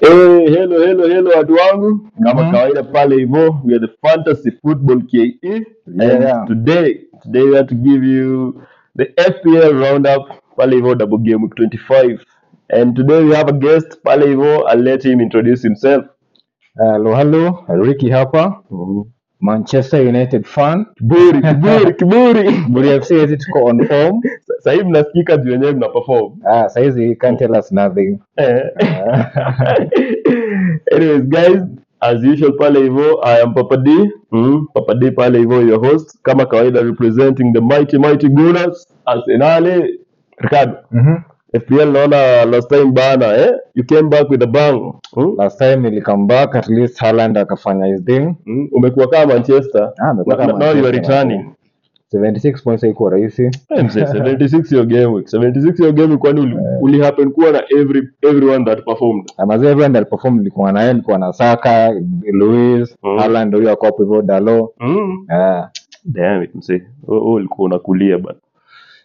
Hey, Eh, hello hello hello watu wangu, kama Mm-hmm. kawaida pale hivyo, we are the fantasy football KE Yeah, and yeah. today today we are to give you the FPL roundup pale hivyo, double game week 25 and today we have a guest pale hivyo, I'll let him introduce himself. Hello, Uh, hello. Ricky hapa. Mhm. Manchester United fan. Kiburi kiburi kiburi Buri FC hizi tuko on form. Sa- sahii mnasikika juu wenyewe mna perform Ah, saizi can't tell us nothing. eh. Ah. Anyways, guys, as usual pale hivyo, I am Papa D. Mm, Papa D pale hivyo, your host kama kawaida, representing the mighty mighty Gunners, Arsenal. Ricardo, Mhm. FPL naona last time bana eh, you came back with a bang. Mm, Last time nili come back at least Haaland akafanya his thing. mm, umekuwa kama Manchester Ah, amekuwa na, na, kama now you are Manchester manze. returning. 76 points haikuwa rahisi. Eh, mzee, 76 your game week. 76 your game week kwani uli, Eh. uli happen kuwa na every everyone that performed. Amazee everyone Uh, aliperform nilikuwa naye nilikuwa na Saka, Luis, Mm. Haaland huyo akawa hapo hivyo Dalot. Mm. Ah, Damn it mzee. Wewe wewe Oh, ulikuwa unakulia bana.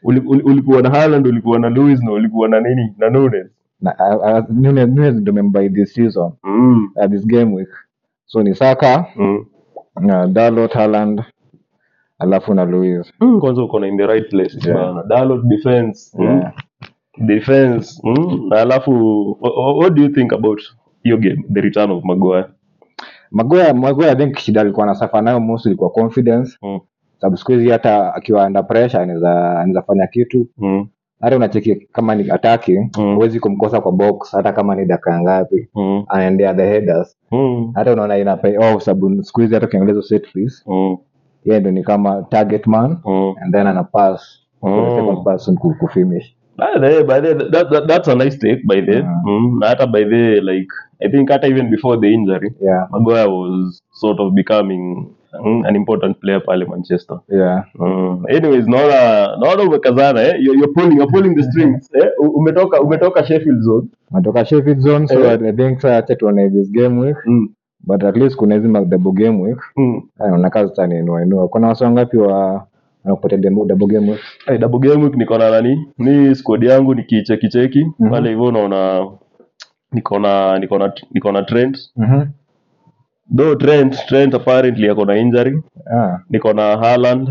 Uli- uli- ulikuwa na Haaland, ulikuwa na Luis na ulikuwa na nini na Nunes. na ah, ah, Nunez Nunez ndio membai this season. Mm. uh, this game week so ni saka Mm. uh, dalot haland alafu na louis Mm, Kwanza uko na in the right places yeah. bana. Dalot defense. Mm. yeah. Defense. Mm. Na alafu wha- wha- what do you think about hiyo game the return of Maguire? magoya magoya i think shida alikuwa na safa nayo mosi ilikuwa confidence Mm. sababu siku hizi hata akiwa under pressure anaweza anaweza fanya kitu Mm. hata unacheki kama ni ataki Mm. huwezi kumkosa kwa box hata kama ni dakika ngapi Mm. anaendea the headers Mm. hata unaona ina pay off sababu siku hizi hata ukiangalia set piece Mm. yeye ndo ni kama target man Mm. and then ana pass for the second Mm. person ku- kufinish By the way, by the way, that, that, that's a nice take by the way. uh, Mm. Na hata by the way, like I think hata even before the injury yeah Maguire was sort of becoming mm, an important player pale Manchester. yeah Mm. Anyways, naona naona umekazana eh? You're, you're pulling, you're pulling the strings eh? U- Umetoka umetoka Sheffield zone natoka Sheffield zone so eh? I think sasa acha tuone this game week mm. but at least kuna hizi double game week Mm. nakaa zitaniinua inua kuna wasi wangapi wa wanakupatia demo- double game week Hey, double game week niko na nani mi squad yangu nikichekicheki Mhm, pale hivyo naona niko na niko na niko na Trent mhm. though Trent Trent apparently ako na injury Ah, niko na Haaland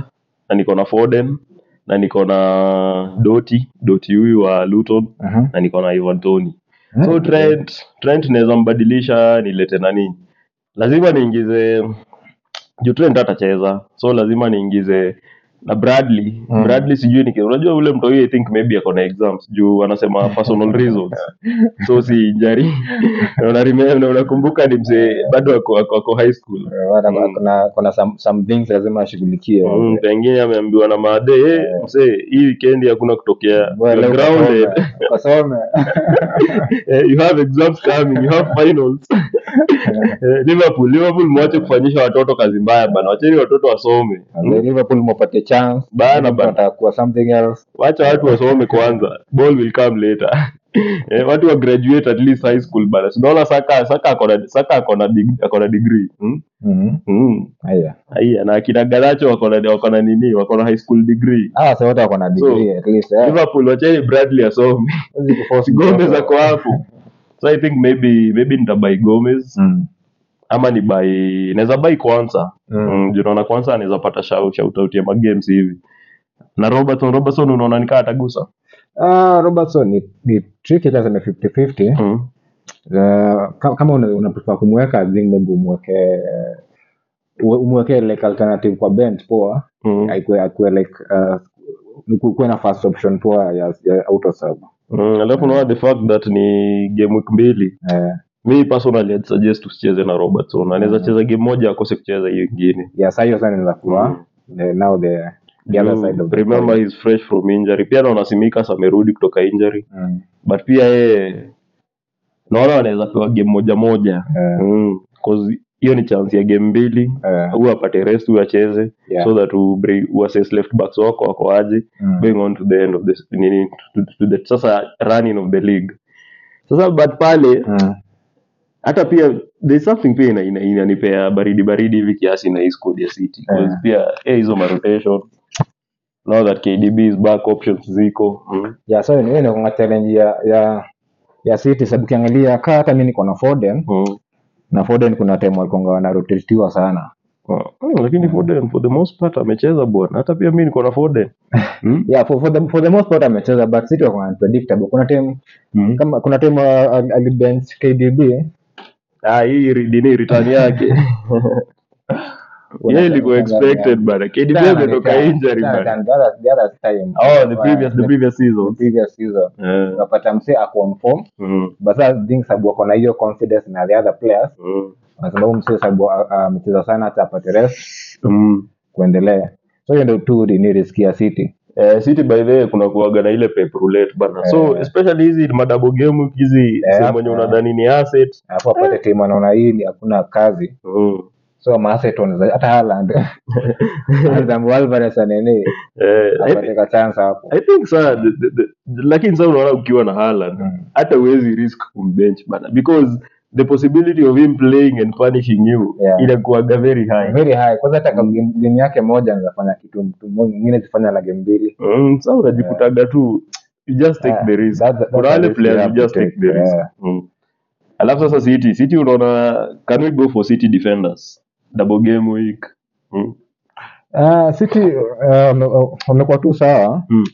na niko na Foden na niko na Doty Doty huyu wa Luton mhm. na niko na Ivan Toni. So Mm, vizuri. Trent, Trent naweza mbadilisha nilete nani? Lazima niingize juu Trent atacheza. So lazima niingize na Bradley. Mm. Bradley sijui niki. Unajua yule mtoi I think maybe ako na exams juu anasema personal reasons. So si injury. na una remember na unakumbuka ni mzee bado ako, ako, ako high school. Eh, wala ba- Mm. kuna kuna some, some things lazima ashughulikie Mm, manze. pengine ameambiwa na maade, hey, Eh, mzee hii weekend hakuna kutokea. bwana You're leo grounded. ukasome ukasome Eh, you have exams coming, you have finals. Eh, Liverpool, Liverpool mwache kufanyisha watoto kazi mbaya bana, wacheni watoto wasome Manze, hmm? Liverpool mwapatie chance lakini Bana mtu bana, anataka kuwa something else wacha watu wasome kwanza, ball will come later eh, watu wa graduate at least high school bana. Sinaona Saka Saka ako na Saka ako na dig- ako na degree hmm? Mhm. Hmm. Aya. Aya, na akina Ganacho wako na wako na nini, wako na high school degree, Ah, sasa wote wako na so degree at least eh. Liverpool wacheni Bradley asome Huwezi kuforce Gomez mtoto ako hapo, so I think maybe maybe nitabai Gomez Mm. ama ni bai naweza bai kwanza Mm. mm, juu naona kwanza anaweza pata shau- shoutout ya magames hivi na robertson robertson unaona nikaa atagusa Ah, Robertson ni, ni tricky sasa ni 50-50. mm. Uh, ka- kama una, una prefer kumweka I think maybe umweke uwe- umweke like alternative kwa bench poa Mm. aikue akue like uh, ku- kuwe na first option poa ya, ya auto sub. Mm. alafu unaona the fact that ni game week mbili Eh, mi personally I'd suggest usicheze na robertson anaweza mm. cheza game moja akose kucheza hiyo ingine Yeah, saa hiyo sana inaweza kuwa mm. the, Eh, now the, the other juu side of the remember coin. he's fresh from injury pia naona simikas amerudi kutoka injury Mm. but pia yeye naona wanaweza pewa game moja moja Eh, mm. 'Cause hiyo ni chance ya game mbili eh, huyu apate rest huyu acheze yeah. so that u bring u assess left backs wako wako aje Mm. going on to the end of this nini to, to the sasa running of the league sasa but pale Mm. hata pia there's something pia ina- ina- inanipea baridi baridi hivi kiasi na hii squad ya city Eh, cause pia eh, hizo marotation now that KDB is back options ziko mm. yeah, so hiyo ni- hiyo ni kwa challenge ya, ya ya City sababu ukiangalia kaa hata mi niko na Foden Mm. na Foden kuna time walikonga wanarotetiwa sana Ah, ah, lakini Foden for the most part amecheza bwana, hata pia mi niko na Foden mm? yeah, for, for, the, for the most part amecheza but City wako unpredictable kuna time mm. kama kuna time uh, al- alibench KDB ah, hii ri- nini return yake yeah, ilikuwa expected bana. KDB ametoka injury bana. Oh, the previous the previous season. Eh, unapata msee ako on form mm, but sasa thing sababu ako na hiyo confidence na the other players mm, na sababu msee sababu a- a- amecheza sana hata apate rest mm. kuendelea so hiyo ndio tu ni riski ya city Eh, City by the way kuna kuaga na ile pep roulette bana. So Eh. especially hizi madabo game hizi Eh, sehemu yenye eh. unadhani ni asset. alafu apate timu anaona hii ni hakuna kazi Mm. so maaset wanaweza- hata Haaland Zambo Alvarez anene Eh, I thi- apate ka chance hapo I think saa the- the- the- lakini saa unaona ukiwa na Haaland Mm. hata huwezi risk kumbench bana because the possibility of him playing and punishing you Yeah. inakuaga very high. very high kwanza hata kama game game yake moja anafanya kitu mtu mwingine kifanya na game mbili Mm, saa unajikutaga tu you just take Yeah, the risk. that- that- Kuna that's wale the risk you players have you to just take take, the risk. yeah. Mm. Alafu sasa City, City unaona can we go for City defenders? Double game week. Mm. Ah, city ah, wame- wamekuwa tu sawa Mm.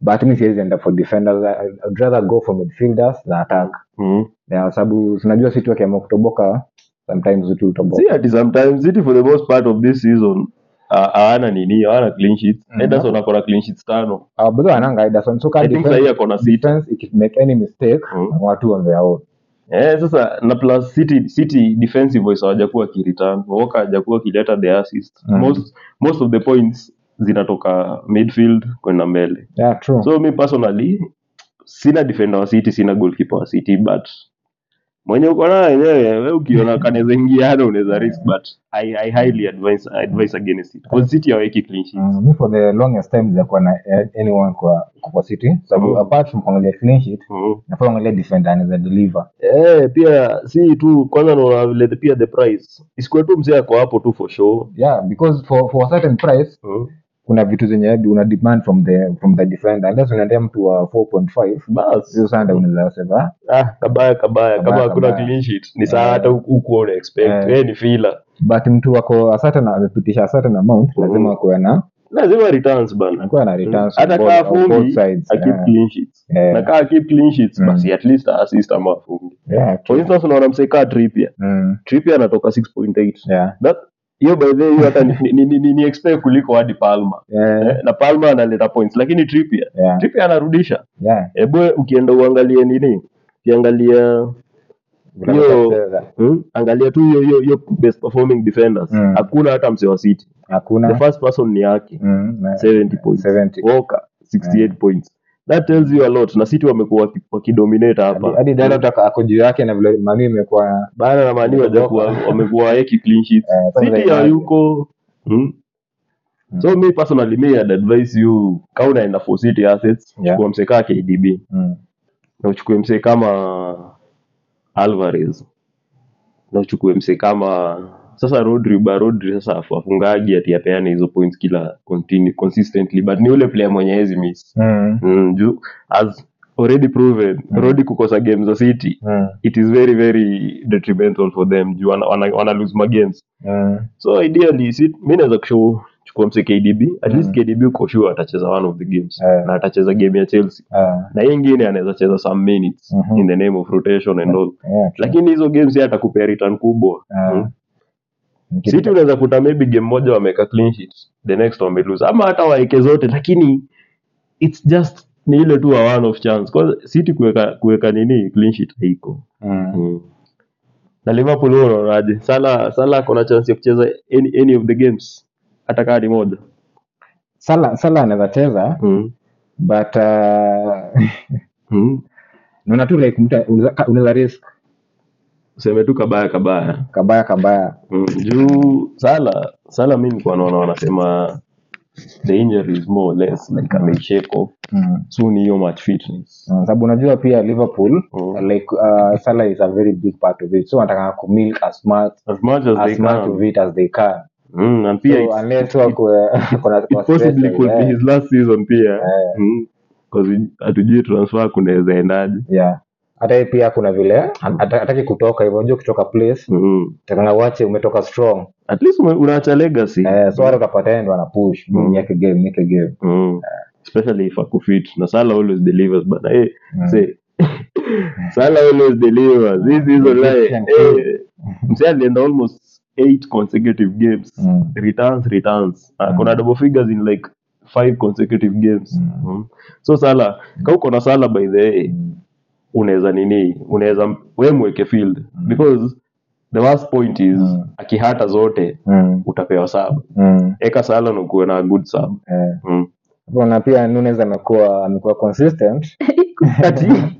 but mi siwezi enda for defenders I- I'd rather go for midfielders na attack Mm. yeah, sababu tunajua city wakiamua kutoboka sometimes tu See utoboka ati sometimes City for the most part of this season ah, hawana nini, hawana clean sheets. Mhm. Ederson akona clean sheets tano. Ah, bado wananga Ederson so ka I think sahii defense akona sita. defense if make any mistake Mm. watu on their own Eh, sasa na plus City City defensive voice hawajakuwa kiritan. Walker hajakuwa kileta the assist. Mm. Most most of the points zinatoka midfield kwenda mbele. yeah true So me personally sina defender wa City, sina goalkeeper wa City but mwenye uko naye yenyewe wewe ukiona kanaweza ingia hata unaweza risk but I, I highly advise advise against it. Kwa City hawaweki clean sheets. Mm, mi for the longest time sijakuwa na eh, anyone kwa kwa city sababu Mm. apart from kuangalia clean sheet Mhm. nafaa angalia defender anaweza deliver Eh, pia si tu kwanza naona vile pia the price. Isikuwe tu mzee ako hapo tu for show. yeah because for for a certain price Mm. kuna vitu zenye hadi una demand from the from the defender unless unaendea mtu wa 4.5 Basi. sio sana unaweza sema ah, kabaya kabaya kama Kabaya, hakuna kabaya. clean sheet ni saa Eh. hata hukuwa una expect Eh. wewe ni fila but mtu wako a certain amepitisha a certain amount Mhm. lazima akuwe na lazima returns bana akuwe na returns hata on kaa both- on both fungi sides akip yeah. clean sheets Eh. na kaa akip clean sheets Mm. basi at least assist ama fungi yeah for true. instance unaona msee kaa Trippier Mm, Trippier anatoka 6.8 yeah that hiyo by the way hiyo hata ni, ni, ni, ni, ni expect kuliko hadi Palma yeah eh, na Palma analeta points lakini Trippier yeah Trippier anarudisha yeah hebu ukienda uangalie nini ukiangalia Vile Yo. watacheza. hmm? angalia tu hiyo hiyo hiyo best performing defenders Mm. hakuna hata msee wa City the hakuna first person ni yake Mm, na- 70 points 70. Walker 68 points that tells you a lot na City wamekuwa waki- wakidominate Hadi- hapa hadi Dalot aka- ako juu yake na vile mani imekuwa bana na mani wajakuwa wamekuwa waeki clean sheets Eh, sasa City imagine. hayuko hmm? Mm. so me personally me I'd advise you kama unaenda for City assets Yeah. chukua msee kaa KDB mm. na uchukue msee kama Alvarez na uchukue msee kama sasa Rodri ba Rodri sasa afu- afungaji ati apeane hizo points kila continu- consistently but ni ule player mwenye hezi miss Mm. mm, juu as already proven Mm. Rodri kukosa games za City Mm. it is very very detrimental for them juu wana, wana, wana lose ma games Mm. so ideally si, mi naweza kushow chukua msee KDB at least Mm. KDB uko sure atacheza one of the games Eh. na atacheza game ya Chelsea Ah, na hii ingine anaweza cheza some minutes Mhm. in the name of rotation and all yeah, true. lakini hizo games yeye atakupea return kubwa Ah. Mm. Ni kitu- city unaweza kuta maybe game moja wameka clean sheet the next wamelose ama hata waeke zote lakini its just ni ile tu a one of chance Kwa city kuweka kuweka nini clean sheet haiko Mm. mm. na liverpool wewe unaonaje sala sala kuna chance ya kucheza any, any of the games hata kaa ni moja Salah- Salah anaweza cheza mm. but uh, Mm. naona tu like mtu unaweza- ka- unaweza risk useme tu kabaya kabaya kabaya kabaya Mm, juu sala sala mi nikuwa naona wanasema the injury is more or less like a shake off Mm. soon hiyo match fitness Mm, sababu unajua pia liverpool Mm. like uh, Salah is a very big part of it so wanataka kumilk as much as much as, as they much of can it as they can mm, and pia so it's- unless wakue- kuna- it kuna possibly stress, could be eh, his last season pia eh, Mm. 'Cause hatujui transfer kunaweza endaje yeah hata yeye pia kuna vile hata- hataki kutoka hivyo unajua ukitoka place mm. takana uache umetoka strong at least ume- unaacha legacy eh, so hata utapata yeye ndo anapush Mm. nieke game nieke game mm. especially if akufit na sala always delivers bana eh Mm. Hmm. say sala always delivers this is online Egyptian eh msee alienda almost eight consecutive games Mm. returns returns uh, Mm. kuna double figures in like five consecutive games Mm. Mm. so sala ka uko na sala by the way Mm. unaweza nini unaweza we mweke field because the worst point is Mm. akihata zote Mm. utapewa sub Mm. eka sala nakuwe na good sub Eh. mm. Bona pia Nunes amekuwa amekuwa consistent Ati-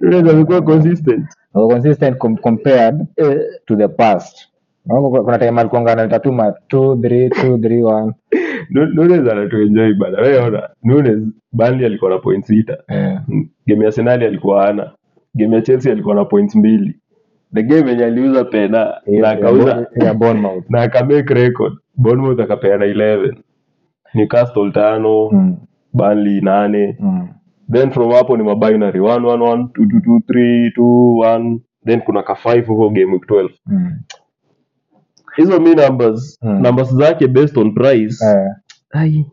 unaweza amekuwa consistent amekuwa consistent com- compared eh, to the past Naona kuna- kuna time alikuwa analeta tu ma 2 3 2 3 1 Nu- Nunes anatuenjoi bana weona Nunes Burnley alikuwa na point sita eh Mm. game ya Arsenal alikuwa hana game ya Chelsea alikuwa na point mbili the game yenye aliuza pena na ya- akauza ya- ya Eh, Bournemouth na akamake record Bournemouth akapeana 11 Newcastle tano Mm. Burnley nane Mm. then from hapo ni mabinary 1 1 1 2 2 2 3 2 1 then kuna ka 5 huko game week 12 Mm. hizo mi numbers Mm. numbers zake based on price Eh. ai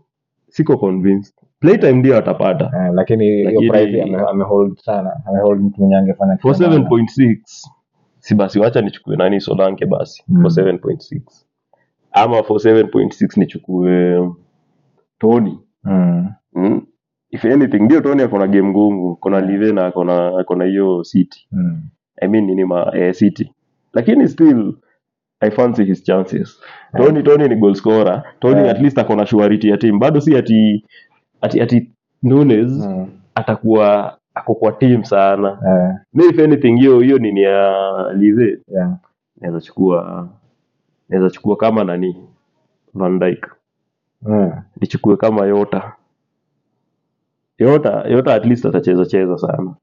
siko convinced playtime ndio atapata Eh, lakini hiyo Lakini- price ame- amehold sana amehold mtu mwenye angefanya for kitu maana. 7.6 si basi wacha nichukue nani solanke basi Mm. for 7.6 ama for 7.6 nichukue um, tony Mm. mm. if anything ndio tony akona game ngumu akona live na akona akona hiyo city Mm. i mean nini ma eh, city lakini still i fancy his chances tony tony ni goal scorer tony Yeah. at least akona surety ya team bado si ati ati ati Nunes Mm. atakuwa ako kwa team sana Eh, mi if anything hiyo hiyo nini ya live yeah. naweza chukua naweza chukua kama nani van Dijk Mm. nichukue kama yota yota yota at least atacheza cheza sana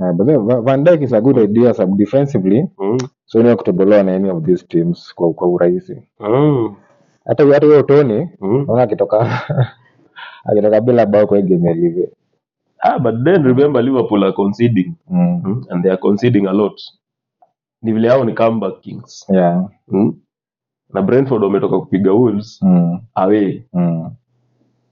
Eh, but then Va- Van Dijk is a good idea sub defensively mm. so ni kutobolewa na any of these teams kwa kwa urahisi Mm. hata hata huyo Tony Mm. naona akitoka akitoka bila bao kwa hii game ya Liverpool Ah, but then remember liverpool are conceding mm. mm. and they are conceding a lot ni vile hao ni comeback kings yeah mm. na brentford wametoka kupiga wolves mm. away Mm.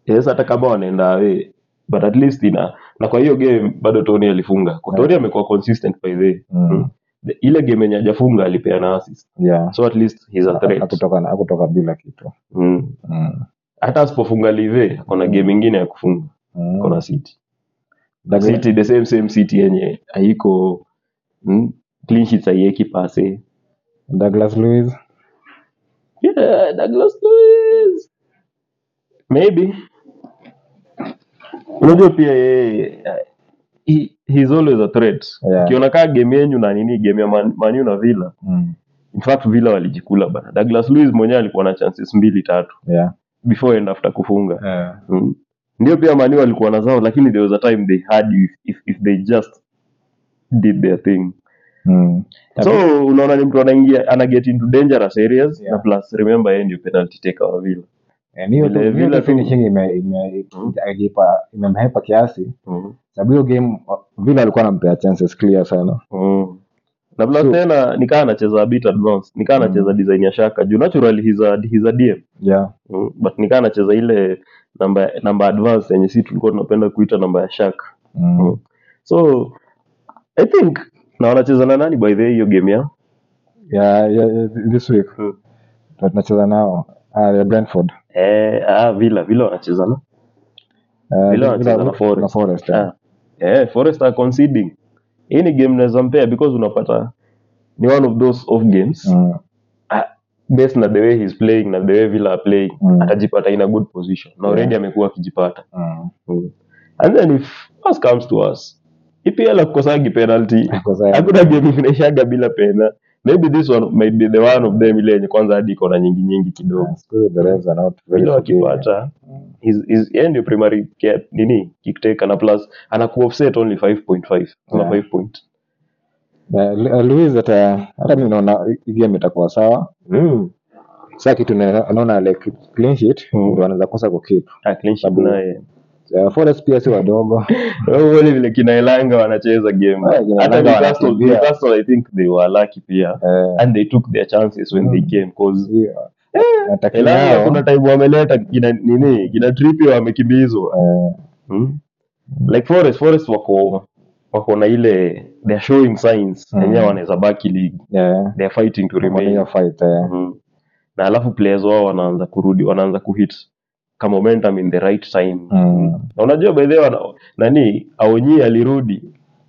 yes hata kama wanaenda away but at least ina na kwa hiyo game bado tony alifunga Kwa tony amekuwa consistent by the Mm. Mm. The- ile game yenye hajafunga alipea na assist yeah so at least he's a threat akutoka akutoka bila kitu mm. mm. hata asipofunga live akona game ingine ya kufunga Mm. akona city Lakini- city the same same city yenye haiko mm, clean sheets haieki pase Douglas Luiz yeah, Douglas Luiz maybe unajua pia yeye eh, he, he's always a threat Yeah. ukiona kaa game yenyu na nini game ya Man- manu na villa mm. in fact villa walijikula bana Douglas Luiz mwenyewe alikuwa na chances mbili tatu yeah before and after kufunga eh. mm. ndio pia manu walikuwa na zao lakini there was a time they had you if, if, if they just did their thing mm. so unaona ni mtu anaingia ana get into dangerous areas Yeah. na plus remember yeye ndio penalty taker wa villa Eh, ni hiyo tu- Vile- ni hiyo vile tu tu- finishing ime- ime- Mm. imejipa- imemhepa kiasi mm. sababu hiyo game uh, vile alikuwa anampea chances clear sana Mm. na plus So- tena nikaa anacheza a bit advanced nikaa Mm. anacheza design ya shaka juu naturally he's a, he's a dm yeah Mm, but nikaa anacheza ile namba namba advance yenye si tulikuwa tunapenda kuita namba ya shaka mm. Mm. so i think na wanacheza na nani by the way hiyo game ya yeah, yeah, yeah, this week Mm. Tuna- tunacheza nao ah, ya Brentford eh, ah, vila vila wanacheza na Villa Ah, Villa- wanacheza na Villa- Forest. na Forest eh. ah. eh, forest are conceding hii ni game naweza mpea because unapata ni one of those off games Mm. based na the way he's playing na the way villa are playing Mm. atajipata in a good position na Yeah. already amekuwa akijipata Mm. Hmm. and then if us comes to us epl akukosagi penalty Kwa sababu- hakuna game inaishaga bila pena maybe this one might be the one of them ile yenye kwanza hadi iko na nyingi nyingi kidogo Ah, siku hizi the refs are not very ila forgiving. wakipata Mm. is- is- yeye ndio primary care nini kikteka na plus anaku offset only 5.5 kuna Yeah. 5 point Na Lu- ah, Luiz hata hata mimi naona hii game itakuwa sawa mm. sasa kitu na- naona like clean sheet Mm. ndio anaweza kosa kukeep ah, clean sheet Sabu- naye Eh, Forest pia si wadogo Kwa kweli vile kina Elanga wanacheza game. Ah, kina Hata Elanga Newcastle, wanakimbia. Newcastle I think they were lucky pia Eh, and they took their chances when they Mm. came cause hiyo. Eh, Na tackle Elanga yao, kuna time wameleta kina nini kina Trippier wamekimbizwa. eh, Hmm? Like Forest Forest wako wako na ile they are showing signs Mm. wenyewe wanaweza baki league. eh, Hmm. They are fighting to wako na remain. hiyo fight, eh. Mhm. na alafu players wao wanaanza kurudi wanaanza kuhit ka momentum in the right time Mm. na unajua by the way wana- nani aonyi alirudi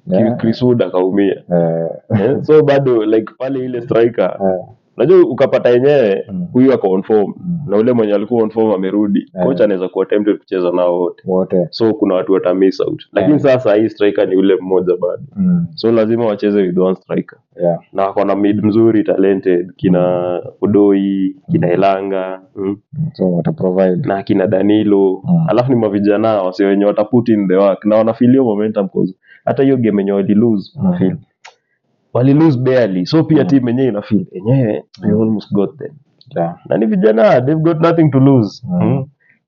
Yeah. krisuda akaumia Eh, Eh, so bado like pale ile striker eh, unajua ukapata yenyewe Mm. huyu ako on form Mm. na ule mwenye alikuwa on form amerudi Eh. kocha anaweza kuwa tempted kucheza nao wote wote so kuna watu wata miss out lakini Eh. sasa hii striker ni ule mmoja bado Mm, so lazima wacheze with one striker yeah. Mm. na wako na mid mzuri talented kina odoi kina elanga mm. so wata provide na akina danilo Mm. alafu ni mavijana wasi wenye wata put in the work na wanafeel hiyo momentum cause hata hiyo game yenye wali lose Mm. wanafeel wali lose barely so pia Mm. team yenyewe ina feel yenyewe we Mm. almost got them yeah. na ni vijana they've got nothing to lose Mm. mm.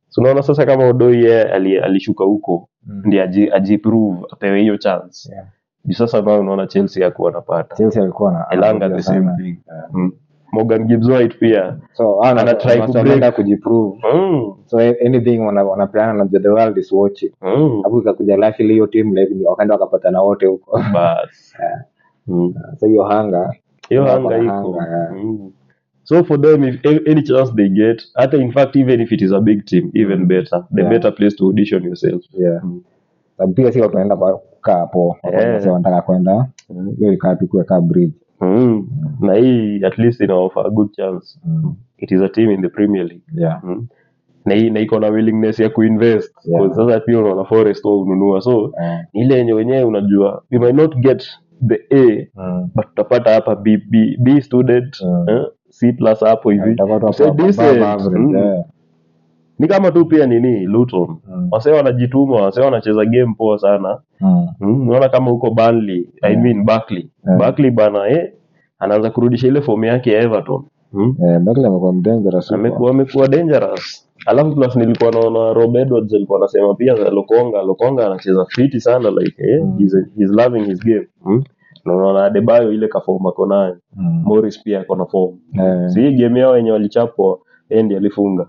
so unaona sasa kama odoi yeye ali, alishuka huko Mm. ndi aji, ajiprove apewe hiyo chance Yeah. Ju sasa nayo unaona chelsea yakuwa anapata Chelsea alikuwa na elanga anakuja the same sana. thing Yeah. mm. morgan gibbs white pia so ana, Ana try ana- ku anaenda break. kujiprove mm. so a- anything wana- wanapeana na the world is watching Mm. hapo ikakuja Lashli hiyo team like ni- wakaenda wakapatana wote huko basi Yeah. mm. so hiyo hanga hiyo Wako na hanga iko hanga, yeah. mm. so for them if a- any chance they get hata in fact even if it is a big team even better the Yeah. better place to audition yourself yeah. Mm. sababu pia si watu wanaenda kwa- kukaa hapo Watu Yeah. wanasema wanataka kwenda Mm. hiyo ikaa tu kuwe kaa bridge mm. na hii at least ina offer a good chance Mm. it is a team in the premier league yeah. mm. na hii na iko na willingness ya kuinvest Yeah. yeah. sasa pia unaona forest wao ununua so Eh. ni ile yenye wenyewe unajua you might not get the a Mm. but utapata hapa b, b, b student Mm. eh, c plus hapo hivi Itakuwa tu hapo So above decent. average, Mm. yeah. ni kama tu pia nini luton Mm. wasee wanajituma wasee wanacheza game poa sana Mm. Mm, unaona kama huko Burnley, I Yeah. mean Barkley. Yeah. Barkley bana eh, anaanza kurudisha ile fomu yake ya Everton Mm. Eh, Beckley amekuwa mdangerous huko. amekuwa amekuwa dangerous alafu plus nilikuwa naona Rob Edwards alikuwa anasema pia za Lokonga Lokonga anacheza fiti sana like eh, Mm. he's, he's loving his game mm. na unaona Adebayo ile kafomu ako nayo Mm. Morris pia ako na fomu Eh. si hii game yao yenye walichapwa yeye ndiye alifunga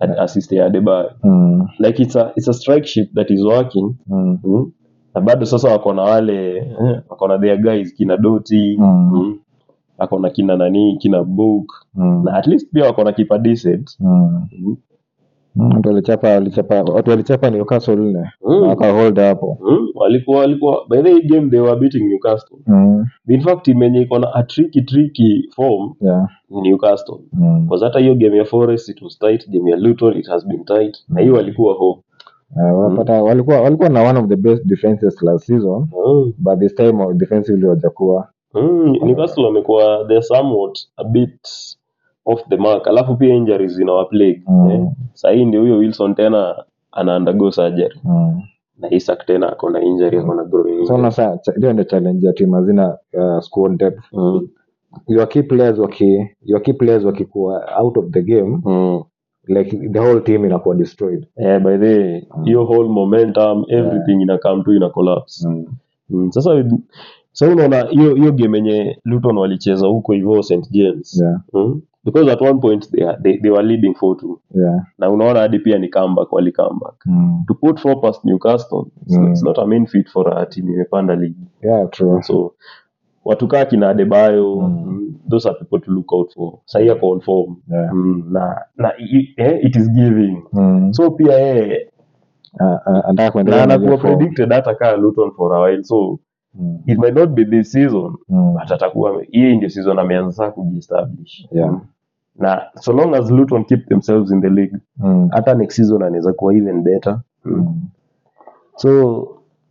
Ad- assist ya Adebayo Mm. like it's a, it's a strike ship that is working Mm. mm. na bado sasa wako na wale eh, wako na their guys kina doti Mm. mm. wako na kina nani kina book Mm. na at least pia wako na kipa decent Mm. Mm. Mm, Watu walichapa walichapa watu walichapa Newcastle nne Mm. na waka hold hapo. mm. walikuwa walikuwa by the way, game they were beating newcastle Mm. in fact team yenye iko na a tricky tricky form Yeah. ni newcastle Mm. Because hata hiyo game ya forest it was tight game ya luton it has been tight na hiyo walikuwa home Eh, walipata walikuwa walikuwa na one of the best defenses last season mm. but this time uh, defensively wajakuwa Mm, Newcastle wamekuwa they are somewhat a bit off the mark, alafu pia injuries zina plague Mm. eh. Sahii ndio huyo Wilson tena ana undergo surgery mm. na Isak tena ako na injury ako na groin injury. so na saa cha- hiyo ndio challenge ya timu hazina uh, squad depth mm. your key players waki your key players wakikuwa out of the game Mm. like the whole team inakuwa destroyed Yeah, Eh, by the way, Mm. hiyo whole momentum everything ina come to ina collapse mm. mm. Sasa with- sasa unaona hiyo hiyo game yenye Luton walicheza huko hivyo St James yeah mm. because at one point they, are- they, they were leading 4-2 yeah na unaona hadi pia ni comeback wali comeback mm. to put four past Newcastle it's, Mm. it's not a mean feat for a team imepanda ligi yeah true so watu kaa kina Adebayo Mm. mm. those are people to look out for sahi ako on form yeah mm. na, na i- eh, it is giving mm. so pia yeye Uh, Ah, ah, anataka na kuendelea na hiyo anakuwa form. predicted hata kaa Luton for a while so Mm. it might not be this season Mm. but atakuwa hii ndio season ameanza sasa kujiestablish Yeah. Mm. na so long as Luton keep themselves in the league Mm. hata next season anaweza kuwa even better mm. Mm. so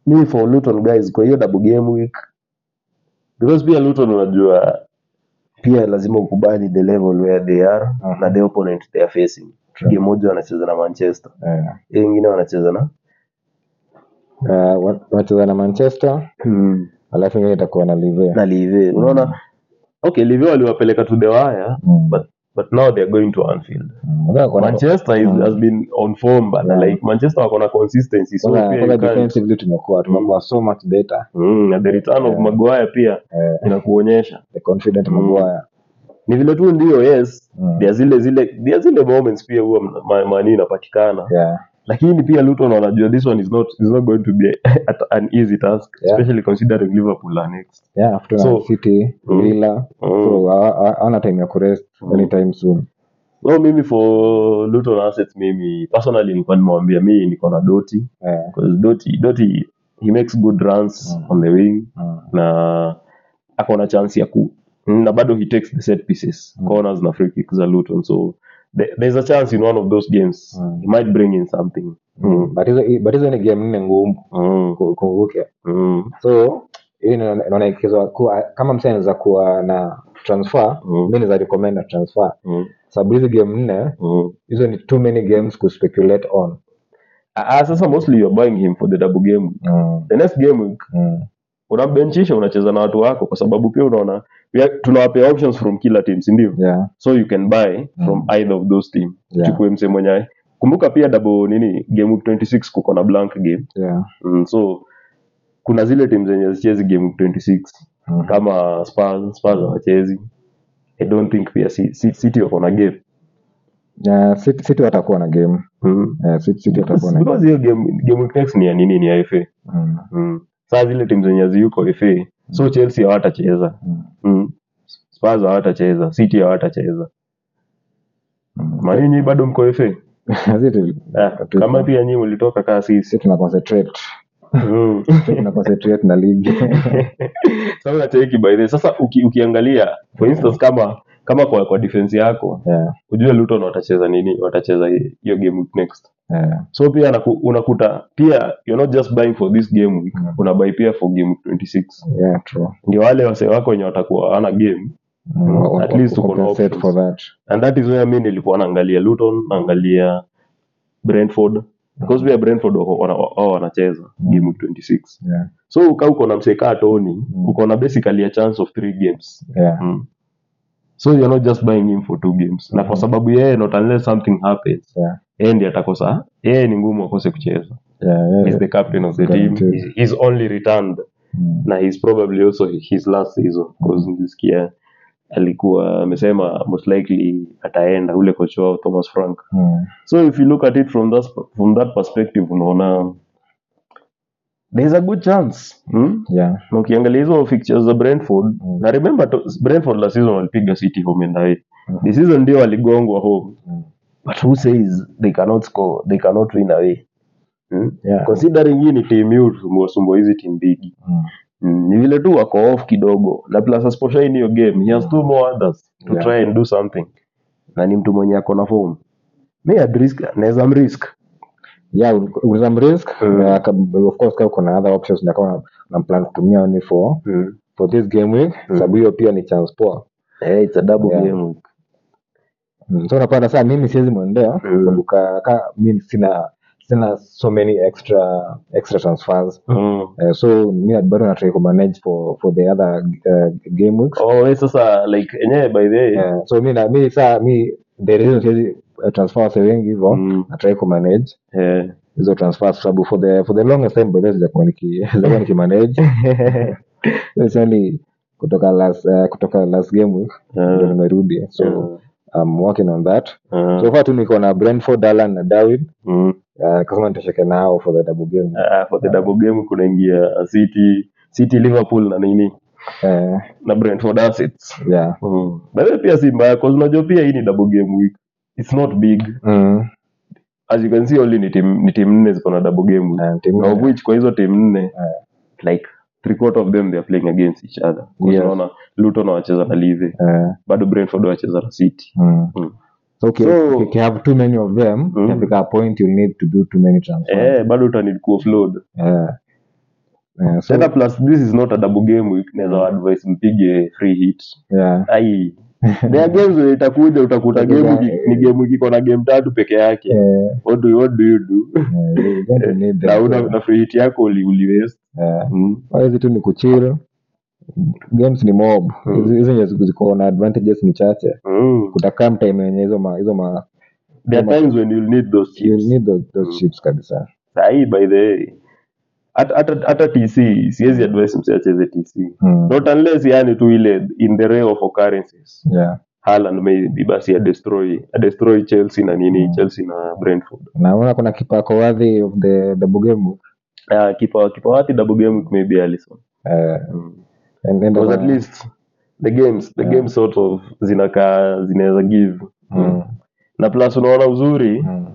mi for luton guys kwa hiyo double game week because pia luton unajua pia lazima ukubali the level where they are Mhm. na the opponent they are facing Sure. game moja wanacheza na manchester Yeah. hiyo ingine wanacheza na Ah, wa- wanacheza na manchester alafu ingine itakuwa na live Hmm. na live unaona okay live waliwapeleka to the wire but but now they're going to Anfield. Mm, kwanza wako na- Manchester is, has been on form but Yeah. like Manchester wako na consistency so kwanza- pia Hmm. kwanza you can't- defensively tumekuwa tumekuwa so much better mm, na the return of Yeah. Maguire pia eh, inakuonyesha the confident Mm. Maguire ni vile tu ndio yes Mm. dia zile zile dia zile moments pia huwa mna- ma- mani inapatikana yeah lakini pia Luton wanajua this one is not is not going to be a- an easy task Yeah. especially considering Liverpool are next yeah after So- Hmm. Man City Mm. Villa so hawa- hawa- hawana time ya kurest Mm. anytime soon no mimi for Luton assets mimi personally nilikuwa nimewambia mimi niko na Doty eh, because Doty Doty he makes good runs Mm. on the wing mm. na ako na chance ya ku na bado he takes the set pieces Mm. corners na free kicks za Luton so the- there's a chance in one of those games Mm. he might bring in something mm. but hizo but hizo ni game nne ngumu Mm. ku- kumbuke Mm. so hiyo ina- inaona ikiwa kuwa kama msee anaweza kuwa na transfer Mm. mi naweza recommend na transfer Mm. sababu hizi game nne Mm. hizo ni too many games kuspeculate on Ah, ah, sasa mostly you're buying him for the double game week. mm. the next game week Mm. unambenchisha unacheza na watu wako kwa sababu pia unaona pia tunawapea options from kila team sindio yeah so you can buy from Mm. either of those team Yeah. chukue mse mwenyewe kumbuka pia double nini game week 26 kuko na blank game yeah mm, so kuna zile timu zenye zichezi game week 26 mm. kama spurs spurs hawachezi i don't think pia Si- Si- city wako na game yeah city, city watakuwa na game mm. yeah, city, city watakuwa na game because hiyo game game week next ni ya nini ni ya fa mm. mm. saa zile timu zenye ziyuko fa so chelsea hawatacheza Mm. mm. spurs hawatacheza city hawatacheza Mm. mani nyii bado mko fa City- ah, Tuko. kama pia nyii mlitoka kaa sisi sisi tuna concentrate Mm. Sisi tuna concentrate na ligi Sasa unacheki by the way. sasa uki, ukiangalia for instance kama kama kwa, kwa defense yako yeah ujue luton watacheza nini watacheza hi- hiyo game week next yeah so pia naku, unakuta pia you're not just buying for this game week Mm. una buy pia for game week 26 yeah true ndio wale wasee wako wenye watakuwa hawana game Mm, Wa- wa- at least wa- uko na compensate options. for that and that is where mi nilikuwa naangalia luton naangalia brentford because pia brentford wako- wana- wao wanacheza Mm. game week 26 yeah so uka uko na msekaa toni Mm. uko na basically a chance of three games yeah mm. so you're not just buying him for two games na kwa Mhm. sababu yeye not unless something happens yeah yeye ndiye atakosa yeye ni ngumu akose kucheza yeah, yeah. he's the captain of the team Guaranteed. He's- he's only returned Mm. na he's probably also his last season because nilisikia alikuwa amesema most likely ataenda ule coach wao thomas frank Mm. so if you look at it from that, from that perspective unaona there's a good chance hmm? yeah na ukiangalia hizo fixtures za brentford Mm. na remember to, brentford last season walipiga city home and away Mhm. this season ndio waligongwa home Mm. but who says they cannot score they cannot win away hmm? yeah considering hii ni team yu sumbua hizi team bigi Mm. Mm, ni vile tu wako off kidogo na plus asiposhain hiyo game he has two more others to Mm. Yeah. try and do something na ni mtu mwenye ako na form mi I'd risk- naweza mrisk yeah ul- ul- some risk Mm. na ka- of course kama kuna other options na kama na plan kutumia ni for mm. for this game week Mm. sababu hiyo pia ni chance poa hey, Eh, it's a double Yeah. game week. Mm, so unapata saa mimi siwezi mwendea Mm. sababu ka, ka mimi sina sina so many extra extra transfers Mm. Eh, so mi bado natrai kumanage for, for the other uh, game weeks Oh, we sasa like enyewe by the way Eh, so mi na- mi saa mi the reason siwezi eh, transfer wase wengi hivo Mm. natrai kumanage Eh. hizo transfers sababu for the for the longest time bado sijakuwa niki- sijakuwa nikimanage So it's only kutoka last eh, kutoka last game week ndo Eh. nimerudi so I'm working on that Eh. so far tu niko na Brentford Alan na Darwin Mm. uh, kasema nitashike nao for the double game Ah, for the double game kunaingia city city liverpool na nini Ah. Eh, na brentford assets yeah mm. bawe pia si mbaya cause unajua pia hii ni double game week its not big mm. as you can see only ni team ni team nne ziko na double game week Eh, timu- na of which kwa hizo team nne like three quarter of them they are playing against each other Because Yes. unaona luton wacheza na live eh, bado brentford wacheza na city Mm. Mm. So, okay, So- if you have too many of them, Mm. itafika a point you need to do too many transfers. eh bado utanid kuoffload Eh, eh, so, Mm. tena plus this is not a double game week naweza advise mpige free hit yeah, ai there are games where itakuja utakuta game wiki- ni game wiki iko na game tatu peke yake eh, what do, what do you do eh, you're going to need na una them. na free hit yako uli, uli waste. Eh, mm. kwa hizi tu ni kuchill games ni mob Mm. hizo yenye ziko- ziko na advantages ni chache Mm. kutakam time yenye hizo ma, hizo ma There are times when you'll need those you chips. need those, those Mm. chips kabisa Sahi by the way. Hata hata- hata TC siwezi advise msee acheze TC. mm. Not unless yani tu ile in the realm of occurrences. yeah Haaland maybe basi a destroy a destroy Chelsea na nini Mm. Chelsea na Brentford. naona kuna kipako worthy of the double game Ah kipa kipa wapi double game maybe Alisson. eh Mm. and then Because at least the games the Yeah. games sort of zinakaa zinaweza give. hmm. mm. Na plus unaona uzuri Mm.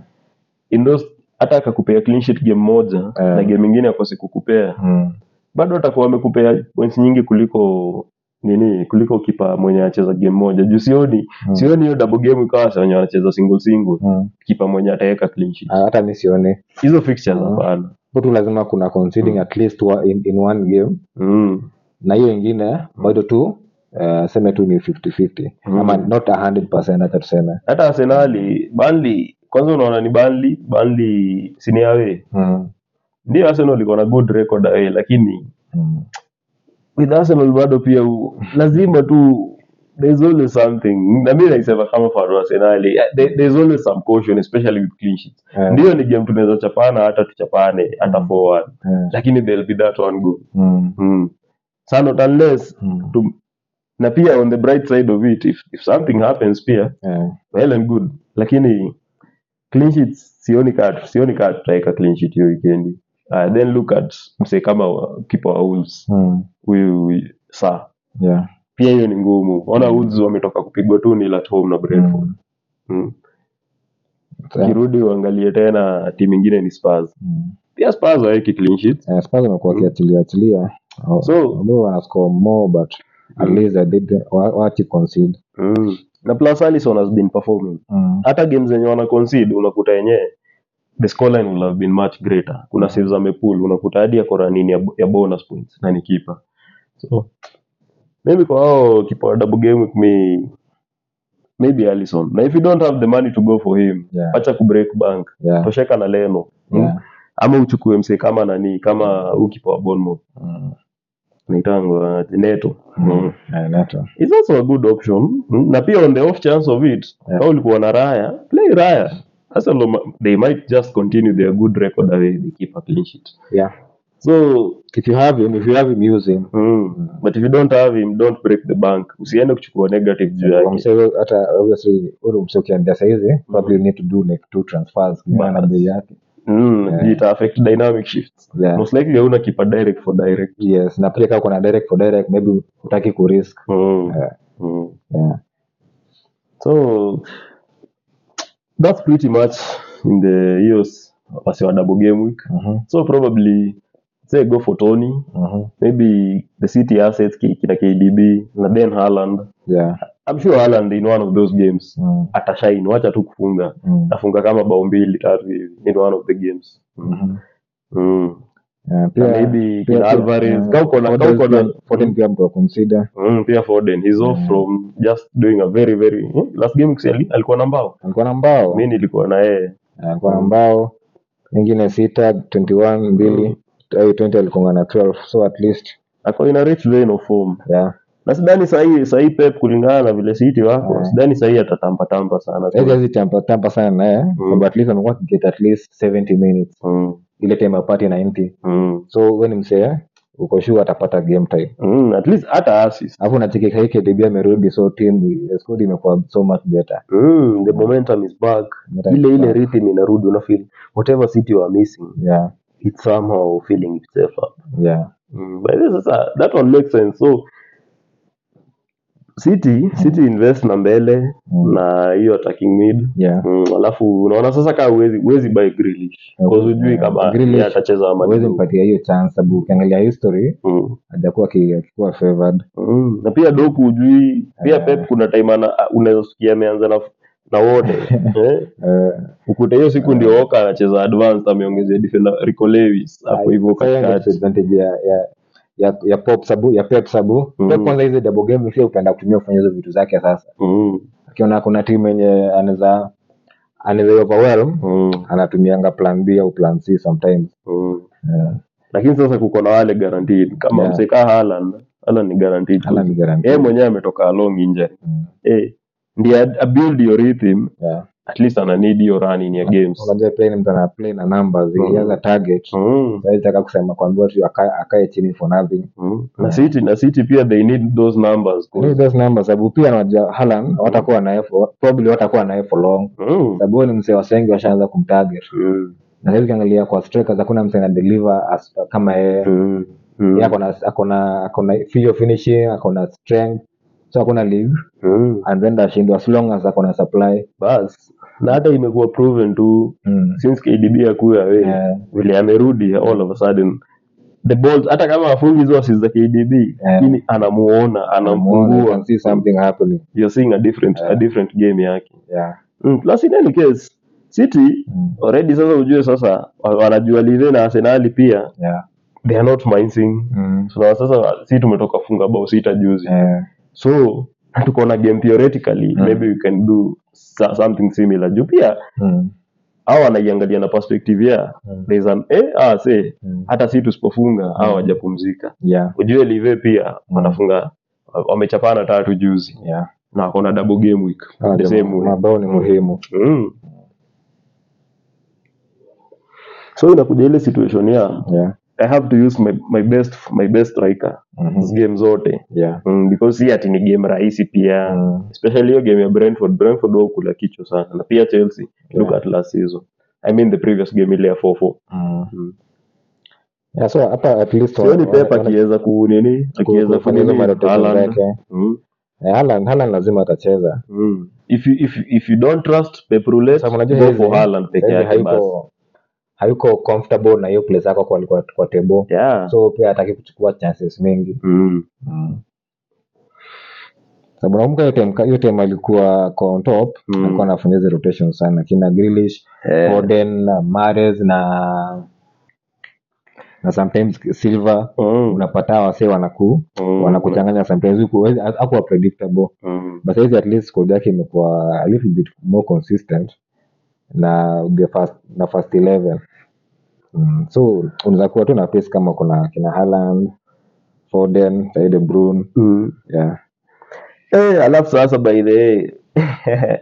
in those hata akakupea clean sheet game moja Eh. na game ingine akose kukupea Mm. bado atakuwa amekupea points nyingi kuliko nini kuliko kipa mwenye anacheza game moja juu sioni Mm. sioni hiyo double game ikawa sa- wenye wanacheza single single Mm. kipa mwenye ataweka clean sheet Ah, hata mi sioni hizo fixtures Mm. hapana Hapo tu lazima kuna conceding Mm. at least wa- in, in one game mm. na hiyo ingine Hmm. bado tu eh, seme tu ni 50-50 Mm. ama not 100 hata tuseme hata arsenali banli kwanza unaona ni banli banli siniawe mm. ndio arsenal iko na good record away lakini Mm. with Arsenal bado pia u, lazima tu there's always something na mi naisema kama for Arsenal there, there's always some caution especially with clean sheets Eh, ndio ni game tunaweza chapana hata tuchapane hata 4-1 eh, lakini there'll be that one goal mm. mm. so not unless Mm. tu, na pia on the bright side of it if, if something happens pia Eh, well and good lakini clean sheets sioni kaa sioni kaa tutaweka clean sheet hiyo weekend uh, then look at msee kama wa- kipa wa Wolves mm. huyu saa Yeah. pia hiyo ni ngumu ona Wolves wametoka kupigwa tu nil at home na Brentford Mm. mm. Eh, kirudi uangalie tena timu ingine ni Spurs mm. pia Spurs haweki clean sheet Eh, Spurs wamekuwa Mm. wakiachilia achilia So- ambao wanascore more but at Mm. least they did wa- wachi concede mm. na plus Alisson has been performing mm. hata game zenye wana concede unakuta yenyewe the scoreline will have been much greater kuna saves amepull unakuta hadi ya koranini ya, bo- ya bonus points na ni kipa so maybe kwa hao kipa wa double game week me maybe Alisson na if you don't have the money to go for him Yeah. acha kubreak bank Yeah. tosheka na Leno Mm. Yeah. ama uchukue mse kama nani kama ukipa wa Bournemouth Mm. naitango Neto Mm. Eh, Neto. is also a good option Mm. na pia on the off chance of it Yeah. kama ulikuwa na Raya play Raya hasa ndo ma- they might just continue their good record away they keep a clean sheet Yeah. so if you have him if you have him use him mm. but if you don't have him don't break the bank usiende kuchukua negative juu Kwa yake msee huyo hata obviously huyo msee ukiambia sahizi probably you need to do like two transfers kulingana na Balance. bei yake mm. Yeah. yeah. ita affect dynamic shifts yeah. most likely hauna kipa direct for direct yes na pia kama kuna direct for direct maybe hutaki kurisk mm. Yeah. Mm. yeah. so that's pretty much in the years wasi wa double game week mm-hmm. so probably say go for tony mm-hmm. maybe the city assets ki- kina kdb na then Haaland. yeah. i'm sure Haaland in one of those games mm atashine wacha tu kufunga mm afunga kama bao mbili tatu hivi in one of the games Mhm. mm. Yeah, Na pia- maybe pia- kina Alvarez, yeah, kama uko na- kama uko na- Foden- Foden pia mtu wa consider Mm, pia foden he's off Mm. from just doing a very very Hmm, last game actually, alikuwa na mbao alikuwa na mbao Uh, mi nilikuwa na yeye alikuwa na mbao ingine sita 21 Mm. mbili au 20 alikonga na 12 so at least ako ina rich vein of form yeah na sidhani sahii sahii pep kulingana na vile city wako Eh. sidhani sahii atatamba tamba sana hizi hizi tampa tampa sana naye Mm. but at least amekuwa akiget at least 70 minutes mm, ile time apati 90 mm, so wewe ni msee uko sure atapata game time mm, at least hata assist alafu nacheki sahi KDB amerudi so team squad imekuwa so much better mm, the momentum is back Momentum ile is ile back. rhythm inarudi una feel whatever city were missing yeah it's somehow feeling itself up yeah mm, but this is a, that one makes sense so city city invest na mbele Mm. na hiyo attacking mid yeah Mm, alafu unaona sasa kaa uwezi uwezi buy Grealish Because hujui Yeah. kama Grealish, yeye atacheza ama huwezi ni- mpatia hiyo chance sababu ukiangalia history Mm. hajakuwa aki- akikuwa favored Mm. na pia doku hujui pia Eh. pep kuna time ana- unaweza sikia ameanza na na wode eh? Eh, ukute hiyo siku ndio oka anacheza advanced ameongezea defender Rico Lewis Ah, hapo hivyo sasa hiyo ndio katikati disadvantage ya ya ya, ya pop sabu ya pep sabu Mm. pep kwanza hizo double game pia upenda kutumia kufanya hizo vitu zake sasa Mm, akiona kuna timu yenye anaweza anaweza overwhelm mm, anatumianga plan b au plan c sometimes mm. yeah. lakini sasa kuko na wale guaranteed kama Yeah. msekaa Haaland Alan ni guaranteed. Alan ni guaranteed. Yeye mwenyewe ametoka along injury. Mm. Eh, ndiye a- a build your rhythm, Yeah. at least ana need hiyo run in your games. Unajua pia ni mtu ana play na numbers, he Mm. has a target. Mm, Hawezi taka kusema kuambiwa tu akae akae chini for nothing. mm. Na City na City pia they need those numbers. 'cause- Ni those numbers sababu pia anajua Haaland watakuwa naye for probably watakuwa naye for long. Mm. Sababu huyu ni msee wasengi washaanza kumtarget. Mm. Na hivi ukiangalia kwa strikers hakuna msee ana deliver as, kama yeye. Mm. Mm. Yeye ako na ako na ako na feel of finishing, ako na strength. So hakuna league Mm. and then ashindwa as long as ako na supply. Bas. Na hata imekuwa proven tu Mm. since KDB akuwe away. Eh, vile amerudi all of a sudden the balls hata kama afungi hizo assist za KDB lakini anamuona you anamfungua can see something happening. you're seeing a different a Yeah. different game yake Yeah. mm, plus in any case City Mm. already sasa ujue sasa wa- wanajua Live na Arsenal pia Yeah. they are not mincing Mm. so na sasa si tumetoka funga bao sita juzi Eh, so tuko na game theoretically Mm. maybe we can do so- something similar juu pia mm. au anaiangalia na perspective ya Mm. there's an eh, ah, say Mm. hata si tusipofunga hawa wajapumzika Yeah. ujue live pia wanafunga wamechapana tatu juzi Yeah. na wakona double game week Ah, the same jamaa, way. mabao ni muhimu Mm. so inakuja ile situation ya yeah. i have to use my, my best my best striker Mhm. mm game zote yeah. mm, because si ati ni game rahisi pia Mm. especially hiyo game ya brentford brentford wakula kichwa sana na pia chelsea look at last season i mean the previous game ile ya 4-4 Mm. Mm. Yeah, so hapa at least sioni wana- pepa wana- akiweza ku nini Mm. akiweza kufanya hizo marotation kunini zake. Eh, Haaland- Haaland lazima atacheza Mm. If you if you- if you don't trust Pep Roulette, Sababu unajua go hizi- for Haaland peke Sasa hivi yake basi. Yaani hayuko hayuko comfortable na hiyo place yako kwa, kwa, kwa tebo Yeah. so pia hataki kuchukua chances mingi Ah. Mm. sababu nakumbuka hiyo time- hiyo time alikuwa kwa on top Mm. alikuwa anafanya hizo rotation sana kina Grealish Eh. Foden na Mahrez na na sometimes Silva Mm. unapata hawa wasee wanaku Mm. wanakuchanganya sometimes huku huwezi- hakuwa predictable Mm. but hizi at least squad yake imekuwa a little bit more consistent na the first, na first 11 mm, so unaweza kuwa tu na pace kama kuna kina Haaland Foden Kevin De Bruyne Mm. yeah Eh, alafu sasa by the way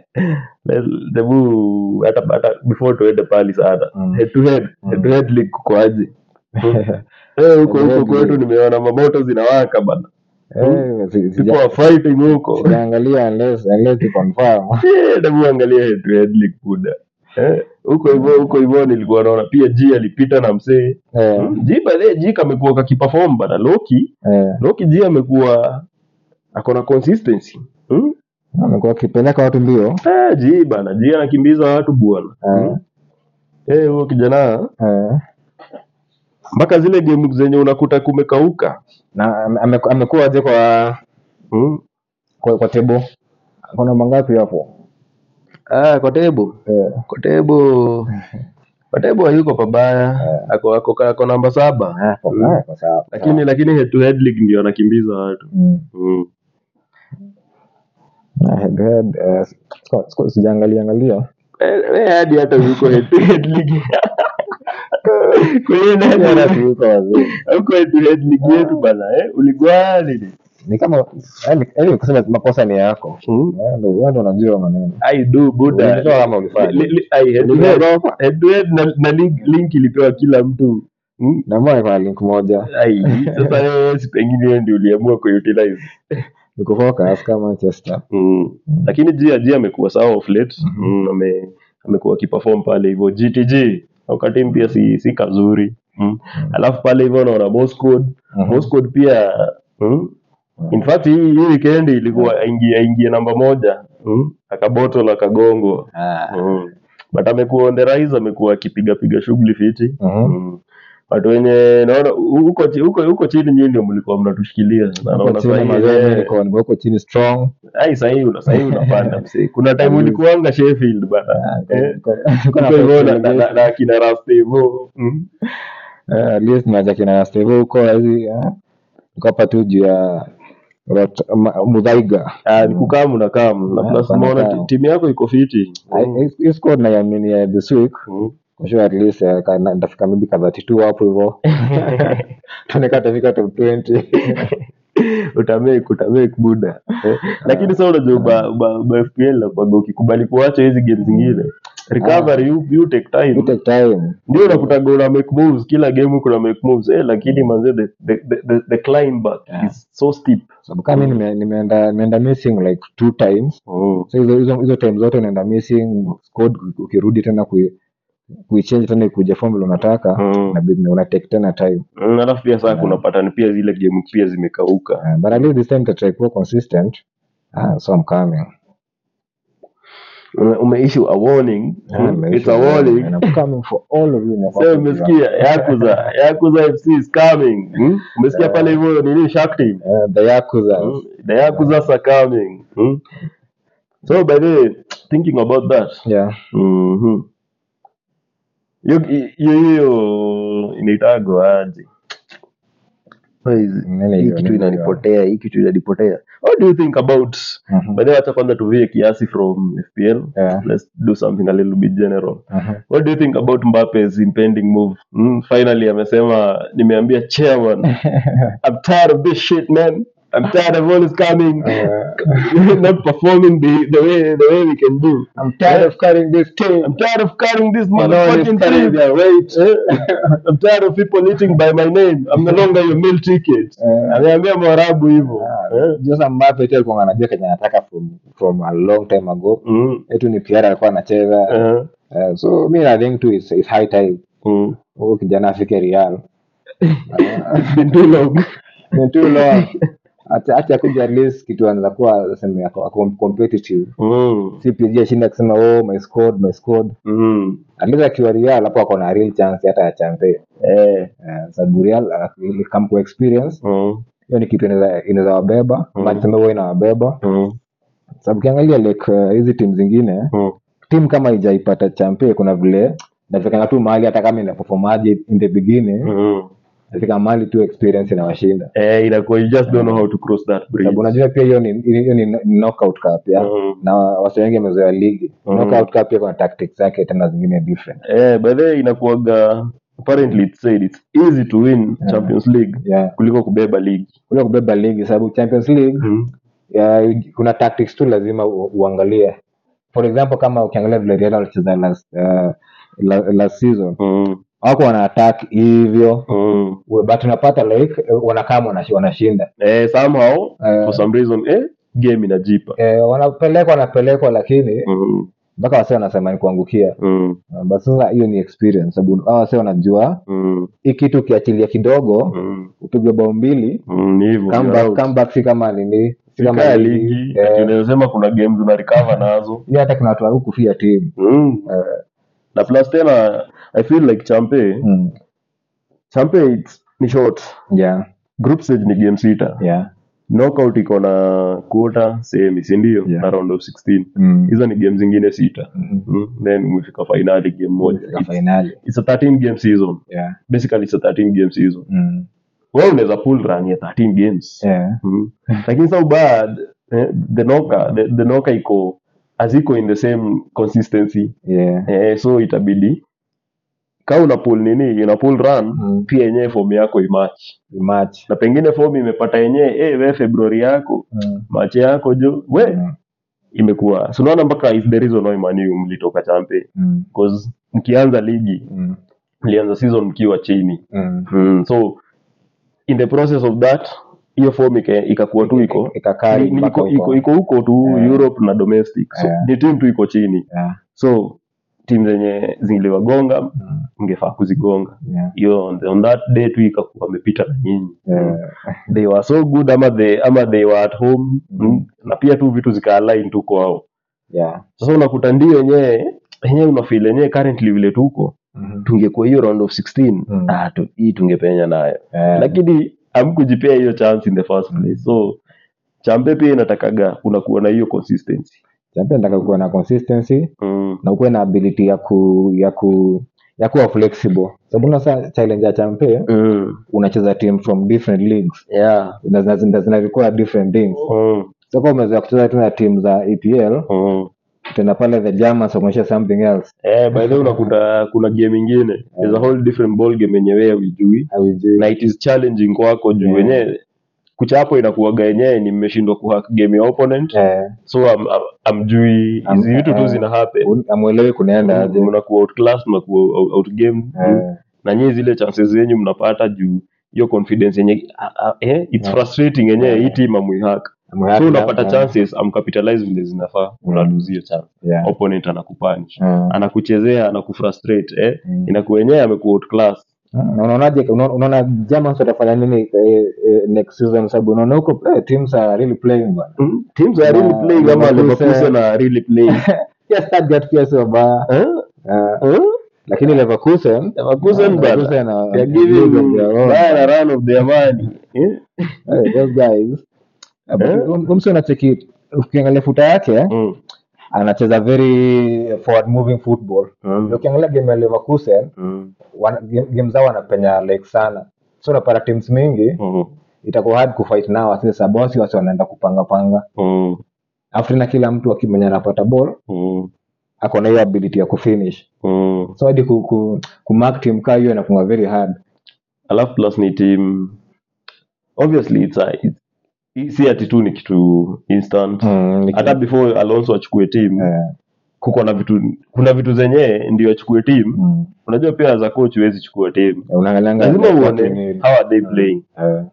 Let's- Debu, hata hata before tuende pali sana Mm. head to head Mm. head to head league kukoaje? Eh, huko huko Head to kwetu head. nimeona mamoto zinawaka bana eh si- people sija- are fighting huko sijaangalia unless unless you confirm Eh, hebu angalia head to head league buda Eh, huko hivyo huko hivyo nilikuwa naona pia g alipita na msee eh Mm, G by the way, G kamekuwa kakiperform bana Loki eh Loki G amekuwa akona consistency mm? amekuwa akipeleka watu mbio ah, G bana G anakimbiza watu bwana eh mm? eh huyo kijana eh mpaka zile game zenye unakuta kumekauka na ame- ameku- amekuwa aje kwa mm? kwa, kwa tebo kuna mangapi hapo ah, Kotebo eh Kotebo Kotebo hayuko pabaya ako ako ako namba saba ah kwa Mm. sawa kwa sawa lakini lakini head to head league ndio anakimbiza watu mm. mm. Na head to head, eh, siku- siku- sijaangalia angalia Eh, eh, hadi hata yuko head to head league kwa hiyo nani ana- huko head to head ligi yetu bana eh uligwaa nini ni kama yaani- yaani kusema makosa ni yako Hmm? Eh, ndio wewe ndio unajua maneno i do buda Ulijitoa kama ulifanya. Li- li- ai, head to head. Head to head na- na link- link ilipewa kila mtu Hmm? na mbona kuna link moja Ai, sasa wewe si pengine wewe ndio uliamua kuutilize ni kufocus kama Manchester Mm. lakini jia jia amekuwa sawa off late Mm, ame- amekuwa akiperform pale hivyo gtg wakati pia si, si kazuri mm. alafu pale hivyo unaona Bosco Mhm. Bosco pia mm. in fact hii hii weekend ilikuwa aingie aingie namba moja mm. akaboto la kagongo ah mm. but amekuwa on the rise amekuwa akipiga piga shughuli fiti Mhm. mm. watu wenye naona huko chi- huko huko chini nyinyi ndio mlikuwa mnatushikilia na naona Huko chini sahihi mazao mimi niko niko chini strong ai sahihi una sahihi unapanda msee kuna time ulikuanga Sheffield bana Mm. Ah, Eh. niko- niko na Huko hivyo na- flexibility. na- na- na kina Rasta hivyo mm. Eh, at least naja kina Steve huko hizi eh, niko hapa tu juu ya Rot- Ma- Mudhaiga Ah, ni kukaa mnakaa na Mm. Ah, plus pana umeona kaa. timu yako iko fiti I- hii- hii squad naiamini ya this week Mm. I'm sure at least uh, kana- nitafika maybe ka 32 hapo hivyo tuneka tafika top 20 utamake utamake buda eh. lakini sasa unajua ba, ba, ba FPL nakwambia ukikubali kuacha hizi game zingine recovery you, you take Mm. You time take time. ndio unakutaga una make moves kila game kuna make moves eh, lakini manze the, the, the, the, the climb back Yeah. is so steep Sababu kama mimi nime- nimeenda nimeenda missing like two times mm. so hizo hizo hizo time zote unaenda missing squad ukirudi tena kui kuichange tena ikuja formula unataka Mm. inabidi una take tena time Mm, alafu pia saa Yeah. kuna patani pia zile game pia zimekauka uh, but at least this time tatry kuwa consistent ah, so I'm coming Mm. Ume- umeissue a warning Ah, Mm, it's a maisha ya- warning and I'm coming for all of you nyakati. Sasa umesikia yakuza yakuza fc is coming hmm? umesikia Yeah. pale hivyo nini shark team Eh, the yakuza Hmm? the yakuza are coming hmm? so by the way thinking about that yeah mhm hiyo hiyo hiyo inaitagwa aje Why- nene hii hiyo kitu nene hiyo. inanipotea hii kitu inanipotea what do you think about Mhm. by the way acha kwanza tuvie kiasi from fpl Yeah. let's do something a little bit general Mhm. What do you think about Mbappe's impending move? Mm, finally amesema nimeambia chairman I'm tired of this shit man. I'm tired of all is coming Eh, not performing the, the way the way we can do. I'm tired of carrying this team I'm tired of carrying this No one is motherfucking carrying team. their weight I'm tired of people eating by my name. I'm no longer your meal ticket. Eh. Ameambia mwarabu hivyo. Ah, Eh? Jose Mbappe tu alikuwa anajua kenye anataka from from a long time ago Mm, etu ni PR alikuwa anacheza eh, Eh, so mi I think tu it's, it's high time mm. huyu kijana afike Real It's been too long. ni too long acha acha kuja at least kitu anaweza kuwa sema yako ako competitive Mm, si PSG ashinda kusema oh my squad my squad mm. at least akiwa Real hapo ako na real chance hata ya champion Eh, eh, sababu Real ah, ili come kwa experience mm, hiyo ni kitu inaweza inaweza wabeba Mm. mm. match ambayo inawabeba mm, sababu kiangalia like eh, hizi timu zingine mm. timu kama ijaipata champe kuna vile nafikana tu mahali hata kama inapofomaji in the beginning Mm. nafika mahali tu experience inawashinda Eh, inakuwa you just don't know how to cross that bridge. sababu unajua pia hiyo ni hiyo ni knockout cup ya Mm. na wasi wengi wamezoea ligi Mm. knockout cup pia kuna tactics zake tena zingine different Eh, by the way inakuwaga apparently it said it's easy to win Yeah. Champions League yeah kuliko kubeba ligi. ule kubeba ligi sababu champions league Mm-hmm. ya, kuna tactics tu lazima u, uangalie for example kama ukiangalia vile real walicheza last, uh, la, last season Mm. wako wana attack hivyo Mm. but unapata like wanakaa wanashi- wanashinda Eh, somehow Eh. for some reason eh game inajipa. eh, wanapelekwa wanapelekwa lakini Mm. mpaka wase wanasema ni kuangukia Mm. Uh, but sasa hiyo ni experience sababu hawa wase wanajua Mm. hii kitu ukiachilia kidogo Mm. upigwe bao mbili Mm. Ni hivyo. come you're back- out. come back si kama nini si kama Kaa ligi. ligi Eh, ati unaweza sema kuna games una recover nazo. hiyo hata kuna watu wa kufia timu Mm. Mm-hmm. Na plus tena I feel like Champe Mm. Champe it's, ni short. yeah Group stage ni game sita. yeah knockout iko na quarter semi sindio Yeah. na round of 16 Mm. hizo ni game zingine sita Mm. mm. then umefika finali game moja Kufika it's, finali it's a 13 game season yeah basically it's a 13 game season Mm. wewe unaweza pull run ya 13 games yeah mm. lakini so bad eh, the noka the, the noka iko haziko in the same consistency yeah eh, so itabidi kaa una pull nini una pull run Mm. pia yenyewe fomu yako imatch match na pengine fomu imepata yenyewe eh, we februari yako Mm. machi yako jo we Mm. imekuwa so unaona mpaka is the reason why Man U mlitoka champe Mm. cause mkianza ligi Mm. mlianza season mkiwa chini Mm. mm. so in the process of that hiyo form ika- ikakuwa tu iko Ikakaa ni- ni- mpaka iko- iko huko. iko huko tu Yeah. europe na domestic so, Yeah. ni team tu iko chini Yeah. so timu zenye ziliwagonga Mm. mngefaa kuzigonga Yeah. hiyo on, the- on that day tu ikakuwa amepita na nyinyi Yeah. they were so good ama they, ama they were at home mm. na pia tu vitu zikaalin tu kwao Yeah. sasa unakuta ndio yenyewe yenyewe unafil yenyewe currently vile tuko Mhm. tungekuwa hiyo round of 16 Mm. Mm-hmm. ah, tu, hii tungepenya nayo Eh. lakini amkujipea hiyo chance in the first place so chambe pia inatakaga unakuwa na hiyo consistency champion nataka kuwa na consistency mm. na ukuwe na ability ya ku ya ku ya kuwa flexible sababu na sa challenge ya champe Mm. unacheza team from different leagues Yeah. na zina- zina zina require different things Mm. so kama umezoea kucheza tu na team za EPL Mm. tena pale the Germans wakuonyesha something else Eh, by the way unakuta kuna game ingine is a whole different ball game yenyewe ujui hawajui na it is challenging kwako juu Yeah. wenyewe kuchapo inakuaga yenyewe ni mmeshindwa kuhack game ya opponent eh, so am, am, amjui Am- hizi vitu tu eh. zina happen un- amwelewi kunaenda aje mnakuwa outclass mnakuwa out- outgame mm. eh, na nyie zile chances zenyu mnapata juu hiyo confidence yenye ah, ah, eh, it's Yeah. frustrating yenyewe Yeah. hii team amuihack amwelewi so kunaenda- unapata chances amcapitalize vile zinafaa unalose hiyo chance yeah, opponent anakupunish mm, anakuchezea anakufrustrate eh mm. inakuwa yenyewe amekuwa outclass Na unaonaje unaona unaona Germans watafanya nini eh, eh, next season sababu unaona huko eh, teams are really playing bana Mm, teams are really Na- playing ama Leverkusen- Leverkusen are really playing pia Stuttgart pia sio baya eh Eh, eh oh, lakini Leverkusen Leverkusen eh, bana Leverkusen are- They are giving losing their own. Bayern a run of their money. Eh? Eh, those guys Eh, but Eh? um- umse unacheki ukiangalia futa yake eh, Mm. anacheza very forward moving football Hmm. Na ukiangalia game ya Leverkusen Mm. wana, game, game zao wanapenya like sana so unapata teams mingi Mm. itakuwa hard kufight nao sasa sababu wao si wasi wanaenda kupanga panga Mm. after na kila mtu akimenya anapata ball oh, Mm. ako na hiyo ability ya kufinish Mm. so hadi ku, ku, ku mark team kaa hiyo inakunga very hard alafu plus ni team obviously it's a, it's, hii si ati tu ni kitu instant mm, ni- hata before alonso achukue team eh, kuko na vitu kuna vitu zenyewe ndio achukue team mm, unajua pia za coach huwezi chukua team eh, unaangalianga lazima exactly uone ni- how are they playing eh,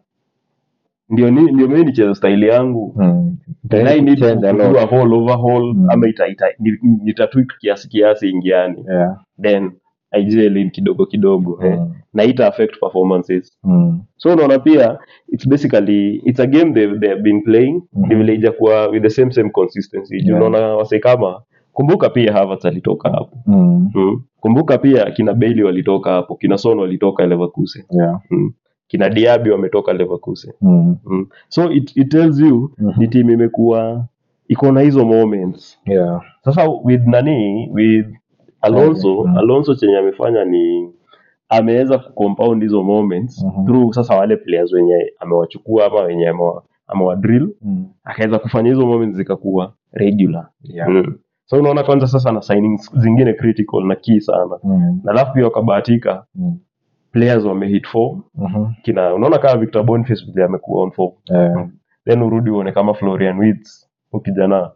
ndio ni- ndio mimi nicheza style yangu mm. na hii need Change a to lot. do a whole overhaul Mm. ama ita, ita, ni- ni- nitatwik kiasi kiasi ingiani Yeah, then ijlin kidogo kidogo eh. mm, na ita affect performances mm, so unaona pia it's basically it's a game they've, they've been playing Mhm. ni vile ijakuwa with the same same consistency Juu Yeah. unaona wase kama kumbuka pia Havertz alitoka hapo mm, mm. kumbuka pia kina Bailey walitoka hapo kina Son walitoka Leverkusen yeah, kina Diaby wametoka Leverkusen mm, mm. so it, it tells you mhm, ni team imekuwa iko na hizo moments yeah, sasa with nani with Alonso Okay. Mhm. Alonso chenye amefanya ni ameweza kucompound hizo moments Mhm. through sasa wale players wenye amewachukua ama wenye amewa, amewadrill mm, akaweza kufanya hizo moments zikakuwa regular yeah, mm. so unaona kwanza sasa na signings zingine critical na key sana mm, na alafu pia wakabahatika mm, players wamehit form mhm, kina unaona kama Victor Boniface vile amekuwa on form eh, then urudi uone kama Florian Wirtz huyu kijana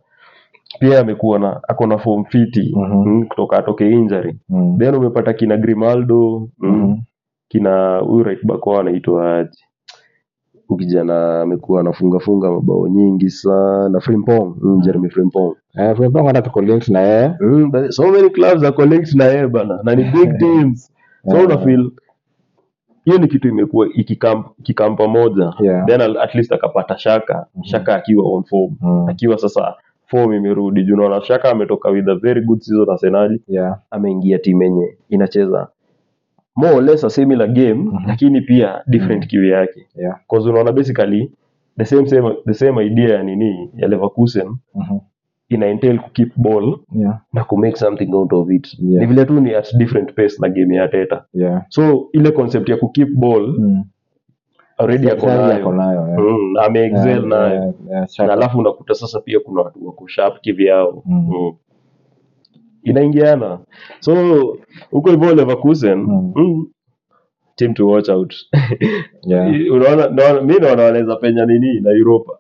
pia amekuwa na ako na form fiti Mhm. mm, kutoka atoke injury mm, then umepata kina Grimaldo mm, mhm, kina huyu right back wao anaitwa aje Huyu kijana amekuwa anafunga funga mabao nyingi sana Frimpong mm, Jeremy Frimpong eh, Frimpong hata tuko linked na yeye mm, but so many clubs are collect na yeye bana na ni big teams so Yeah. una feel hiyo ni kitu imekuwa ikikam- ikikampa moja Yeah. then al- at least akapata shaka Mhm. shaka akiwa on form Mm, akiwa sasa form imerudi juu naona shaka ametoka with a very good season arsenali yeah, ameingia timu yenye inacheza more or less a similar game Mhm. lakini pia different Mhm. kiwi yake yeah, cause unaona basically the same, same, the same idea ya nini ya leverkusen mhm, ina entail kukeep ball yeah, na kumake something out of it Yeah. ni vile tu ni at different pace na game ya teta yeah, so ile concept ya kukeep ball mm. already ako Sasa nayo ako nayo, eh. Mm, na ameexcel Yeah, nayo yeah, yeah, sharp. na alafu unakuta sasa pia kuna watu wako sharp kivyao Mm. mm. inaingiana so huko hivyo Leverkusen Mm. mm, team to watch out Yeah. unaona naona- mi naona wanaweza penya nini na Europa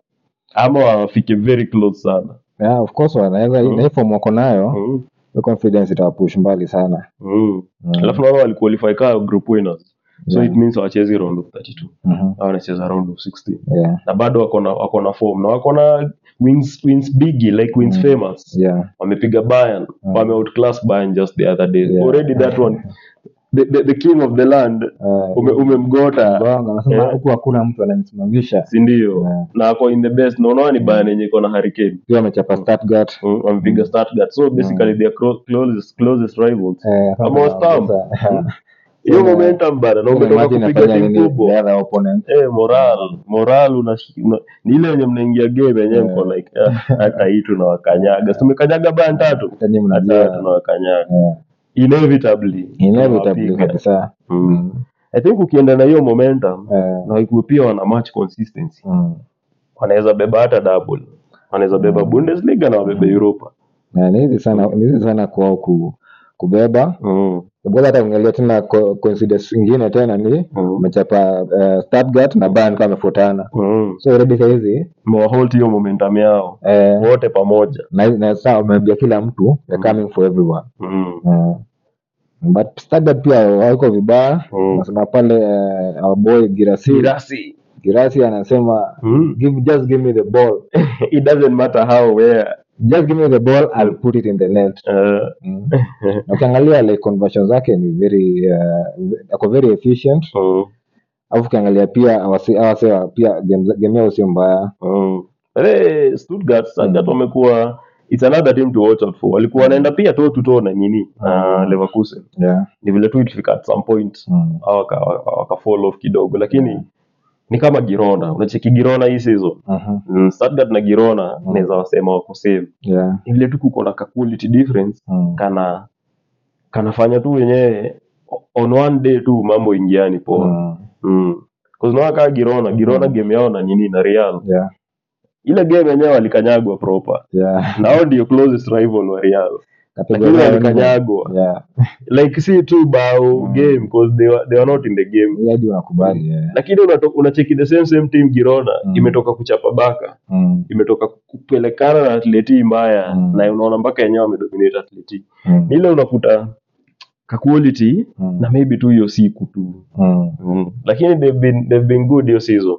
ama wafike very close sana Yeah, of course wanaweza Mm. na hii form wako nayo mm. hiyo confidence itawapush mbali sana Mm. Mm. alafu naona waliqualify kaa group winners so Yeah. it means hawachezi round of 32 Mhm. au wanacheza round of 16 Yeah, na bado wako na wako na form na wako na wins wins bigi like wins Mm. famous yeah, wamepiga Bayern Mm. wame outclass Bayern just the other day Yeah. already that one the, the, the king of the land eh, ume, umemgota Mbongo anasema Yeah. huku hakuna mtu ananisimamisha si ndio Yeah. na ako in the best na unaona ni Bayern yenye iko na Hurricane pia amechapa Stuttgart mm, wamepiga Stuttgart so Mm. basically they are clo- closest closest rivals eh, kama Ama West Ham. sasa- hiyo Yeah. momentum bana na umetoka Imagine kupiga inafanya timu nini kubwa the other opponent. eh moral moral una, una ni ile yenye mnaingia game yenyewe Yeah. mko like ah, hata hii tunawakanyaga tumekanyaga Bayern tatu Hata nyinyi mnajua, hata tunawakanyaga eh, inevitably inevitably tunawapiga. kabisa Mm. I think ukienda na hiyo momentum Eh, na ikuwe pia wana match consistency mm. wanaweza beba hata double wanaweza beba Bundesliga na wabebe Europa Na ni hizi sana ni hizi sana kwao ku kubeba Mm, Sababu hata ukiangalia tena co- coincidence ingine tena ni mm, umechapa uh, Stuttgart na Bayern kama wamefuatana mm. so redi sahizi Mwahold hiyo momentum yao eh, wote pamoja na, na saa wameambia kila mtu Mm. they're coming for everyone mm. Eh, but Stuttgart pia hawako vibaya Mm. nasema pale eh, our boy Girasi Kirasi. Girasi anasema Mm. give just give me the ball It doesn't matter how where just give me the ball I'll put it in the net uh, mm. na ukiangalia like conversion zake ni very uh, ako very efficient mm. alafu ukiangalia pia awase- awasewa pia game game yao sio mbaya Mm. Eh, Stuttgart, Stuttgart Mm. wamekuwa it's another team to watch out for. Walikuwa Mm. wanaenda pia tu tuto na nini na Leverkusen. yeah. Ni vile tu itafika at some point mm. hawa waka, waka fall off kidogo lakini Mm. ni kama Girona. Unacheki Girona hii season. uh-huh. Mm, Stuttgart na Girona Mm. naweza wasema wako save. yeah. Ni vile tu kuko na ka quality difference mm. kana kanafanya tu wenyewe on one day tu mambo ingiani poa. mm. Mm. Cause naona kama Girona, Girona Mm. game yao na nini na Real yeah. ile game yenyewe walikanyagwa proper yeah. na hao ndio closest rival wa Real lakini Kategoria nne. walikanyagwa yeah. like si tu bao Mm. game cause they were, they were not in the game Hii hadi unakubali yeah. lakini unato- unacheki the same same team Girona Mm. imetoka kuchapa baka mm. imetoka kupelekana na Atleti mbaya Mm. na unaona mpaka yenyewe wamedominate Atleti mm. ile unakuta ka quality mm. na maybe tu hiyo siku tu mm. mm. lakini they've been, they've been good hiyo season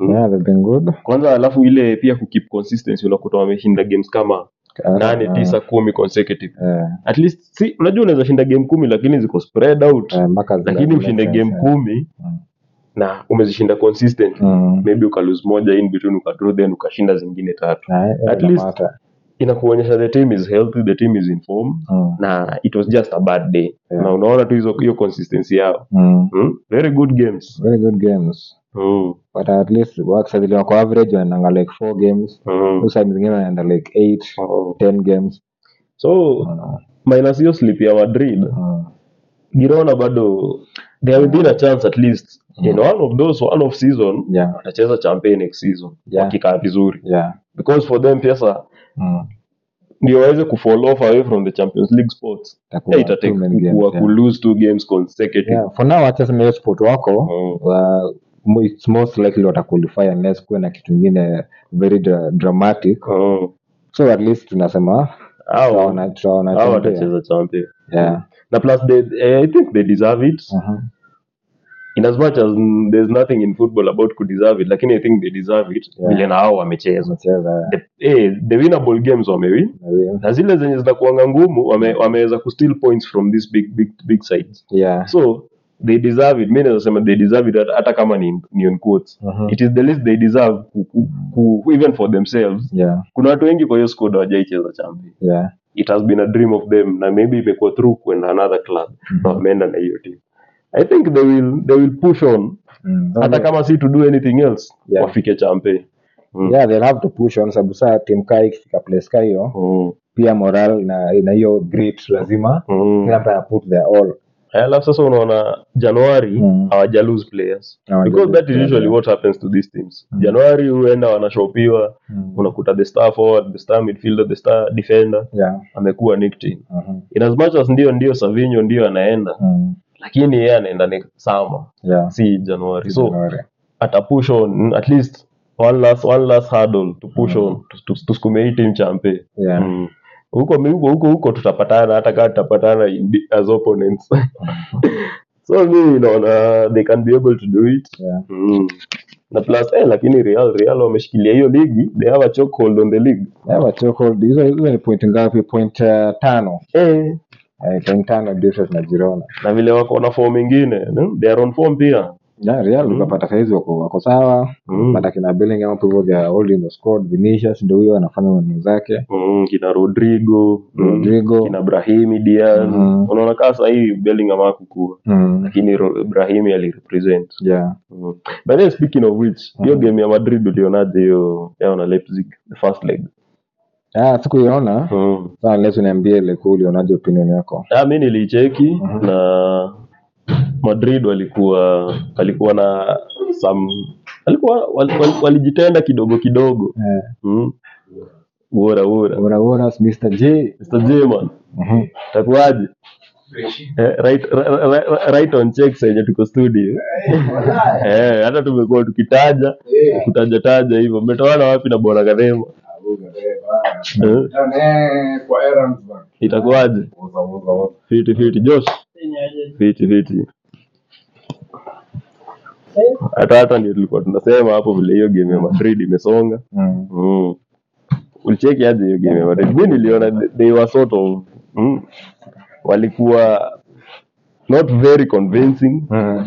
Mm. yeah, they've been good kwanza alafu ile pia kukeep consistency unakuta wameshinda games kama Ah, nane ah, tisa kumi consecutive eh, at least si unajua unaweza shinda game kumi lakini ziko spread out eh, mpaka zina- lakini ushinde zina- game kumi Mm. na umezishinda consistently Mm. maybe ukalose moja in between ukadraw then ukashinda zingine tatu Na, eh, At ina least- matter. inakuonyesha the team is healthy the team is in form Mm. na it was just a bad day Yeah. na unaona tu hizo hiyo consistency yao Mm. hmm? very good games very good games mm. but at least wakisazili wako average wanaendanga like four games Mm. Huku saa zingine wanaenda like eight Oh. ten games so Mm. minus hiyo slip ya madrid Mm. girona bado there will be a chance at least in Mm. one of those one of season yeah watacheza champion next season Yeah. wakikaa vizuri yeah because for them pesa Mm. ndio waweze kufall off away from the champions league spots Itakuwa yeah, itatake two main kukua games, yeah. kulose two games consecutive Yeah, for now wacha sema hiyo sport wako Mm. wa- mo- it's most likely wataqualify unless kuwe na kitu ingine very dra- dramatic Mm. so at least tunasema Hao- tutaona- tutaona hao champion. watacheza champion Yeah. na plus they, eh, i think they deserve it Mhm. in as much as mm, there's nothing in football about ku deserve it lakini i think they deserve it Yeah. vile na hao wamecheza Wamecheza, the, eh, the winnable games wamewin wamewin. na zile zenye zinakuanga ngumu wame- wameweza kusteal points from these big, big, big sides Yeah. so they deserve it mi naweza sema they deserve it hata- hata kama ni, ni on quotes Mhm. it is the least they deserve ku, ku, ku, even for themselves Yeah, kuna watu wengi kwa hiyo squad hawajaicheza champion yeah. it has been a dream of them na maybe imekuwa through kwenda another club na wameenda na hiyo team i think they will, they will push on Mm. hata kama si to do anything else Yeah. wafike champion Mm. Yeah, they'll have to push on sababu saa timu kaa ikifika place kaa hiyo Mm. pia moral na na hiyo grit lazima Mm. Eh, kila mtu ana put their all alafu sasa unaona januari Mm. hawaja lose players Hawaja because lose that is players, usually yeah. what happens to these teams Mm. januari huenda wanashopiwa Mm. unakuta the star forward the star midfielder the star defender Yeah. amekuwa nicked Mhm. in as much as ndio ndio savinho ndio anaenda Mm. lakini yeye anaenda ni sama Yeah. si januari so Januari. atapush on at least one last one last hurdle to push Mm. on to- to- tusukume hii team champe Yeah. Mm. huko huko huko huko tutapatana hata kama tutapatana in the- as opponents so mi naona they can be able to do it Yeah. mm. na plus eh, lakini real real wameshikilia hiyo ligi they have a chokehold on the league Yeah, but so called- hizo hizo ni point ngapi point eh, tano eh, Eh, point tano difference na Girona na vile wako na form ingine mm, they are on form pia yeah, Real Mm. ukapata saizi wako wako sawa Mm. pata kina Bellingham hapo hivyo vya holding the squad Vinicius ndio huyo anafanya maneno zake mm, kina rodrigo mm, Rodrigo. kina brahimi diaz Mm. unaona kaa sahii bellingham hakukua mm. lakini Ro- brahimi alirepresent yeah mm. by the way, speaking of which hiyo Mm. game ya madrid ulionaje hiyo yao na leipzig the first leg ah sikuiona mm. sasa unless uniambie ile kwa ulionaje opinion yako Ah, mi nilicheki Mhm. na Madrid walikuwa walikuwa na some walikuwa wal- wal- walijitenda kidogo kidogo eh mm. Ura ura bora bora Mr J Mr. German Mhm. takuaje eh, right, ra- ra- ra- right on checks yenye tuko studio Mm-hmm. eh, hata tumekuwa tukitaja kutajataja hivyo mmetoana wapi na bora kadhema eh, itakuwaje fiti fiti josh fiti fiti hata hata ndio tulikuwa tunasema hapo vile hiyo game ya madrid imesonga Mm. mm. ulicheki aje hiyo game ya madrid mi niliona they- they were sort of mm, walikuwa not very convincing Mm.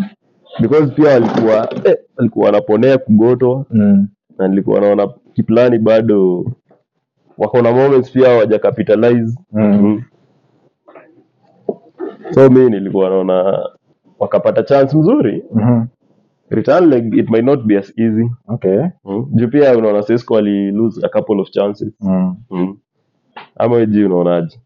because pia walikuwa eh, walikuwa wanaponea kugotwa Mm. na nilikuwa naona kiplani bado wako na moments pia hawajacapitalize Mm. mm. so mi nilikuwa naona wakapata chance mzuri Mhm. return leg it might not be as easy Okay. mm. juu pia unaona sesco ali lose a couple of chances Mm. mm. ama weji unaonaje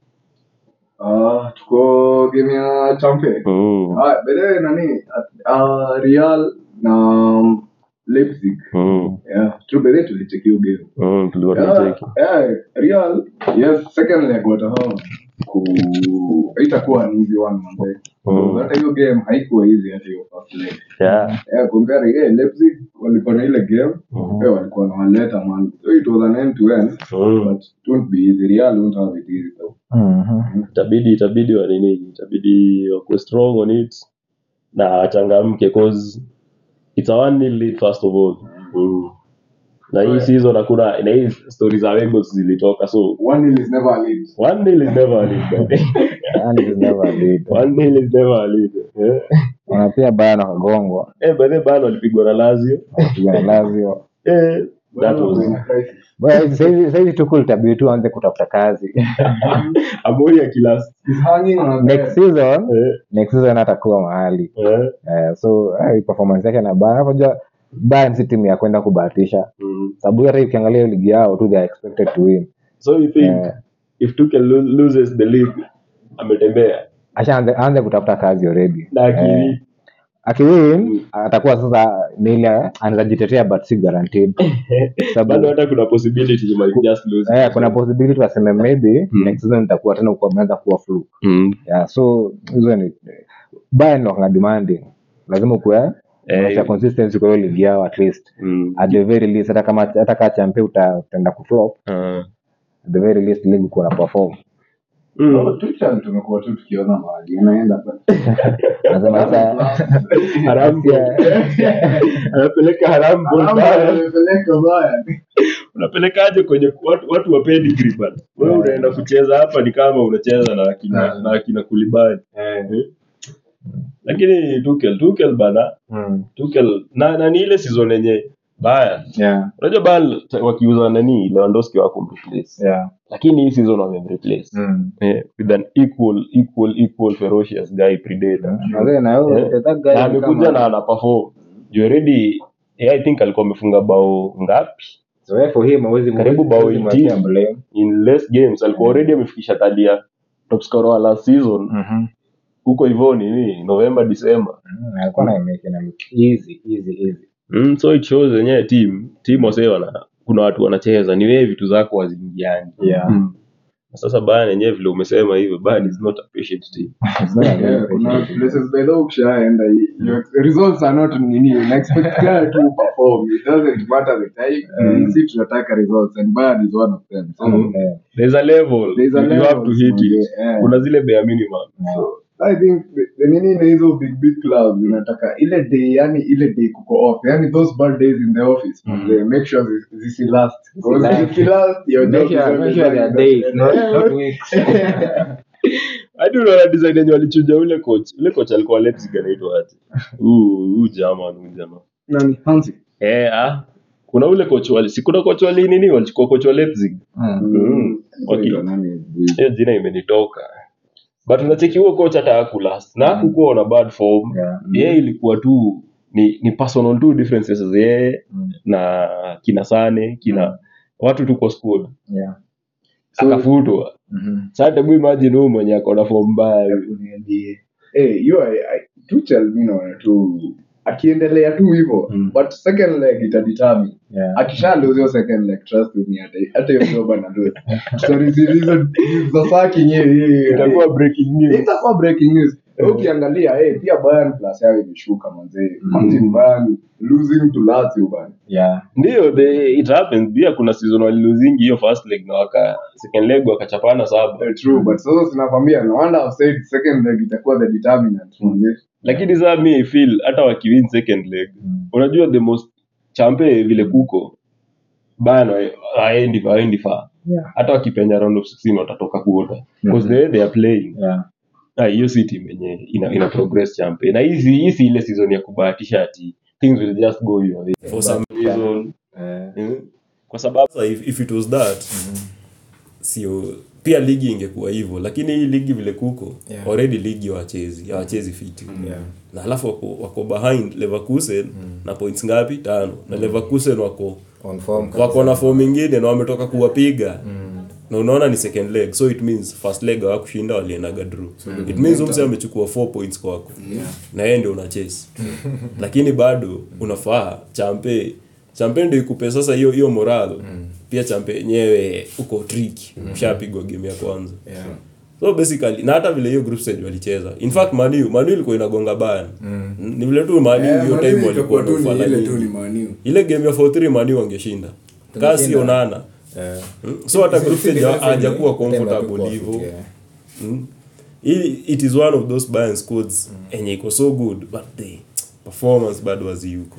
Ah, tuko game ya champion mm. Ah, bedee nani ah, real na um, leipzig mm. yeah. tu bedee tulicheki hiyo game mm. tulikuwa yeah, tunacheki yeah, real yes second leg watahama ku haitakuwa ni easy one manze Mm. hata hiyo game haikuwa easy hata hiyo first leg yeah. yeah, compare yeah, leipzig walikuwa na ile game Mhm. eh, walikuwa na waleta man so it was an end to end mm. but it won't be easy real won't have it easy though Mhm. itabidi itabidi wanini itabidi wakuwe strong on it na wachangamke cause it's a one nil lead first of all mm. na hii season hakuna na hii stori za wegos zilitoka so one nil is never a lead one nil is never a lead by the way. And it's Yaani never late. one nil is never a lead eh Wana pia Bayern wakagongwa eh by the way, bado walipigwa na lazio wakapigwa na Lazio. eh that Bado was kuna crisis. Bwana, hizi- saizi- saizi tuku itabidi tu aanze kutafuta kazi amori ya kilasi He's hanging on a next season eh next season atakuwa mahali eh Eh, so eh, performance yake na Bayern unajua Bayern si timu ya kwenda kubahatisha mm. sababu hata ukiangalia hiyo ligi yao tu they are expected to win so you think Eh. if tuke lo- loses the league ametembea Acha aanze- aanze kutafuta kazi already na akili akiwin atakuwa sasa ni ile anaweza jitetea but si guaranteed bado sababu hata kuna possibility you might just lose eh, kuna possibility waseme maybe Mm. next season itakuwa tena uko ameanza kuwa fluke mm. yeah, so hizo ni Bayern wakanga demanding lazima kuwe cha eh, consistency kwa hiyo ligi yao at least mm. at the very least hata kama hata kama champe uta- utaenda kuflop uh, at the very least ligi kuwa na perform Hmm. mm. Tuchan tumekuwa tu tukiona mahali anaenda nasema sasa Harambee. anapeleka Harambee Bayern. amepeleka Bayern. unapelekaje kwenye ku- watu, watu wa pedigree bana wewe Yeah. unaenda kucheza hapa ni kama unacheza na akina Yeah. na akina kulibali lakini tukel tukel bana mm. tukel na, na ni ile season yenye baya yeah unajua bal wakiuza nani lewandowski wakumreplace yeah lakini hii season wamemreplace mm. eh, with an equal equal equal ferocious guy predator Mazee na yeye, Yeah. that guy Eh, na ni kama- amekuja na ana perform you already yeah, i think alikuwa amefunga bao ngapi So yeah, for him hawezi- Karibu hawezi- bao hawezi 18. mwekea blame. in less games alikuwa already amefikisha tadi ya top scorer wa last season Mhm. huko hivyo nini november december Mm, alikuwa na make na make easy easy easy mm, so it shows yenyewe team team wasee wana kuna watu wanacheza ni wewe vitu zako haziingiani yeah Hmm. mm. sasa Bayern yenyewe vile umesema hivyo Bayern is not a patient team It's not a very Yeah, kuna patient team. places by the way ukishaenda your results are not nini una expect guy to perform it doesn't matter the time Mm. si tunataka results and Bayern is one of them so Mm. Yeah. there's a level there's a you level have to hit it Yeah. kuna zile bare minimum So, I think the- the nini na hizo big big clubs inataka ile day yani ile day kuko off yani those bad days in the office Mm. they make sure zis- zisilast Zisilast. zisilast your Make job is sure- make always sure they are like days, that. not- Yeah, not but- weeks. hadi unaona design yenye walichuja ule coach ule coach alikuwa Leipzig anaitwa aje huu huu jamaa huu jamaa Nani? Hansi. eh ah kuna ule coach wali si kuna coach wali nini walichukua coach wa Leipzig Mm. Mm. Okay. Ndio, nani? hiyo jina imenitoka but unacheki huo coach hata hakulast na hakukuwa na bad form Yeah. yeye ilikuwa tu ni, ni personal tu differences za yeye Mm. na kina sane kina watu tu kwa squad Yeah. So- akafutwa Mhm. sasa hebu imagine huyu mwenye akona form mbaya Eh, you are- I- Tuchel, mi naona tu akiendelea tu hivyo Mm. but second leg itaditami Yeah. akishalose hiyo second leg trust me hata hata hiyo joba na lose stories zilizo za saki nyewe itakuwa breaking Mm. Eh, news itakuwa breaking news Wewe ukiangalia eh pia Bayern plus yao imeshuka manzee Martin Bayern losing to Lazio bana Yeah. ndio they- it happens pia kuna season waliluzingi hiyo first leg na waka second leg wakachapana saba Eh, true but sasa sinakwambia no wonder I've said second leg itakuwa the determinant manzee lakini saa mi I feel hata wakiwin second leg Mm. unajua the most champe vile kuko bana aendi aendi far Yeah. hata wakipenya round of 16 watatoka kuota because the way they are playing Yeah. ah, hiyo si team yenye ina, ina progress champe na hizi hizi ile season ya kubahatisha ati things will just go your way For some reason Eh, mm, kwa sababu Sasa if, if it was that sio pia ligi ingekuwa hivyo lakini hii ligi vile kuko Yeah. already ligi hawachezi hawachezi fiti na halafu wako, wako behind leverkusen na points ngapi tano na leverkusen wako On form kabisa. wako na form ingine na wametoka kuwapiga Mm. na unaona ni second leg so it means first leg hawakushinda waliendaga draw it means umse amechukua 4 points kwako na yeye ndio una chase lakini bado unafaa champe champe ndio ikupe sasa hiyo hiyo moral Mm. pia champe yenyewe uko tricky ushapigwa game ya kwanza Yeah. so basically na hata vile hiyo group stage walicheza in fact manu manu ilikuwa inagongabana ni vile tu manu Eh, hiyo Mm. Man time U walikuwa itakuwa tu ni wanafala ile nyingi. tu ni Man U. ile game ya 43 manu wangeshinda kasi Tungeshinda. onana Eh. Mm, so hata group stage Different hajakuwa time comfortable hatukua fit, hivyo yeah. Mm. Hii- it is one of those Bayern squads enye iko so good but the performance bado haziyuko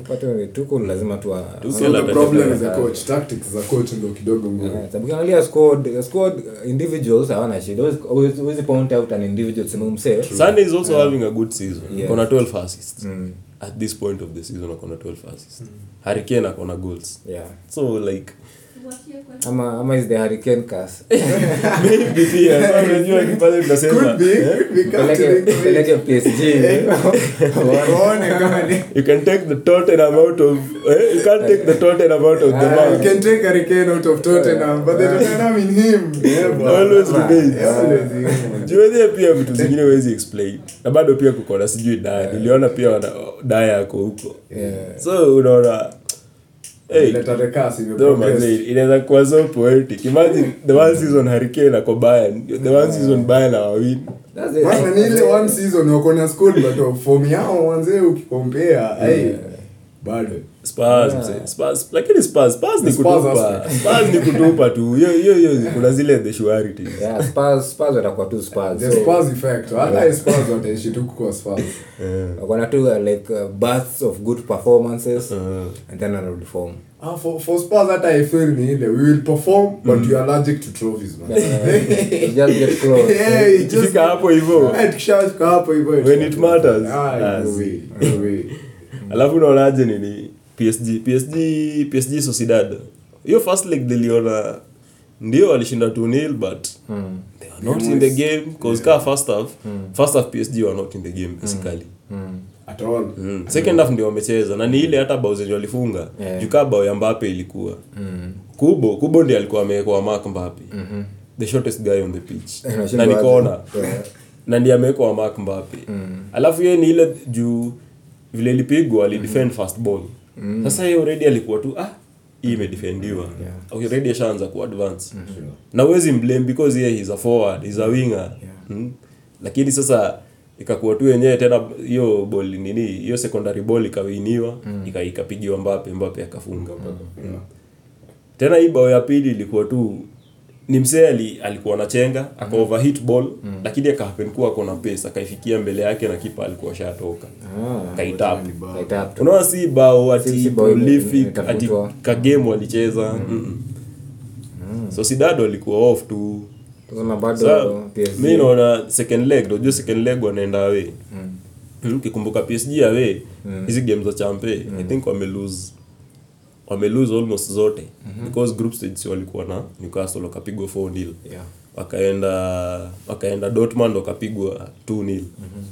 Upate ni Tuchel lazima tu a- Tuchel Sababu atapewa problem za coach tactics za coach ndo kidogo ngumu Eh, ukiangalia squad squad uh, individuals hawana shida Huwezi- huwezi huwezi point out an individual sema msee Sunday is also having a good season Yes. Ako na 12 assists at this point of the season ako na 12 assists Harry Kane ako na goals yeah so like ama ama is the hurricane curse maybe pia so unajua kipale tunasema could be could be peleke capturing it. peleke PSG Eh, waone kama ni you can take the Tottenham out of eh, you can't take the Tottenham out of the Ah, you map can take Hurricane out of Tottenham but they don't have in him yeah bro always remains Always him. juwenye pia vitu zingine wezi explain na bado pia kukona sijui daya niliona pia wana- daya yako huko so unaona hey, Let her cast in the though progress. manze, inaweza kuwa so poetic imagine the one season hurricane ako Bayern, the one season Bayern hawawin That's it. Maana ni ile one season wako na school but form yao wanzee ukikompea ai bado Spurs, mse, Spurs. lakini Spurs, Spurs ni Spurs kutupa Spurs ni kutupa tu hiyo hiyo hiyo kuna zile the surety yeah Spurs Spurs watakuwa tu Spurs the So, Spurs effect hata Spurs wataishi tu kuwa Spurs wako na tu uh, like uh, bursts of good performances Uh-huh. and then anarudi form ah for, for Spurs hata I feel ni ile we will perform but you are allergic to trophies man You just get close yeah it just ikifika hapo hivyo Eh, tukishaweka hapo hivyo When it matters. Ah, Ah, no way, no way. alafu unaonaje nini psg psg psg sociedad hiyo first leg niliona ndio walishinda 2-0 but they were not in the game because ka first half first half psg were not in the game basically At all. Mm. second half ndio wamecheza na ni ile hata bao zenye walifunga Yeah. jukaa bao ya mbape ilikuwa kubo kubo ndio alikuwa amewekwa mark mbape the shortest guy on the pitch na Anashindwa ni aje. corner Yeah. na ndiye amewekwa mark mbape alafu yeye ni ile juu vile ilipigwa alidefend first ball sasa yeye already alikuwa tu ah hii imedefendiwa okay, already ashaanza kuadvance na uwezi mblame because yeye he's a forward he's a winger Mm. lakini sasa ikakuwa tu yenyewe tena hiyo ball nini hiyo secondary ball ikawiniwa ika, ikapigiwa mbape mbape akafunga Mm. tena hii bao ya pili ilikuwa tu ni msee ali, alikuwa anachenga aka Mm. overhit ball lakini akahapen kuwa ako na pesa akaifikia mbele yake na kipa alikuwa shatoka Ah, kaitap Like that. unaona si bao Si- ati si bao ile- Mm. prolific ile ati itafutwa. kagame walicheza Mm. so sidado alikuwa off tu Tazama Sa- bado PSG. mi naona second leg najua second leg wanaenda away Mm, ukikumbuka psg away Mm. hizi game za champe i think wamelose wamelose almost zote Mm-hmm. because group stage si walikuwa na newcastle wakapigwa 4 nil Yeah. wakaenda wakaenda dortmund wakapigwa 2 nil Mm-hmm.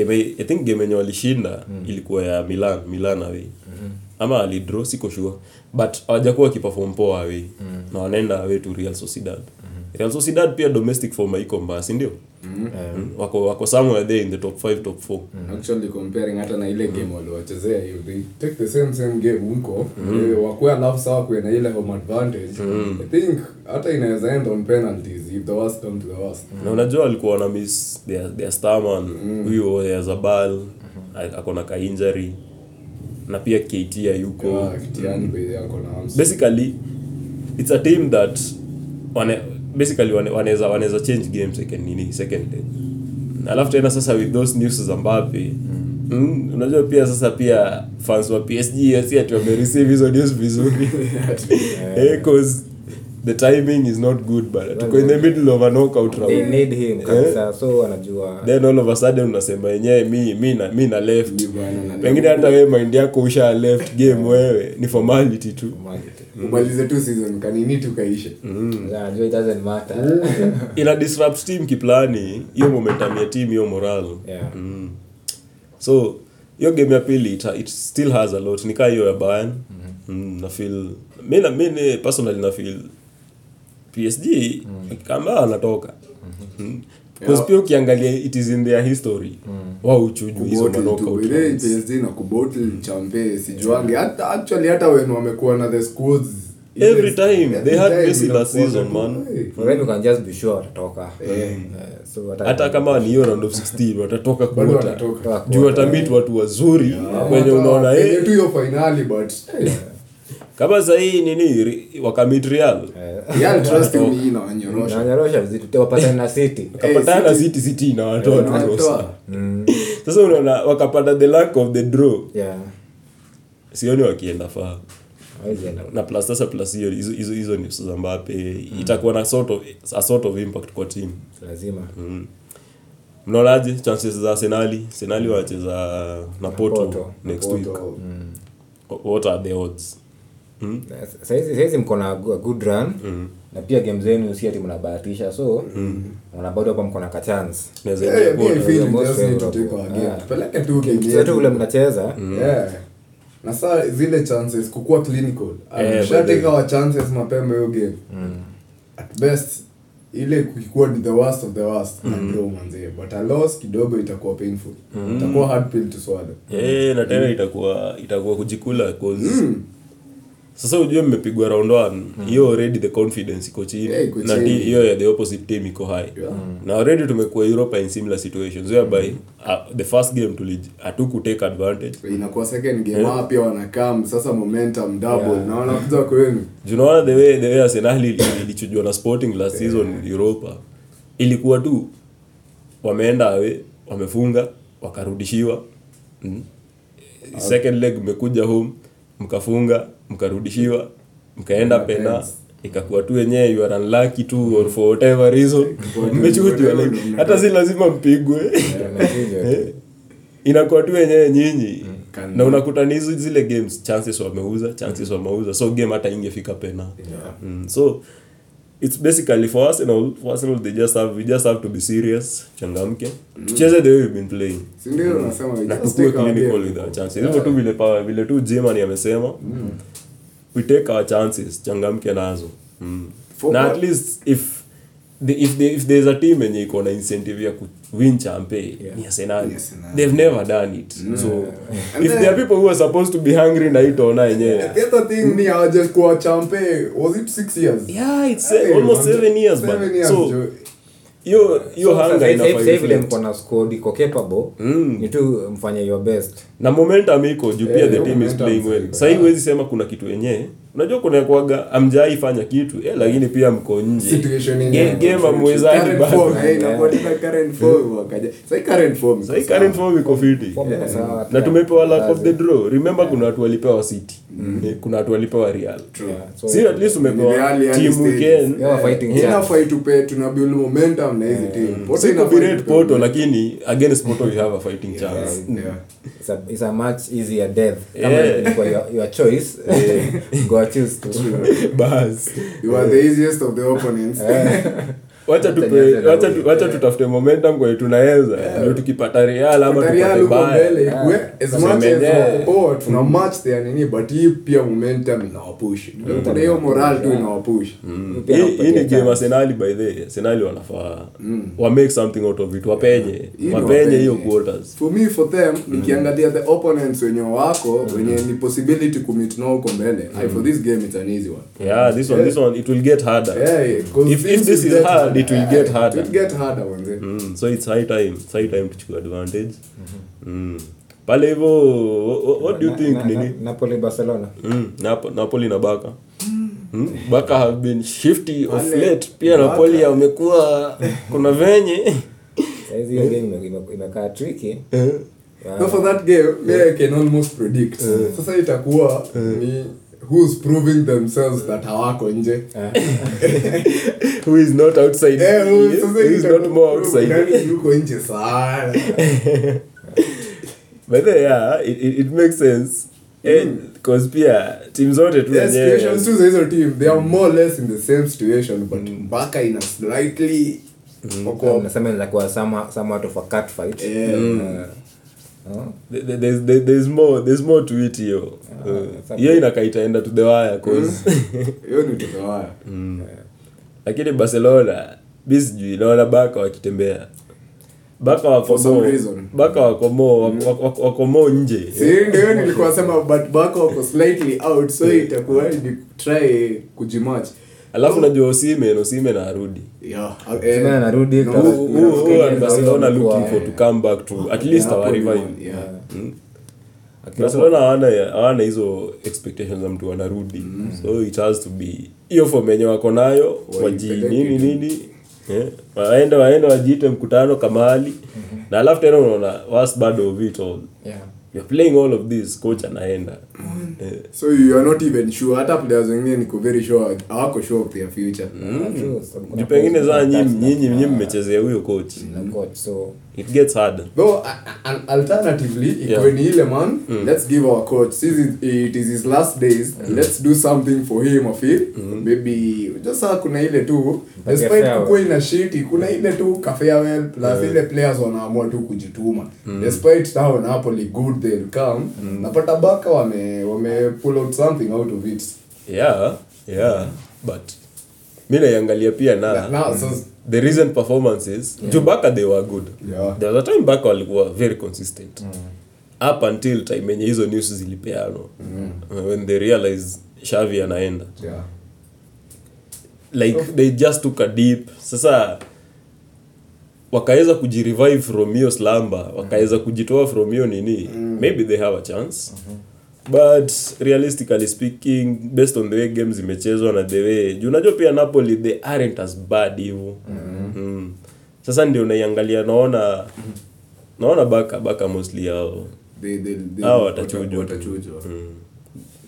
game i think game yenye walishinda ilikuwa ya milan milan away ama alidraw siko sure but hawajakuwa wakiperform poa away na wanaenda away to real sociedad also sidad pia domestic form haiko mbaya sindio wako wako somewhere there in the top 5 top 4 actually comparing hata na ile game waliwachezea hiyo they take the same same game huko mm. wakuwe alafu sawa kuwe na ile home advantage i think hata inaweza end on penalties if the worst come to the worst na unajua walikuwa wana miss their, their starman huyo ya zabal a- akona ka injury na pia kt yuko Ah, Kitiani bei yako na hamsi. basically it's a team that wane, basically wane- wanaweza wanaweza change game second nini second day alafu tena sasa with those news za Mbappe mm, unajua pia sasa pia fans wa PSG si ati wamereceive hizo news vizuri eh cause the timing is not good but tuko in the middle of a knockout they round need Eh. him kabisa so wanajua then all of a sudden unasema yenyewe mi mi na mi na left bwana, na- pengine hata wewe mind yako usha left game wewe ni formality tu umalize tu season kanini tukaisha Mm-hmm. anajua Mm. it doesn't matter ina disrupt team kiplani hiyo momentum ya team hiyo moral Yeah. mm. so hiyo game ya pili it, it still has a lot nikaa hiyo ya Bayern mm, na feel mi na mimi personally na feel PSG kama anatoka mm. Because pia ukiangalia it is in their history wao uchuju hizo Kubottle manoko tu. Ile PSG na kubottle champe sijuangi hata actually hata when wamekuwa na the schools ile- Every time, they had every Messi time last season, inakuwa man. tu, hey. For them you can just be sure watatoka Eh, so wata- hata kama ni hiyo round of 16 watatoka Bado kuota watatoka. juu watamit watu wazuri wenye Hata unaona penye eh, tu hiyo finali but hey, kama sahii nini ri- wakamit real Real trust me inawanyorosha. na wanyorosha vizitu tena wapatane na city kapatana na city city inawatoa tu sasa. Wanatoa. Mm. sasa unaona wakapata the lack of the draw yeah sioni wakienda faa hawezi enda. na plus sasa plus hiyo hizo hizo- hizo news za Mbappe itakuwa na sort of a sort of impact kwa team lazima mnaonaje chances za Arsenali Arsenali wanacheza na Porto, Porto. next week Porto. what are the odds hmm? Na sa- saizi saizi mko na gu- a good run na pia game zenu si ati mnabahatisha so mna bado hapa mko na ka chance Naweza Yeah, ingia me I Porto. feel Most just need to favorable. take our game. Yeah. Mm. Tupeleke tu game Mm. mchezo yetu. ule mnacheza Yeah. na saa zile chances kukuwa clinical Ah, Eh, ameshateka wa chances mapema hiyo game at best ile kukikuwa ni the worst of the worst mm. ndio manzie but a loss kidogo itakuwa painful itakuwa hard pill to swallow Mm. Eh, na tena itakuwa itakuwa kujikula cause sasa ujue mmepigwa round one hiyo already the confidence iko chini Mm. Yeah, iko na chini. Mm. di- hiyo ya the opposite team iko high Mm. na already tumekuwa europa in similar situations whereby uh, the first game tulij hatukutake advantage inakuwa second game yeah. pia wanakam sasa momentum double na wanakuja kwenu Do you know the way the way Arsenal ili- ilichujwa na Sporting last season Europa ilikuwa tu wameenda awe wamefunga wakarudishiwa mm. second leg mmekuja home mkafunga mkarudishiwa mkaenda pena ikakuwa tu wenyewe you are unlucky tu or for whatever reason mmechujwa like hata si lazima mpigwe Eh, inakuwa tu wenyewe nyinyi na unakuta ni hizi zile games chances wameuza chances wameuza so game hata ingefika pena mm, so it's basically for arsenal for arsenal they just have we just have to be serious changamke tucheze the way we've been playing sindio unasema we na just tukue take our clinical game. with our chances hivyo tu vile pa vile tu Germany amesema Hmm. we take our chances changamke nazo mm. For na what? at least if the, if the, if there's a team yenye iko na incentive ya ku- win champe yeah. ni Arsenal Yes, Arsenal. they've never done it so And if there are people who are supposed to be hungry na itaona yenyewe the other thing ni hawajakuwa champe was it six years yeah it's Hey, se- almost man. 7 years Seven but years, so Joe. hiyo hiyo So, sasa hunger hivi- inafaa hivi- hivi vile reflect. mko na squad iko capable ni tu mfanye your best na momentum iko juu pia Eh, the hiyo team is momentum playing is well very sahii huwezi sema kuna kitu yenyewe unajua kuna kwaga amjai fanya kitu eh, lakini pia mko nje situation Ge- yenyewe. game amwezani Current bado form, eh, inakuwa tena current form wakaja. Sahi current form iko sahii sawa. current form iko fiti Form iko sawa, na pia tumepewa lack of the draw remember kuna watu walipewa city Mm. Eh, kuna watu walipewa real Yeah, so- si at least Ni umepewa Real early team stages. weekend Yeah, fighting Ina chance. fight tupe tuna build momentum na hizi team. Porto ina siku fight berate tupe. poto lakini against poto we have a fighting chance Yeah. It's a, it's a much easier death kama Yeah. ilikuwa your, your choice go choose to bas You are the easiest of the opponents. wacha tupe wacha tu- wacha tutafute momentum kwenye tunaweza ndio tukipata real ama tupate Real uko mbele baya ikue as Sasa much as imeje- wako poa tuna match their nini but hii pia momentum inawapush kuna hiyo moral tu inawapush Pia Hii- hii nakupatia ni game chance. arsenali by the way. arsenali wanafaa wa make something out of it wapenye Mm. Hii ni wapenye wapenye. hiyo quarters for me for them Mm. nikiangalia the opponents wenye wako wenye ni possibility kumit nao huko mbele Mm. Aye, for this game it's an easy one yeah this one this one it will get harder Yeah, 'cause if, if things this will is get hard it will get Yeah, harder it will get harder manze. Mm, so it's high time it's high time tuchukue advantage Mm-hmm. mm. pale hivyo wha- wha- what do you Na- think na- nini na- Napoli Barcelona Mm, Nap- napoli na baka Mm, baka have been shifty of Wale- late pia napoli amekuwa kuna venye Saizi hiyo game ime- ime- imekaa tricky No, for that game, me I can almost predict. Sasa itakuwa ni who's proving themselves that hawako nje. who is not outside Eh, who- Yes, sasa who is itakuwa not more prove outside nani yuko nje sana. but then, yeah it, it, it makes sense Mm-hmm. because pia timu zote tu Yeah, wenyewe- situations tu za hizo team, they are more or less in the same situation, but Barca ina slightly wako- nasema inakuwa sama- somewhat of a cat fight Yeah. Eh, no? There- there- there's, there- there's more there's more to it hiyo Ah, Uh, exactly. hiyo inakaa itaenda to the wire 'cause- hiyo ni tutawaya. lakini barcelona mi sijui naona baka wakitembea baka For some wakomo reason. baka wakomo wakomo nje Si, ndio nilikuwa sema but Barca wako slightly out so itakuwa ni try kujimatch alafu najua usimen usimen arudi yeah Tena eh, anarudi no, kwa- huu- huu- kwa- huo kwa- barcelona kwa- looking for to come back to at least hapo our ni revive one, yeah. barcelona hawana hawana hizo expectations za mtu anarudi Mm. so it has to be hiyo form yenye wako nayo waji Waipeleke nini tu. nini eh, waende waende wajiite mkutano kamahali Mm-hmm. na alafu tena unaona was bado of it all Yeah. you're playing all of this coach anaenda Mm. eh, so you are not even sure hata players wengine niko very sure hawako sure of their future True, sababu kuna juu pengine players saa wanatouch nyinyi na- nyinyi Ah. nyinyi mmechezea huyo coach na coach, so it gets harder though a- a- an- alternatively ikuwe ni ile man let's give our coach since it is his last days let's do something for him afil maybe just saa kuna ile tu Mpatia despite farewell. kukuwa ina shiti kuna ile tu kafeawel plus ile players wanaamua tu kujituma despite how napoli good they'll come napata baka wame wame pull out something out of it yeah yeah but mi naiangalia pia na now so the recent performances yeah. jubaka they were good Yeah. there was a time baka walikuwa very consistent mm. up until time yenye hizo news zilipeanwa mm. when they realize shavi anaenda yeah like they just took a deep sasa wakaweza kujirevive from hiyo slumber wakaweza kujitoa from hiyo nini maybe they have a chance but realistically speaking based on the way games imechezwa na the way juu unajua pia napoli they aren't as bad hivo mm. sasa ndio naiangalia naona naona baka baka mostly yao they they they Hao Hmm. watachujwa. watachujwa.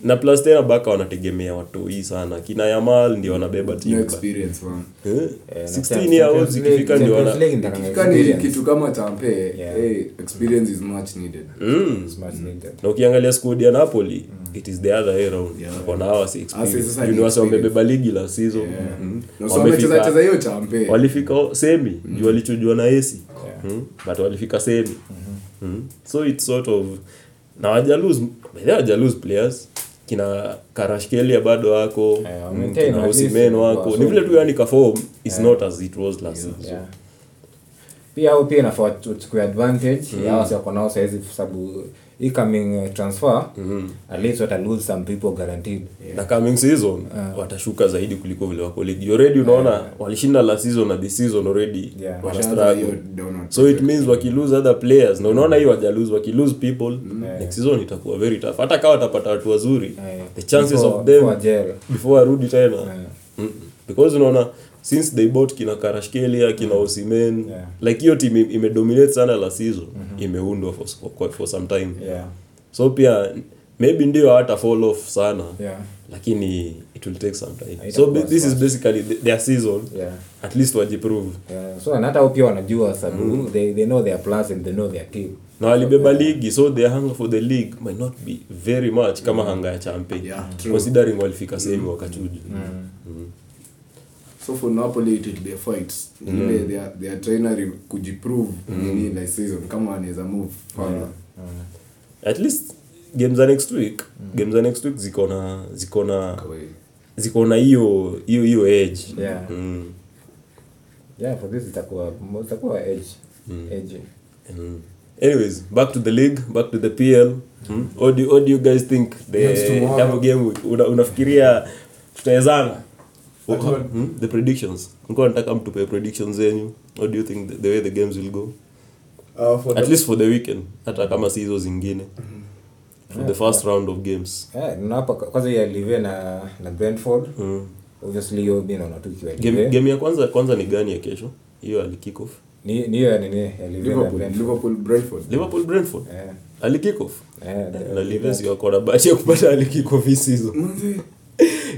na plus tena baka wanategemea watoi sana kina yamal ndio wanabeba No timu ba- experience man. Eh, eh, na 16 year olds Champions League- ikifika ndio Champions wana League inataka Ikifika ni experience. kitu kama champe Yeah. hey, experience is much needed Mm. Smart needed. na ukiangalia squad ya napoli it is the other way around yeah. wana hawa si Ah, si- experience sasa ni Juu ni wase experience. wamebeba ligi la season Yeah. mm. na so Wamefika- wamecheza cheza Mm-hmm. hiyo champe walifika o- semi juu walichujwa na esi mm. but walifika semi Mm-hmm. mm. so it's sort of na wajalose wajalose players kina karashkelia bado wako Eh, mm, wameintain at kina least osimen wako kwa ni vile tu solid. yani kafom is not as it was last season Yeah. pia au pia inafaa watu- uchukue advantage Mm-hmm. ya wasi wako nao sahizi sababu hii coming eh, transfer Mm-hmm. at least wata lose some people guaranteed na coming season watashuka zaidi kuliko vile wako ligi already unaona walishinda last season na this season already Yeah. wana Washaanza struggle. hiyo downward so it means wakilose other players na unaona hii wajalose wakilose people next season itakuwa very tough hata kama watapata watu wazuri Mm. Yeah. the chances Before- of them before Eh, jail. before arudi tena Mm-mm. because unaona since they bought kina karashkelia kina osimen Mm. Yeah. Mm-hmm. like hiyo team ime- imedominate sana la season imeundwa for, for, for some time yeah so pia maybe ndio hata fall off sana Yeah. lakini it will take some time so Haitakuwa bi- this is basically th- their season Yeah. at least wajiprove Yeah, so na hata hao pia wanajua sababu Mm-hmm. they, they know their plans and they know their team na walibeba ligi so their hunger for the league might not be very much kama hunger ya champion Yeah, true. considering walifika sehemu wakachuja so for napoli it will be a fight mm. Hmm. ile they are, they are trying kujiprove nini like season kama anaweza move further at least game za next week game za next week ziko na ziko na Kwa hiyo, ziko na hiyo hiyo hiyo edge Yeah. mm. yeah for this itakuwa itakuwa edge Mm-hmm. edge Mm. Anyways, back to the league, back to the PL. Hmm? What, do, what do you guys think? Yes, The tomorrow. double game week. Una, unafikiria tutawezana? But what- Hmm? The predictions. Nilikuwa nataka mtupe predictions zenyu. What do you think the, the way the games will go? uh, for At the- least for the weekend, hata kama si hizo zingine. For the first round of games. yeah na hapa kwanza ya live na na brentford Mm. obviously hiyo mimi naona tu ikiwa Game, Live. game ya kwanza kwanza ni gani ya kesho? Hiyo ali kick off. ni ni hiyo ya nini ya live na liverpool brentford liverpool brentford Liverpool Brentford. yeah Ali kick off. yeah the- Na Livers wako na bahati ya kupata ali kick off hii season. Manze,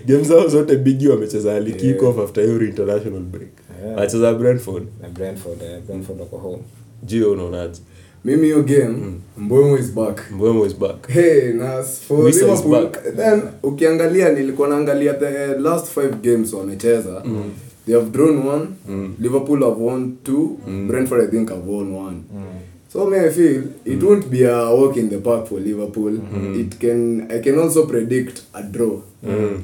game zao zote bigi wamecheza ali kick off after hiyo international break Yeah. wacheza brentford na brentford eh, brentford wako home jio unaonaje mimi hiyo game Hmm. mbwemo is back mbwemo is back Hey, na for Wisa is Liverpool, back. then ukiangalia nilikuwa naangalia the last five games wamecheza Mm. they have drawn one liverpool have won two Mm. brentford i think have won one so may i feel Mm. it won't be a walk in the park for liverpool it can i can also predict a draw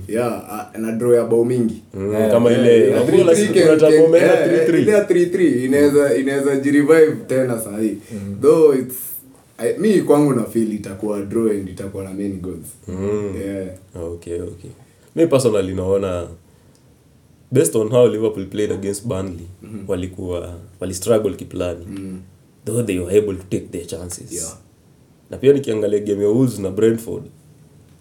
yeah a, na draw ya bao mingi Mm, kama ile Yeah, Nakula 3-3 siku Eh, can- kuna can- Tabomela yeah, 3-3. ile ya 3-3 inaweza inaweza jirevive tena sahii Mm-hmm. though it's I, mi kwangu na feel itakuwa draw and itakuwa na many goals Mm-hmm. yeah. Ah, okay okay mi personally naona based on how liverpool played against burnley Mhm. walikuwa walistruggle kiplani though they were able to take their chances Mm. Yeah. na pia nikiangalia game ya wolves na brentford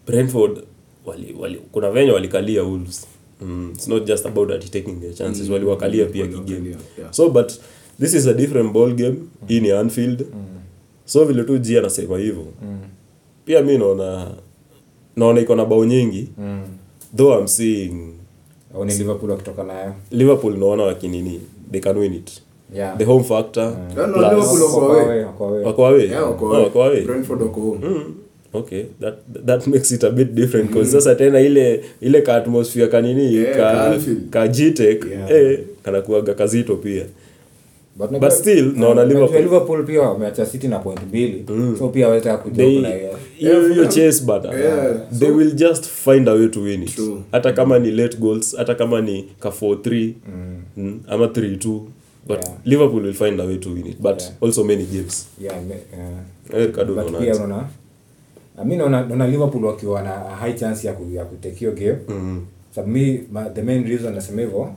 brentford wali, wali, kuna venye walikalia wolves mm, it's not just about that taking their chances waliwakalia pia kigame Mm. Waliwakalia, yeah. so but this is a different ball game hii ni anfield Mm. so vile tu ji anasema hivyo pia mi naona naona iko na bao nyingi though i'm seeing au ni liverpool wakitoka nayo liverpool naona wakinini they can win it yeah the home factor Yeah, no, plus- Liverpool wako Wako away. away, wako away. wako away Yeah, wako Oh, away. wako away Brentford wako home. Mm, okay that that makes it a bit different because sasa tena ile ile ka atmosphere kanini Yeah, ka ka Anfield. ka jitek Yeah. eh kanakuaga kazito pia but, But still, naona Liverpool- liverpool liverpool pia wameacha city na point mbili so pia waweza they kujoku na hiyo hiyo chase bana Yeah, uh, they will just find a way to win it True. hata kama ni late goals hata kama ni ka 4-3 mm, ama 3-2 but Yeah. liverpool will find a way to win it but Yeah. also many games yeah me- eh. eh kadu but pia unaonaje? unaona na mi naona naona liverpool wakiwa na high chance ya, ku, ya kutake hiyo game Mm-hmm. sababu mi ma, the main reason nasema hivyo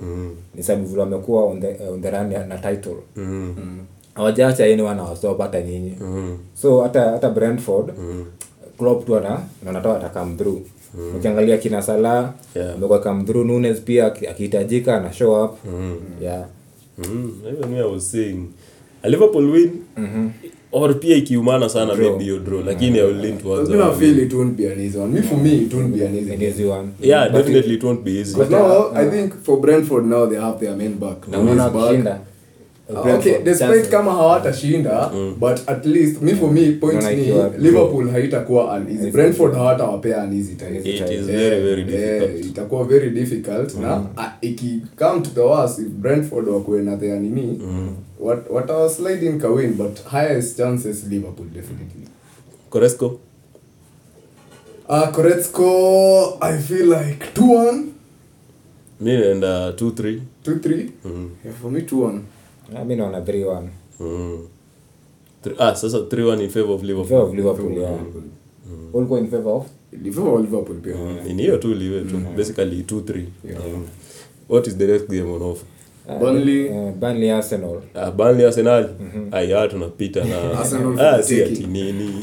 ni sababu vile wamekuwa on the, eh, on the run ya- na title Mm-hmm. hawajaacha mm. anyone awastop hata nyinyi so hata hata brentford Mm-hmm. Klopp tu ana na anatoa atakam through ukiangalia kina Salah Yeah. amekuwa come through Nunes pia aki- akihitajika ana show up Mm-hmm. yeah Mm, even me I was saying a Liverpool win or pia ikiumana sana maybe hiyo draw lakini I will lean towards But mi na our feel it won't be an easy one. Mi for me, it won't be an easy it one. is one win. yeah definitely it won't be easy But now, I think for Brentford now they have their main back. na Who is unaona back? Ah, wakishinda okay despite kama hawatashinda Mm. but at least mi for me point Naona ni ikiwa- liverpool haitakuwa an easy brentford hawatawapea an easy time It is Eh, very, very eh, difficult. Mm. itakuwa very difficult na ah, iki come to the worst if brentford wakuwe na their nini Mm. wat- watawa slide in kawin but highest chances liverpool definitely Koresco uh, Koretsko, i feel like 2-1 mi naenda 2-3 2-3 Mm. yeah, for me 2-1 Ah, mi naona 3-1 Mm. Thr- ah sasa 3-1 in favor of in favor Liverpool of liverpool yeah ulikuwa in favor of liverpool liverpool pia Mm, ni hiyo tu liwe tu basically 2-3 Mm. what is the next game on offer Burnley. eh, Burnley arsenal Ah, Burnley Arsenal ai hawa tunapita na Arsenal ah for si taking. ati nini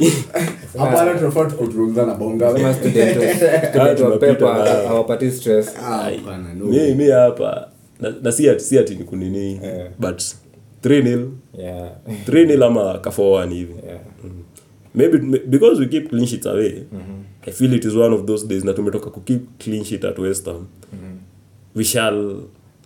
hapana tunafaa tukuzungumza na bonga kama student of- student tunapita wa pepa na- hawapati stress Ah, hapana, no. mi mi hapa na, na si ati si ati ni kunini but 3-0 yeah 3-0 ama ka 4-1 hivi Yeah. mm. maybe m- because we keep clean sheets away i feel it is one of those days na tumetoka ku keep clean sheet at west ham we shall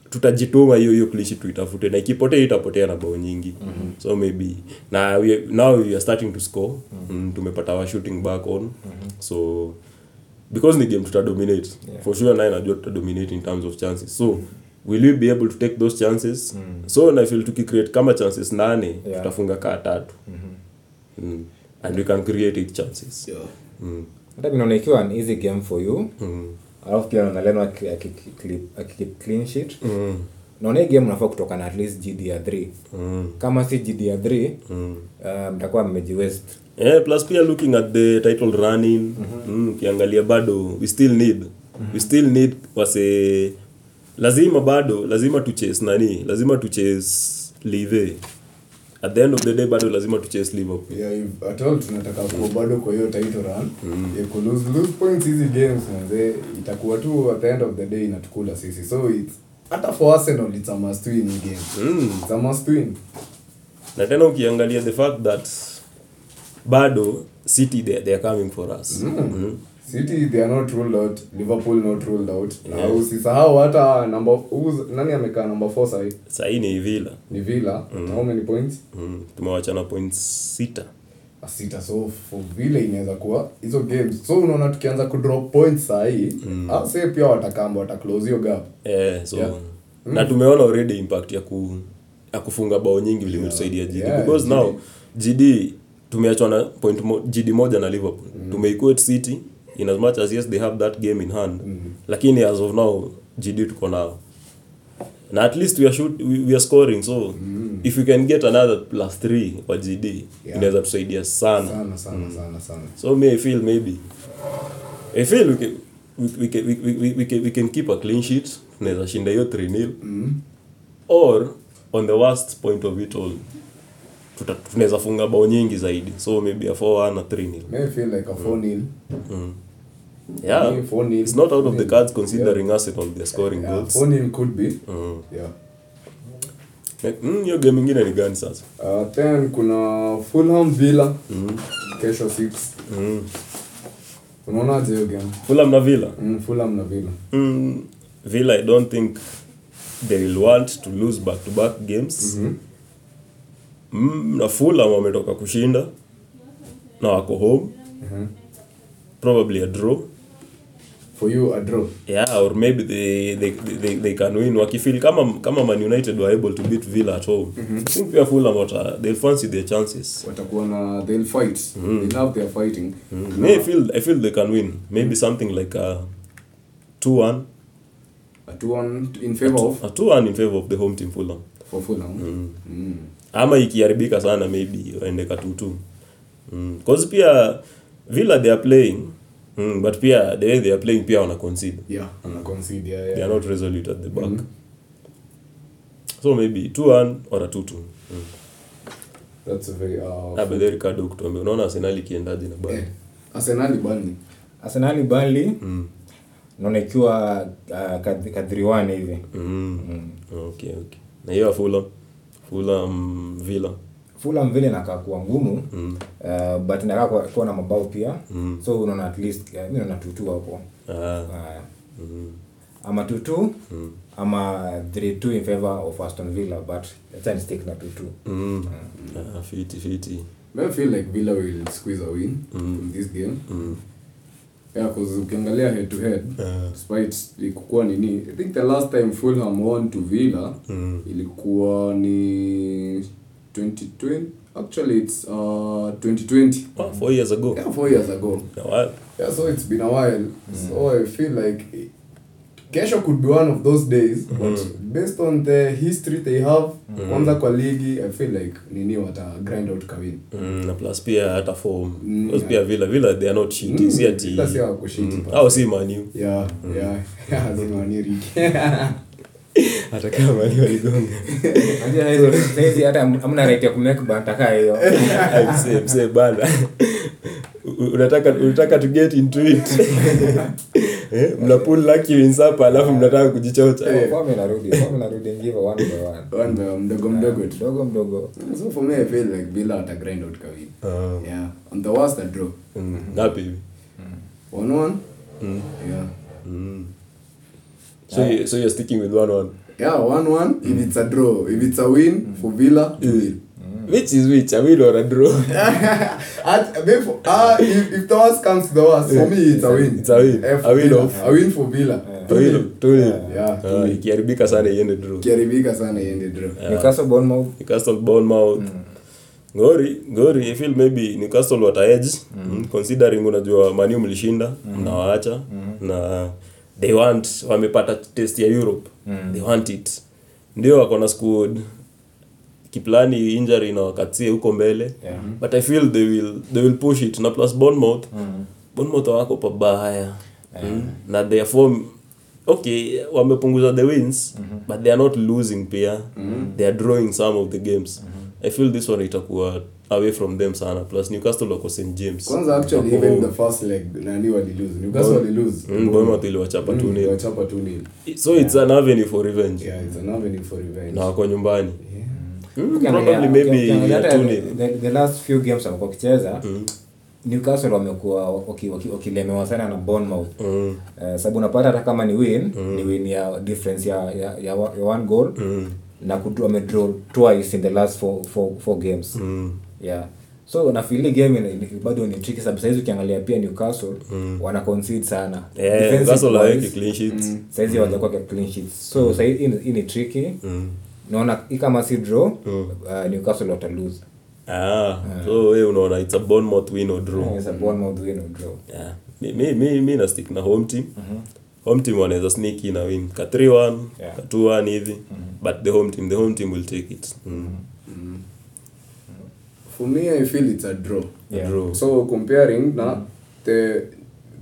tutajituma hiyo hiyo clean sheet tuitafute na ikipotea itapotea na bao nyingi so maybe na we, now we are starting to score mm, tumepata our shooting back on so because ni game tutadominate for sure naye najua tutadominate in terms of chances so will we be able to take those chances so nafil tukicreate kama chances nane Yeah. tutafunga kaa tatu mm. and we can create eight chances Mm. hata minaona ikiwa an easy game for you alafu pia naona leno aki- aki- clip- akikeep clean sheet naona hii game unafaa kutoka na at least gdr 3 kama si gdr 3 uh, mtakuwa mmejiwest Eh, plus pia looking at the title running mm, ukiangalia bado we still need we still need wase lazima bado lazima tuchase nani lazima tuchase live at the end of the day bado lazima tuchase liverpool Yeah, if at all tunataka kuwa bado kwa hiyo title run ya ku lose, lose points hizi games manze itakuwa tu at the end of the day inatukula sisi so it's hata for arsenal it's a must win hii game it's a must win na tena ukiangalia the fact that bado city they, they are coming for us Mhm. Mm-hmm. mm. Hmm. city they are not ruled out liverpool not ruled out na usisahau hata number who's- nani amekaa number 4 sai sahii ni villa ni villa na how many points mm. tumewachana points sita Ah, sita so for vile inaweza kuwa hizo games so unaona tukianza kudrop points sahii mm. ase pia watakamba wataclose hiyo gap eh, so Yeah. Mm. na tumeona already impact ya, ku, ya kufunga bao nyingi limetusaidia gd Yeah, because GD. now gd tumeachwa na point mo, gd moja na liverpool mm. tumeequate city in as much as yes they have that game in hand mm. Mm-hmm. lakini as of now gd tuko nao na at least we are, shoot, we, we are scoring so mm. if we can get another plus 3 kwa gd Yeah. inaweza tusaidia sana, sana sana sana sana sana so me i feel maybe i feel we can, we, we, can, we, we, we, can, we can keep a clean sheet tunaweza shinda hiyo 3 nil Mm-hmm. or on the worst point of it all tuta- tunaweza funga bao nyingi zaidi so maybe a 4 na 3 nil may feel like a 4 nil yeah Maybe 4-0. it's not out of the cards considering arsenal they're scoring yeah, goals 4 nil could be yeah Eh, mm, hiyo game ingine ni gani sasa uh, then kuna fulham villa Mm. kesho 6 unaonaje hiyo game fulham na villa mm, fulham na villa mm, Villa, I don't think they will want to lose back to back games. Mm, na Fulham wametoka kushinda na wako home probably a draw for you a draw yeah or maybe they, they, they, they, they can win wakifeel kama kama man united were able to beat villa at home I think pia fulham wata, they'll fancy their chances watakuwa na they'll fight they love their fighting mm. Me, I, feel, i feel they can win maybe something like a 2-1 a 2-1 in favor of a 2-1 in favor of the home team fulham for fulham Mm. ama ikiharibika sana maybe waende katutu mm. cause pia villa they are playing mm, but pia the way they are playing pia wana concede yeah ana concede yeah, they yeah. are not resolute at the back so maybe 2-1 or a 2-2 mm. that's a very uh, Ah, by the way, Ricardo kutuambia unaona arsenal ikiendaje na Bayern? yeah. arsenal bani arsenali bali naona ikiwa uh, kadri- kadri 1 hivi mm. okay okay na hiyo ya fulham fulham villa fulham vile inakaa kuwa ngumu uh, but inakaa kuwa- kuwa na mabao pia so unaona at least uh, mi naona tutu hapo ah. Haya. ama tutu ama 3-2 in favor of aston villa but acha ni stick na tutu Mm. Ah, fiti fiti I feel like Villa will squeeze a win from this game. Yeah, cause ukiangalia head to head, Ah. despite ilikuwa nini, I think the last time Fulham won to Villa Mm. ilikuwa ni 2020. Actually it's uh 2020. ah, four years ago Yeah, four years ago. Na wa- Yeah, so it's been a while. So I feel like i- kesho could be one of those days, but based on the history they have, kwanza kwa ligi, I feel like nini wata grind out kawin. Mm, na plus pia hata form Mm, because pia villa villa they are not shit Mm, si ati Villa si wako shit, Mm, but- au si manu Yeah, Mm. yeah, yeah, lazima niriki. hata kama manu waligonga Unajua hizo- saizi hata hamna right ya kumake bantakaa hiyo Ai, msee msee bana U- unataka unataka to get into it eh mna pull lucky wins hapa alafu mnataka Eh. kujichocha Form inarudi form inarudi ngiva one by one One by one, uh, mdogo mdogo tu. mdogo mdogo So for me I feel like Villa wata grind out kawin. Ah. Yeah, on the worst I draw. Mm, ngapi hivi? One one. Mm. Yeah. so Ah. you- so you're sticking with one one Yeah, one one. Mm. If it's a draw, if it's a win for Villa, to win. which is which a win or a draw At, maybe for, ah, if, if the worst comes to the worst, for me it's a win. It's a win. Eh, for A win Villa. of- A win for Villa. Yeah, Ah, ikiharibika sana iende draw. ikiharibika sana iende draw Newcastle, Bournemouth, Newcastle Bournemouth Ngori, Ngori, I feel maybe Newcastle wata edge mm. considering unajua Manu mlishinda mnawaacha na they want wamepata test ya Europe they want it ndio wako na squad kiplani injury na wakatie huko mbele yeah. but I feel they will they will push it na plus Bournemouth Bournemouth wako pabaya mm. na their form okay wamepunguza the wins but they are not losing pia they are drawing some of the games i feel this one itakuwa away from them sana plus newcastle wako st james kwanza actually even the first leg nani walilose newcastle walilose Mm, bournemouth iliwachapa tu nil wachapa tu nil so it's an avenue for revenge yeah it's an avenue for revenge na wako nyumbani mm, Ukiangalia- probably maybe Mm. ukiangalia hata yeah, two nil the, the last few games wamekuwa wakicheza newcastle wamekuwa waki- waki- wakilemewa sana na bournemouth mm. sababu unapata hata kama ni win Mm. ni win ya difference ya, ya, ya, wa- ya one goal na kutu wamedraw twice in the last four, four, four games Mm. yeah so nafili game ina- ina- bado ni tricky sababu sahizi ukiangalia pia newcastle wana concede sana Mm. yeah, uh, Defensive newcastle haweki wise, Mm. clean sheets saizi Mm. hawajakuwa kwa clean sheets so sahii hii ni- hii ni tricky naona hii kama si draw Mm. uh, newcastle wata lose ah so wewe unaona it's a bournemouth win or draw Mm. Yes, a Bournemouth win or draw Yeah. mi, mi, mi, mi na stick na home team home team wanaweza sneak in na win ka 3-1 Yeah. Mm-hmm. ka 2-1 hivi but the home team the home team will take it mm. for me i feel it's a draw Yeah. Draw. so comparing Mm. na the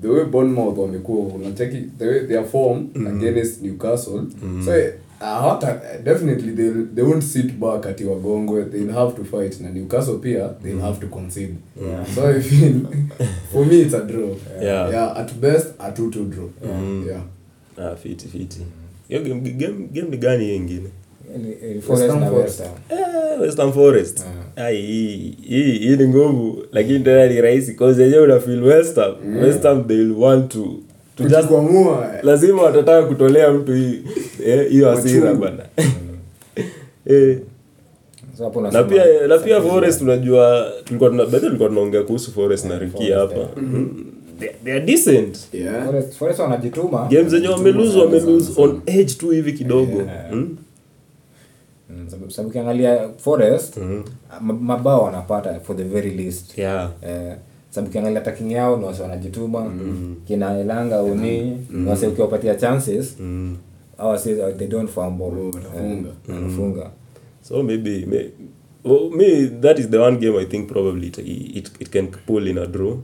the way Bournemouth wamekuwa unacheki the way their form Mm. against Newcastle so eh, hata definitely they they won't sit back ati wagongwe they'll have to fight na Newcastle pia they'll Mm. have to concede so i feel for me it's a draw Yeah. yeah at best a 2 2 draw yeah ah, fiti fiti Mm-hmm. hiyo game, game, game ni gani hiyo ingine Ni- eh, Forest Ham na Forest. West Ham. Eh, West Ham Forest ai hii hii hii ni ngumu lakini tena ni rahisi cause yenyewe una feel West Ham West Ham they will want to to just kujikwamua eh. lazima watataka kutolea mtu hii eh, hiyo hasira bana eh So hapo na unasema- pia na pia forest unajua tulikuwa tuna baadhi tulikuwa tunaongea kuhusu forest na riki hapa Mhm. They- they are decent yeah Eh? Forest- Forest wanajituma games zenye wamelose wamelose on edge tu hivi kidogo Mhm. Mm, sababu- sababu ukiangalia forest ah, ma- mabao wanapata for the very least Mm. yeah Eh, sababu ukiangalia taking yao ni wase wanajituma Mm. kina elanga uni ni wase ukiwapatia chances Mm. au wase uh, they don't fumble wanafunga. Eh, Mm. wanafunga so maybe may, well, me that is the one game i think probably it, it, it can pull in a draw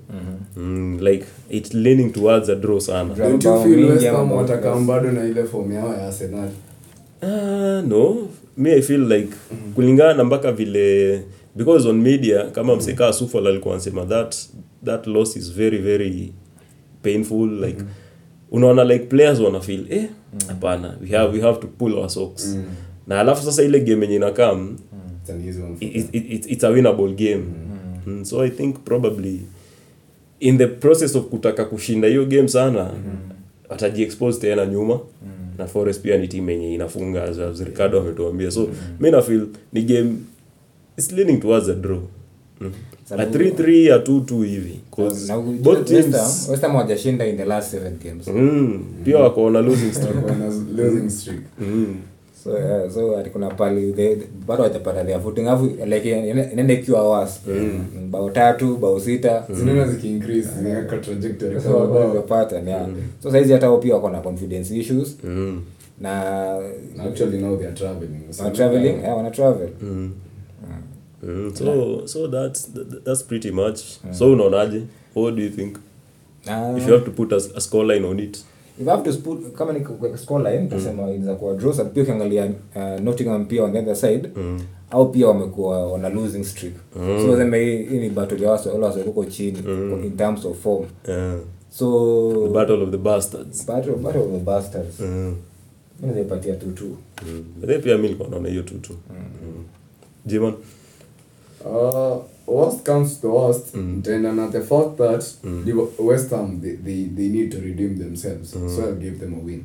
mm, like it's leaning towards a draw sana Draw. don't you Mabao feel mingi West ama Ham mabao watakam bado na ile form yao ya Arsenal Ah, no me i feel like kulingana na mpaka vile because on media kama msekaa sufal alikuwa anasema that that loss is very very painful like unaona like players wana feel eh hapana we have we have to pull our socks na alafu sasa ile game yenye mm, inakam it's an easy one for it, it, it, it's a winnable game Mm-hmm. mm. so i think probably in the process of kutaka kushinda hiyo game sana Mm-hmm. watajiexpose tena nyuma na forest pia ni timu yenye inafunga as- as ricardo ametuambia so Mm-hmm. mi nafil ni game its leaning towards a draw Mm. a 3-3 a 2-2 hivi 'Cause na u- both West teams Ham- West Ham hawajashinda in the last seven games mm, pia wako on a losing streak Wako na losing streak so yeah, so ati kuna pali they- they- bado hawajapata their footing alafu like ina- inaenda ikiwa wasi Mm. bao tatu bao sita zinaenda zikiincrease zinaweka trajectory Sasa Mm. kama bao. wamepata, yeah. so saizi hata wao pia wako na confidence issues Mm. na Na actually now they are traveling wana traveling yeah, wana travel mm, so so that's that, that's pretty much so unaonaje what do you think na if you have to put a, a score line on it if I have to put kama ni kwa scoreline tasema inaweza kuwa draw sababu pia ukiangalia uh, Nottingham pia on the other side au pia wamekuwa wana losing streak so wasema hii hii ni battle ya wase wale wase huko chini in terms of form yeah. so The Battle of the Bastards. battle battle of the bastards Mm. mimi naipatia 2-2 But then pia mi nilikuwa naona hiyo tu tu. Mm. Jimon? Uh, worst comes to worst nitaenda na the fact that Liver- west ham they, they, they need to redeem themselves so i'll give them a win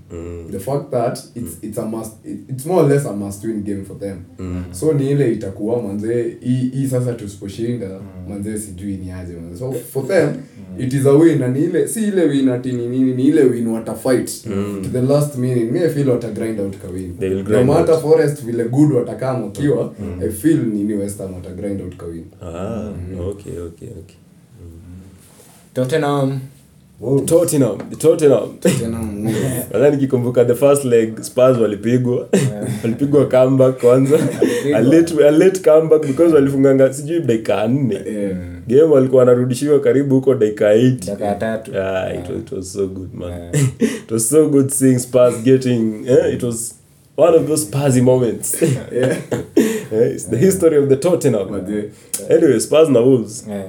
the fact that it's, it's, a must, it, it's more or less a must win game for them so ni ile Mm. itakuwa manzee hii hii sasa tusiposhinda manzee sijui ni aje manze so for them it is a win na ni ile si ile win ati ni nini ni ile win watafight to the last minute mi I feel watagrind out kawin Mm. They will no grind matter out. Mm. forest vile good watakaa mkiwa i feel nini western watagrind out kawin Ah, okay, okay, okay. tottenham Wow. Tottenham, Tottenham. tena Mungu. Nadhani nikikumbuka the first leg Spurs walipigwa. walipigwa comeback kwanza. a late a late comeback because walifunganga sijui dakika 4. Eh, Game walikuwa wanarudishiwa karibu huko dakika 8. dakika ya tatu Yeah, Ah, it, was, it was so good, man. it was so good seeing Spurs getting. Eh, it was one of those Sparsy moments. yeah. it's the history of the Tottenham. Manze. Anyway, Spurs na Wolves. Eh.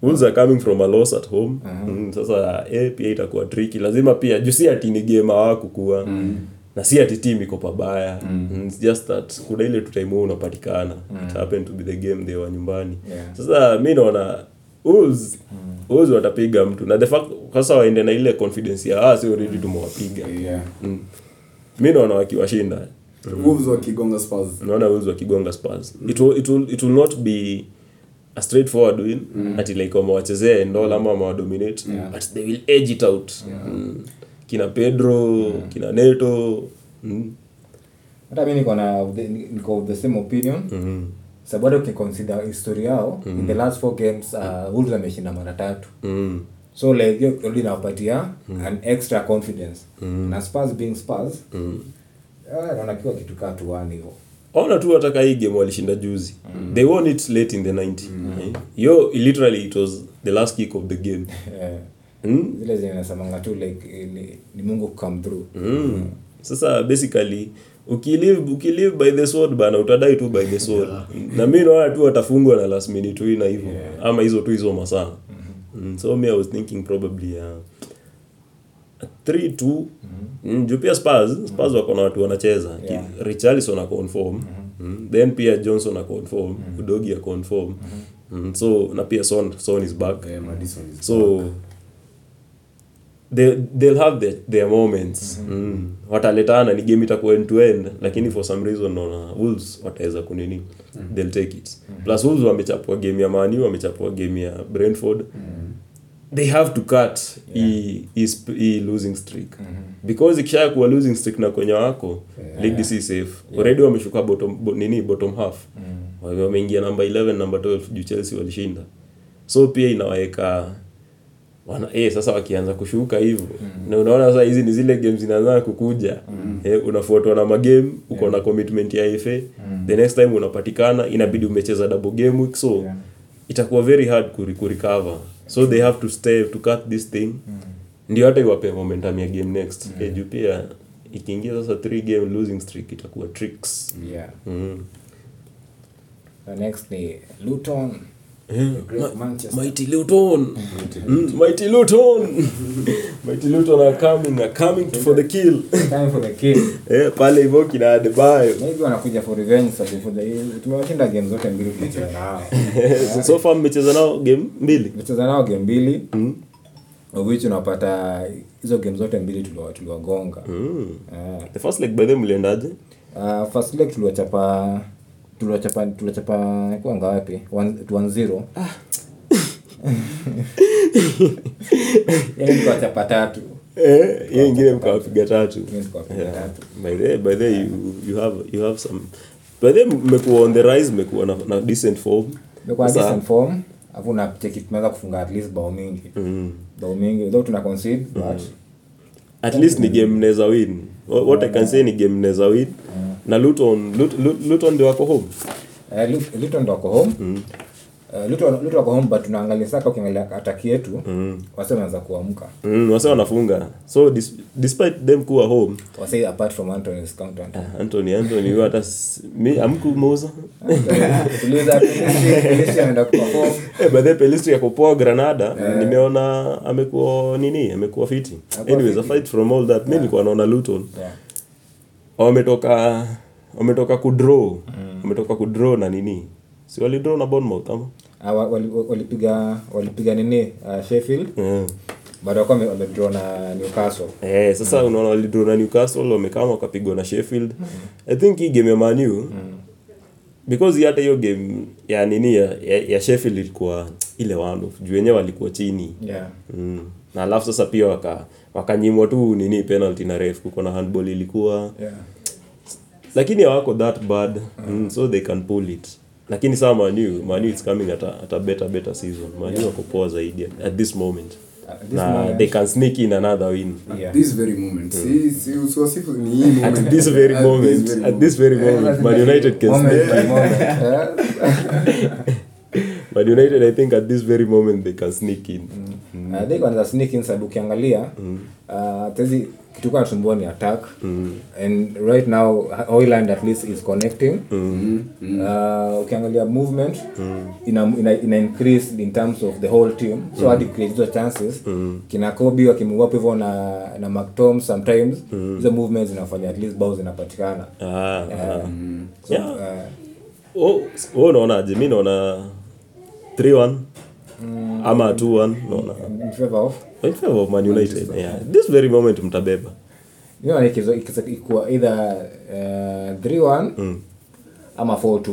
Wolves are coming from a loss at home. Mm, sasa eh, pia itakuwa tricky. Lazima pia juu si ati ni game hawakukua. Na si ati team iko pabaya. Mm, It's just that kuna ile tu time huwa unapatikana. It happened to be the game they were nyumbani. Yeah. Sasa mi naona Wolves Wolves watapiga mtu. Na the fact sasa waende na ile confidence ya ah, si already tumewapiga. Mm. yeah. Mi naona wakiwashinda. Wolves wakigonga Spurs. Naona Wolves wakigonga Spurs. It will, it will, it will not be a straightforward win ati like wamewachezea ndola ama wamewadominate but they will edge it out mm. kina pedro kina neto mm. hata mi niko na niko of the same opinion mm-hmm. sabado ukiconsider history yao mm-hmm. in the last four games uh, wolves ameshinda mara tatu Mm. so like hiyo kitu inawapatia an extra confidence na spurs being spurs ah, naona kiwa kitu kaa tuwani hivo ona tu wataka hii game walishinda juzi they won it late in the 90 eh? yo literally it was the last kick of the game Eh, mm. zile zenye nasemanga tu like ni, ni mungu come through Mm. sasa basically ukilive ukilive by the sword bana utadai tu by the sword na mi naona tu watafungwa na last minute hii na hivyo ama hizo tu hizo masaa Mm-hmm. mm. so me i was thinking probably uh, 3 2 Mm-hmm. mm. juu pia spars spars wako na watu wanacheza yeah. richarlison aconform Mm-hmm. mm. then pia johnson aconform mm. udogi aconform mm. so na pia son, son is back Eh, Mm-hmm. Madison is so they, they'll have their, their moments mm wataletana ni game itakuwa end to end lakini for some reason naona wolves wataweza kunini they'll take it plus wolves wamechapua game ya manu wamechapua game ya brentford they have to cut hii hii sp- hii losing streak because ikishaya kuwa losing streak na kwenye wako league si safe already wameshuka bottom bo, nini bottom half Wame- wameingia namba 11 namba 12 juu chelsea walishinda so pia inawaeka wana, eh, sasa wakianza kushuka hivyo na unaona sasa hizi ni zile game zinaanza kukuja eh, unafuatwa na magame uko na commitment ya fa the next time unapatikana inabidi umecheza double game week so itakuwa very hard kuri- kurecover so they have to stay to cut this thing ndio hata iwape momentum ya game next eh, juu pia ikiingia sasa three game losing streak itakuwa tricks yeah. mm. the next ni luton the great manchester Eh, Mighty Luton. Mm, Mighty Luton. Mighty Luton are coming, are coming for the kill. time for the kill Eh, pale hivyo kina Adebayo. maybe wanakuja for revenge sababu for the- tumewashinda game zote mbili tulicheza nao Eh, So- So far mmecheza nao game mbili. tumecheza nao game mbili Mm. of which unapata hizo game zote mbili tuliwa- tuliwagonga Mm. Eh, The first leg by them mliendaje? ah, first leg tuliwachapa tuliwachapa tuliwachapa ilikuwa ngawapi One- one zero Ah. yani tuliwachapa Yaani tatu Eh, hiyo ingine mkawapiga tatu. Mimi nikawapiga Yeah. tatu. By the by the you, you have you have some by the mmekuwa on the rise, mmekuwa na, na decent form. Tumekuwa Sasa- decent form alafu unacheki tumeweza kufunga at least bao mingi Mm. bao mingi though tuna concede but at least ni game mnaweza win. What, what I can say ni game mnaweza win. Mm. Na Luton Lut- Lut- Luton ndio wako home. Eh, Lut- luton ndo wako home Eh, luton luton wako home but tunaangalia saka ukiangalia ataki yetu wase wanaanza kuamka Mm, wase wanafunga so dis, despite them kuwa home wase apart from anthony's content ah, anthony anthony huyo hata s- mi amkumuuza tuliuza tulishi anaenda kuperform Eh, by the way, Pelistri akapoa granada nimeona amekuwa nini Eh. amekuwa fiti anyways aside from all that mi nilikuwa naona luton Yeah. wametoka wametoka kudraw wametoka kudraw na nini si walidraw na bournemouth ama Ah, wa- wali- walipiga walipiga nini ah, sheffield yeah. baada wakuwa wame- wamedraw na newcastle Eh, Mm. sasa unaona Mm. walidraw na Newcastle wamekama wakapigwa na Sheffield. I think hii game ya Man U because hata hiyo game ya nini ya, ya, ya sheffield ilikuwa ile wano juu wenyewe walikuwa chini yeah. mm. na alafu sasa pia waka wakanyimwa tu nini penalty na ref kuko na handball ilikuwa yeah. lakini hawako that bad mm, so they can pull it lakini saa manu manu its coming at a, at a better better season manu wako poa zaidi at- at this moment At this na moment- Mm. they can sneak in another win Yeah. this very moment si si usiwasifu ni hii moment Hmm. at this very At moment very at this very moment man united can Moment sneak by moment. man united i think at this very moment they can sneak in I think kwanza sneak inside ukiangalia uh, tezi kitu kwa natumbua ni attack and right now oiland at least is connecting Uh, ukiangalia movement ina, ina, ina increase in terms of the whole team so hadi create hizo chances kina kobi wakimua hivyo na na mactom sometimes hizo movements zinafanya at least bao zinapatikana ah, ah. so, Yeah. uh, Oh, s- oh, unaonaje mi naona 3-1 ama 2-1 naona in favor of Oh, in favor of Mm. man united yeah. this very moment mtabeba you know, ikizo- ikizo- ikuwa either uh, 3-1 ama 4-2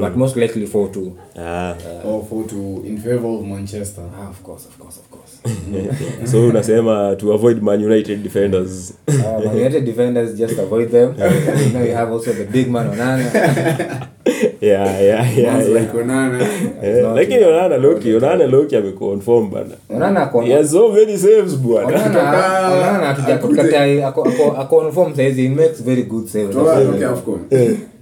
but most likely 4-2 ah. or for to in favor of manchester ah, of course of course of course so unasema to avoid man united defenders uh, Man United defenders just avoid them you know you have also the big man Onana yeah, yeah, yeah, Sounds yeah. like Onana. Eh, lakini onana loki onana loki ameconfirm bana Onana he has so many saves bwana Onana Onana akija kukatai ako ako akonform saizi he makes very good save Toa atoke AFCON.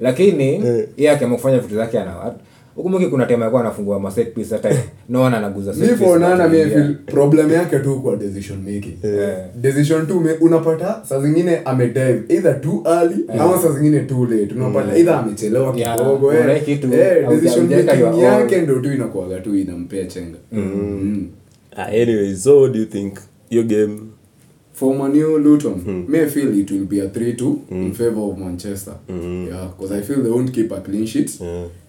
lakini yeye akiamua kufanya vitu zake ana ukumbuki kuna time alikuwa anafungua ma set piece hata naona anaguza set mi piece for Onana, mi I anakimbia. feel problem yake tu kwa decision making decision tu me- unapata saa zingine amedive either too early ama saa zingine too late unapata Mm. either amechelewa Yeah, kidogo eh. kuna hii kitu, Eh, hauja- decision hujaweka making your own. yake ndo tu inakuaga tu inampea chenga Mm. ah, anyway so what do you think your game for Manu Luton, may I feel it will be a 3 2 in favor of Manchester. Yeah, because I feel they won't keep a clean sheet.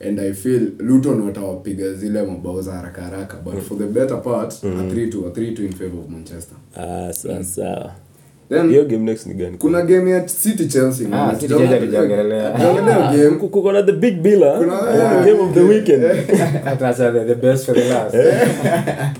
And I feel Luton watawapiga zile mabao za haraka haraka. But for the better part, Hmm. a 3 2, a 3 2 in favor of Manchester. ah, sasa Then, hiyo game next ni gani kuna game ya City Chelsea. Ah, man. City Chelsea Hatujaongelea- hatujaongelea. hatujaongelea game. Kuku- kuko na the big biller Kuna- game of the weekend Atlasa, the, the best for the last. Eh,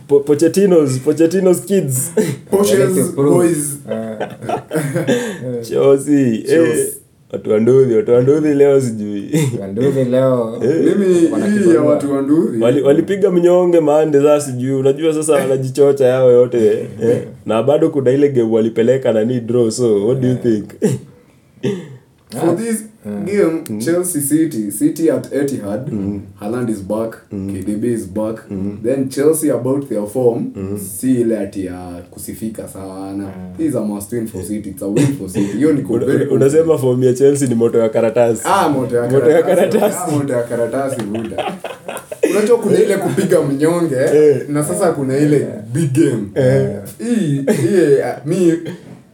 po pochetinos pochetinos kids They Potions, need to prove. boys. Eh, chosi eh, watu wanduhi watu wanduhi leo sijui Wanduzi leo Mimi hii Eh, ya wanakibarua. watu wa nduri. Wali- walipiga mnyonge maande saa sijui unajua sasa wanajichocha yao yote eh. na bado kuna ile game walipeleka nani draw so what do you think For this game, Mm-hmm. Chelsea City, City at Etihad, Haaland is back, Mm-hmm. KDB is back. Then Chelsea about their form, Mm-hmm. si ile ati ya kusifika sana. This is a must win for City, it's a win for City. Hiyo ni kwa Una- very una- unasema fomu ya chelsea ni moto ya karatasi Ah, moto ya Moto ya karatasi. karatasi. Ah, moto ya karatasi buda. Unajua kuna ile kupiga mnyonge Eh. na sasa kuna ile big game. Hii hii ah, mi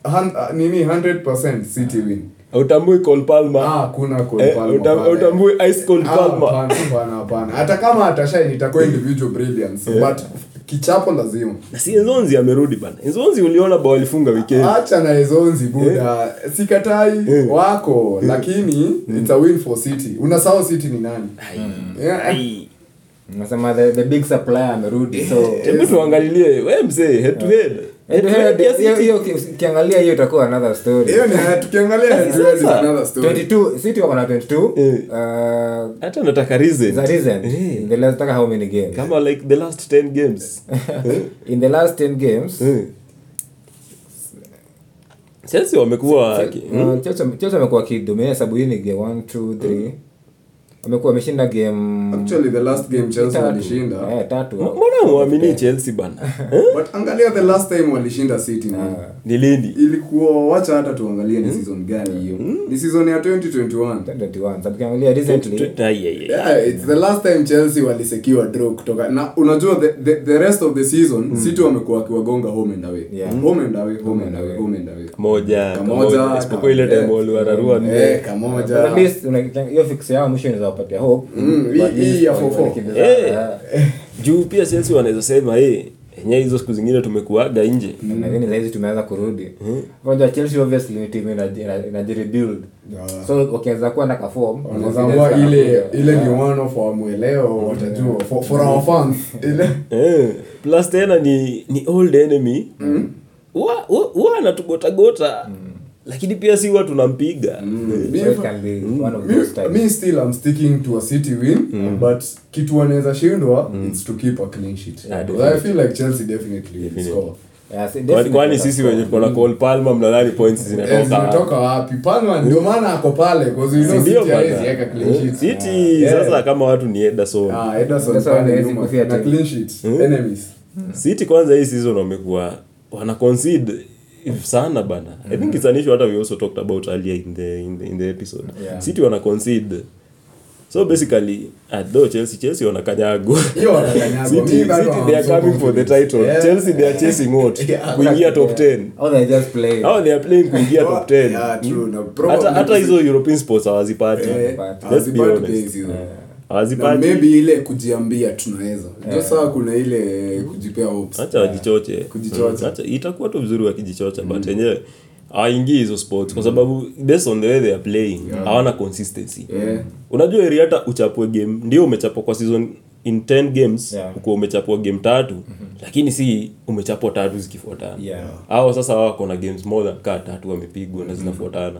han- ah, nini 100% City win. utambui col palma Ah, kuna Cole Palmer pale. Eh, utambui ice cold Ah, palma hapana, hapana, hapana. hata kama atashine itakuwa individual brilliance Eh. but kichapo lazima Na si enzonzi amerudi bana enzonzi uliona ba walifunga Eh. wikendi acha na ezonzi buda sikatai wako lakini it's a win for city unasahau city ni nani Hmm. Yeah. Nasema the, the big supplier Eh, amerudi so hebu tuangalilie we msee head to head Eh, hiyo- Yes, hiyo- hiyo uki- ukiangalia hiyo itakuwa another story hiyo ni uh, tukiangalia head-to-head is another story 22 city wako na 22 Eh. uh, hata nataka reason that isn't in the last taka how many games kama like the last 10 games in the last 10 games Eh. chelsea wamekuwa Uh, Chelsea Chelsea wamekuwa kidominia sababu hii ni game 1 2 3 wamekuwa wameshinda game actually the last game chelsea tatu. walishinda Eh, tatu mbona muamini chelsea bana Eh? but angalia the last time walishinda city man. ni lini ilikuwa wacha hata tuangalie ni season gani hiyo ni season ya 2021 21 sababu ukiangalia recently Tu- ai, ai, ai. Yeah, Eh, it's the last time Chelsea walisecure draw kutoka na unajua the, the, the rest of the season City wamekuwa wakiwagonga home and away. Yeah. Home and away, home and away, home and away. moja Kamoja, kamoja, isipokuwa ile kamoja. time waliwararua nne. Eh, But at kamoja. least una- hiyo fix yao mwisho inaweza wapatia hope Mm, hii- But at least hii ya wali- 4-4. walikimbiza- Eh. juu pia chelsea wanaweza sema hey, enye hizo siku zingine tumekuaga nje lakini sahizi tumeanza kurudi Hmm. moja chelsea obviously ni timu ina- ina- inajirebuild so wakianza kuwa na kafom wanazamua ile ile ni one of our mweleo watajua for, for our fans ile eh, plus tena ni ni old enemy Mm. huwa huwa- huwa anatugotagota lakini pia si huwa tunampiga Mm. Eh. Mi- mi still am sticking to a city win Mm. but kitu wanaweza shindwa it's to keep a clean sheet Because i feel like chelsea definitely will score Kwani- kwani sisi wenye tuko na Cole Palmer mnadhani points Mm. Eh, zinatoka wapi? zimetoka wapi palma ndio maana ako pale because you know Si ndio city bana? Eh, hawezi weka clean sheet City sasa kama watu ni Ederson ah ederson Ederson pale hawezi nyuma kufia na tena. clean sheet Eh? enemies City kwanza hii season wamekuwa wana concede sana bana i Mm-hmm. think it's an issue hata we also talked about earlier in the in the, in the episode city wana concede so basically although chelsea chelsea wanakanyagwa hiyo wananyanyagwa. City, Mi bado City they are I'm so coming for the confident. title. Yeah. Chelsea they are chasing out. Kuingia top 10. Hao they are playing kuingia top 10. Yeah, true. Na Hmm? probably Hata hata hizo European sports hawazipati. Eh, Let's be hazipati honest. Eh. base hizo. Na maybe Hawazipati. ile kujiambia tunaweza ndio saa kuna ile kujipea hopes. Eh. Acha wajichoche. Kujichocha. Mm. Acha itakuwa tu vizuri wakijichocha but yenyewe hawaingii hizo sports kwa sababu based on the way they are playing hawana consistency. Yeah. Unajua heri hata uchapwe game ndio umechapwa kwa season in 10 games Yeah. uko umechapwa game tatu Mm-hmm. lakini si umechapwa tatu zikifuatana. hao sasa wako na games more than kaa tatu wamepigwa Mm-hmm. na zinafuatana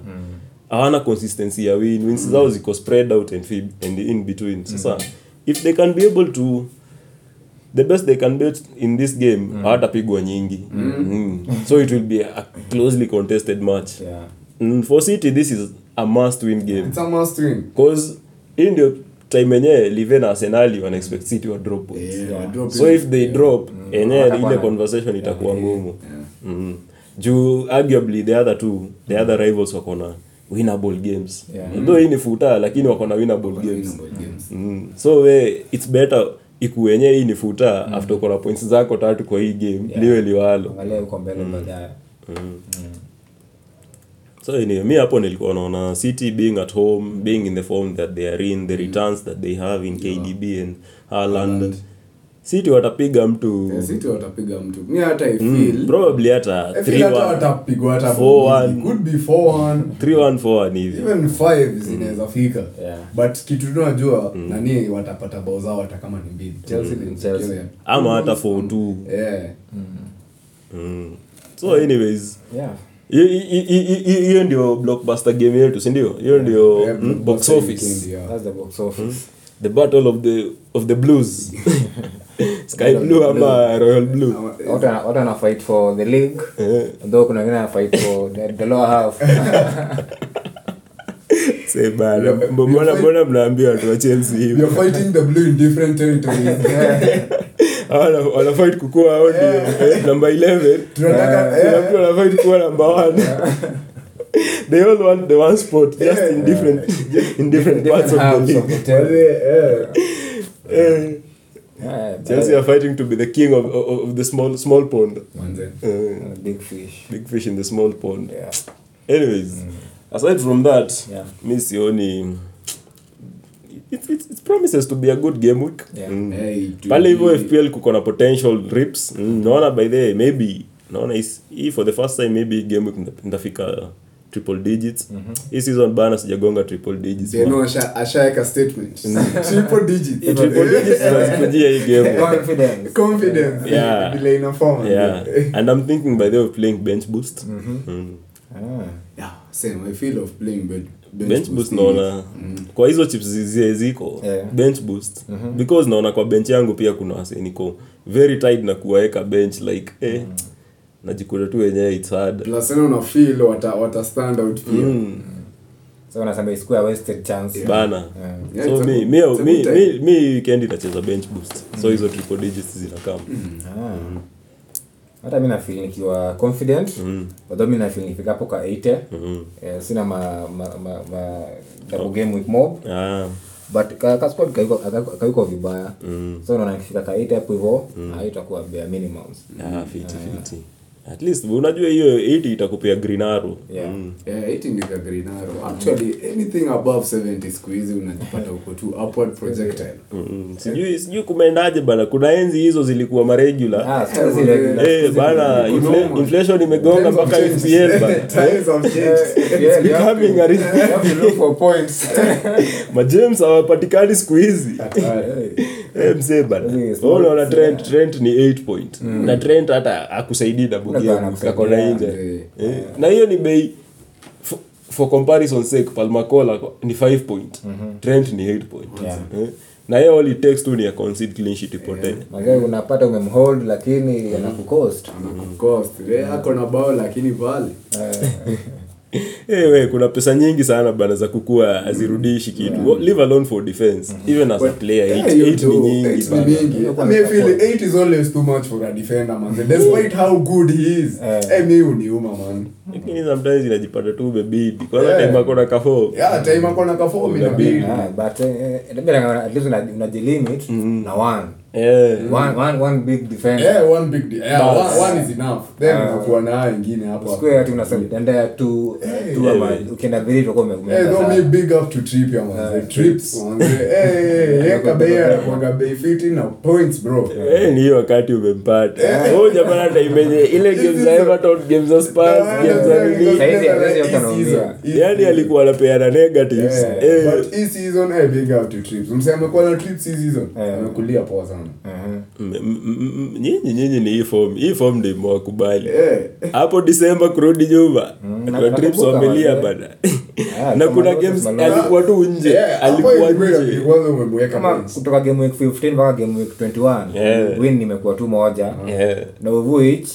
hawana consistency ya win wins zao ziko spread out and, fib, and in between sasa Mm-hmm. if they can be able to the best they can bet in this game hawatapigwa nyingi Mm. so it will be a closely contested match mm, for city this is a must win game It's a must win. cause hii ndio time yenyewe live na arsenali wana expect city wa drop points Yeah, Eh, drop so it. if they drop yenyewe ile conversation itakuwa ngumu mm. juu arguably the other two the other rivals wako na winnable games though hii ni futa lakini wako na winnable games mm. so we it's better iku wenyewe hii ni futa Mm. after uko na points zako tatu kwa hii game liwe liwalo Hmm. so anyway, mi hapo nilikuwa naona city being at home being in the form that they are in the Mm. returns that they have in kdb and Haaland city watapiga mtu Yeah, City watapiga mtu. Mi hata I Mm. feel- probably hata I feel hata 3-1 watapigwa hata Four one. mbili. Could be four one. 3-1 4-1 hivi Even five zinaweza fika Yeah. but kitu tunajua Mm. nani watapata bao zao hata kama ni mbili Chelsea ni Chelsea. secure. ama hata 4-2 Yeah. Mm. so anyways hi- hi- hi- hi- hi- hiyo ndio blockbuster game yetu sindio hiyo ndio Yeah, mm, box blockbuster office weekend, yeah. Hmm. the battle of the of the blues sky blue ama royal blue Eh. watu wana fight for the league though kuna wengine wana fight for the, the lower half Se bana, mbo- mbona mbona mnaambia watu wa chelsea hivi We are fighting the blue in different territories. Hawa wana- wanafight kukuwa hao ndio eh, number 11 Tunataka- Kuna mtu anafight kuwa number 1 they all want the one spot just in different in different parts of the halves league of the table. Eh, Yeah, but Chelsea are fighting to be the king of, of, of the small small pond. Manze. Eh, I'm a big fish big fish in the small pond. yeah Anyways, aside from that, Mm. Yeah. mi sioni it, it, it promises to be a good game week. Yeah. Mm. Hey, dude. Pale hivyo FPL kuko na potential rips. Mm, naona by the way maybe naona is- hii for the first time maybe game week nda- ndafika triple digits. Mm-hmm. Hii season bana sijagonga triple digits. Zeno man. asha- ashaweka statement. Triple digit. Hii Mm. Triple digits zinazikujia hii game. confidence confidence Yeah. vile inaform. yeah and i'm thinking by the way of playing bench boost Mm-hmm. mm. ah Yeah, same i feel of playing ben- bench, Mm. bench boost boosting. naona kwa hizo chips zie ziko Yeah. bench boost Mm-hmm. because naona kwa bench yangu pia kuna wase niko very tight na kuwaeka bench like eh Mm. najikuta tu wenyewe it's hard plus tena una feel wata, wata stand out pia Mm. so wanasema isikuwa wasted chance bana Yeah. Yeah, so it's a mi good- mi it's a mi good time. Mm. mi mi weekend inacheza bench boost so hizo triple digits zinakama Ah. hata mi nafil nikiwa confident although mi nafil nifikapo ka 80 eh, sina ma, ma, ma, ma double game with mob ah Mm. but ka- ka squad kaiko ka- kaiko Mm. vibaya so naona nikifika ka 80 hapo hivyo ah, itakuwa bare minimums ah fiti fiti at least unajua hiyo 80 itakupea green arrow Yeah. Ah, Yeah, 80 ni the green arrow. Actually, anything above 70 siku hizi unajipata uko tu upward projectile. Mm, sijui sijui kumeendaje bana kuna enzi hizo zilikuwa maregula Ah, sasa zile- Eh, bana infla- inflation imegonga Times have mpaka changed. FPL bana. Times have changed. Yeah, you have Becoming a to- re- you have to look for points. majames hawapatikani siku hizi Eh, msee bana Yes, Wewe unaona trent trent ni 8 point na trent hata akusaidii Unajua dabugia Mm. anakusaidia, kakona inje eh. Eh, na hiyo ni bei for, for comparison sake palmacola ni 5 point Mhm. trent ni 8 point Eh, na hiyo all it takes tu ni a concede clean sheet ipotee Mazee, unapata umemhold lakini anakucost Of course, eh, Mm. ako na bao lakini pale. Eh, we, kuna pesa nyingi sana bana za kukua Mm. azirudishi kitu Wo- leave alone for defense even as a player eight- Mm-hmm. Yeah, you eight ni do. nyingi Eight ni bana. nyingi. I mean, I feel eight is always too much for a defender, man. Despite how good he is. Eh, mi huniuma, man. lakini sometimes inajipata tu umebidi kwanza Yeah. time ako na kafo Yeah, time ako na kafomi inabidi. Ah, but eh, eh, labda at least una- unajilimit na one. Eh, Mm. One- one- one big defender. Mm-hmm. Yeah, one big de- yeah, one- one is enough. Then unakuwa na haya ingine hapo. Square ati unasalidanda tu tu ama ukienda vili utakuwa ume- Eh, umeenda though me sana. big up to trip ya manze. Trips, manze. Eh, eh, Kabei anakuwanga bei fiti na points, bro. eh, ni hiyo wakati umempata oh jamani hata imenye ile game za everton game za spurs Yeah, game za yeah, nini yeah, Saizi- yeah, saizi yote hii anaongea. season, hii yani alikuwa anapeana negatives Yeah, Eh, but hii season eh, big up to trips msee amekuwa na trips hii season Eh, amekulia poa sana m- m- m- mm, nyinyi nyinyi ni hii form hii form ndio imewakubali Eh, hapo disemba kurudi nyumba Mm, na- trips nakumbuka wamelia mazee. bana Ah, na kama kuna Moses games Malone. alikuwa tu nje yeah, hapo alikuwa ilikuwa nje inabidi kwanza umemweka kama bench. kutoka game week 15 mpaka game week 21 Yeah. win imekuwa tu moja Mm-hmm. Yeah. na uvuich